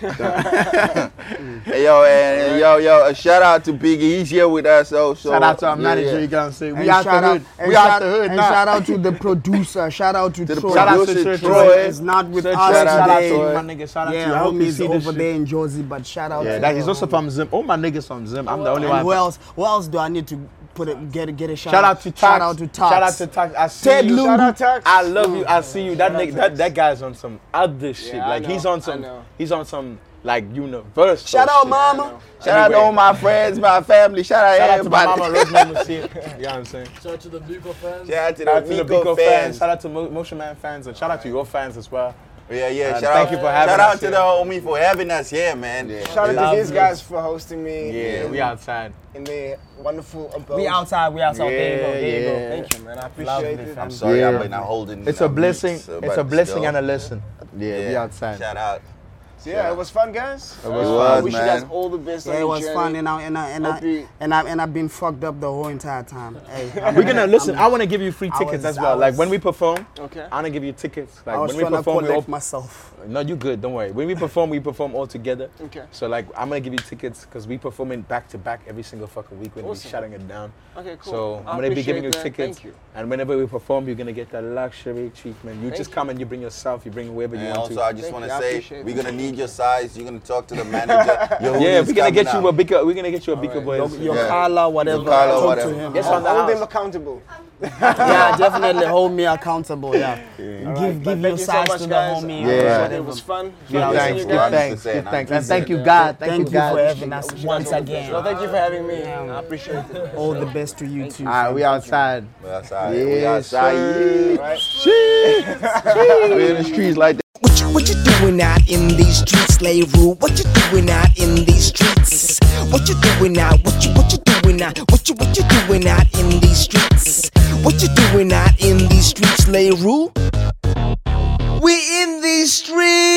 D: Hey, Yo, and, and yo, yo, a shout out to Biggie. He's here with us also.
B: Shout out to our
D: Yeah,
B: manager,
D: yeah.
B: you gotta say. We
E: And
B: out the
E: shout out-
B: hood.
E: and
B: We out
E: shout-
B: the hood
E: And
B: now.
E: shout out to the producer. Shout out to,
D: To the
E: Troy.
B: Shout out to
D: producer,
B: Sir
D: Troy.
B: Troy.
E: is not with
B: Sir
E: us
B: Troy, shout out
E: today.
B: to you, my nigga. Shout out
E: yeah,
B: to you. I hope you
E: homies
B: see this
E: over
B: shit.
E: there in Jersey, but shout out.
B: Yeah,
E: to
B: that, he's
E: the
B: also
E: homies.
B: from Zim. All my niggas from Zim. I'm the only
E: And
B: one.
E: who else? Who else do I need to put a, get get a shout,
B: Shout out to Tax.
E: Shout out to Tox.
B: Shout out to Tax. I see
E: Ted
B: you.
E: Lungu.
B: Shout out
C: Tax.
B: I love you. I see you. That nigga, that, that guy's on some other shit.
C: I
B: Like
C: know.
B: he's on
C: I
B: some,
C: know.
B: he's on some like universal.
E: Shout out,
B: shit.
E: mama.
D: Shout out to all
B: Anyway.
D: my friends, my family. Shout out,
B: Shout out to my
D: everybody.
B: mama, Rose Mama shit. You know what I'm saying?
F: Shout out to the Buko fans.
D: shout out to
B: Shout out to
D: the
B: the
D: Biko
B: Biko
D: fans.
B: fans. Shout out to Mo- Motion Man fans, and shout out to your fans as well.
D: Yeah, yeah.
B: Uh,
D: shout
B: thank
D: out,
B: you for having
D: shout
B: us
D: out to
B: here.
D: the homie for having us here, man.
C: Shout out
B: Love
C: to these
B: you.
C: guys for hosting me
B: Yeah, we outside.
C: in their wonderful abode.
E: We outside. We outside. there you go. There you go.
B: yeah.
C: Thank you, man. I appreciate it.
D: I'm sorry,
B: Yeah.
D: I've been uh, holding.
B: It's
D: uh,
B: a blessing.
D: meats, uh,
B: It's
D: but
B: a blessing
D: still.
B: and a lesson. Yeah, we outside.
D: Shout out.
C: So, yeah, it was fun, guys. It
B: Uh,
D: was fun,
C: wish you
D: man.
C: guys all the best. on
E: Yeah, it
C: your
E: was
C: journey.
E: fun, and I and I and
C: Hope you-
E: I and I and I've been fucked up the whole entire time. Hey,
B: We're gonna listen. I want to give you free
E: I
B: tickets
E: was-
B: as
E: I
B: well. like
E: was-
B: when we perform,
C: Okay.
B: I want to give you tickets. Like
E: I was
B: when we
E: trying to
B: perform, we all
E: collect myself.
B: No, you good. Don't worry. When we perform, we perform all together.
C: Okay.
B: So like, I'm gonna give you tickets because we performing back to back every single fucking week when
C: Awesome.
B: we're shutting it down.
C: Okay, cool.
B: So I'm
C: I
B: gonna be giving
C: appreciate
B: you
C: that.
B: tickets.
C: Thank you.
B: And whenever we perform, you're gonna get that luxury treatment. You
C: Thank
B: just
C: you.
B: come and you bring yourself. You bring whoever you
D: And
B: want
D: also,
B: to.
D: I just
C: Thank
D: want
C: you, I
D: to say,
C: appreciate
D: we're
C: it.
D: gonna need your size. You're gonna talk to the manager. Your
B: yeah,
D: hoodie's
B: we're gonna get
D: coming
B: you a
D: out.
B: bigger. We're gonna get you a bigger boy.
E: Your, your
D: Yeah.
E: color, whatever.
D: color,
E: Talk
D: whatever.
E: to him.
B: Yes,
E: Oh,
B: on the
C: Hold them
B: house.
C: accountable.
E: yeah, definitely hold me accountable. Yeah, give
C: But
E: give your
C: thank you so
E: size
C: much,
E: to the homie.
C: guys. I
D: Yeah.
C: appreciate It It was fun.
B: Give
D: Yeah,
B: thanks.
D: you
B: Give
D: guys.
B: thanks.
D: Yeah.
B: Give thanks. And
D: Yeah.
B: thank you, God. Thank,
E: Thank
B: you,
E: you
B: God.
E: for having us once
C: Well,
E: again.
C: thank you for having me. I appreciate it.
E: All the best to you too.
B: All right, we outside.
D: We outside. We
B: Yes,
D: outside.
B: sir.
D: We in the streets like
A: What you, what you doing out in these streets, Lay Rule? What you doing out in these streets? What you doing out? What you, what you doing out? What you, what you doing out in these streets? What you doing out in these streets, Lay Rule? We in these streets.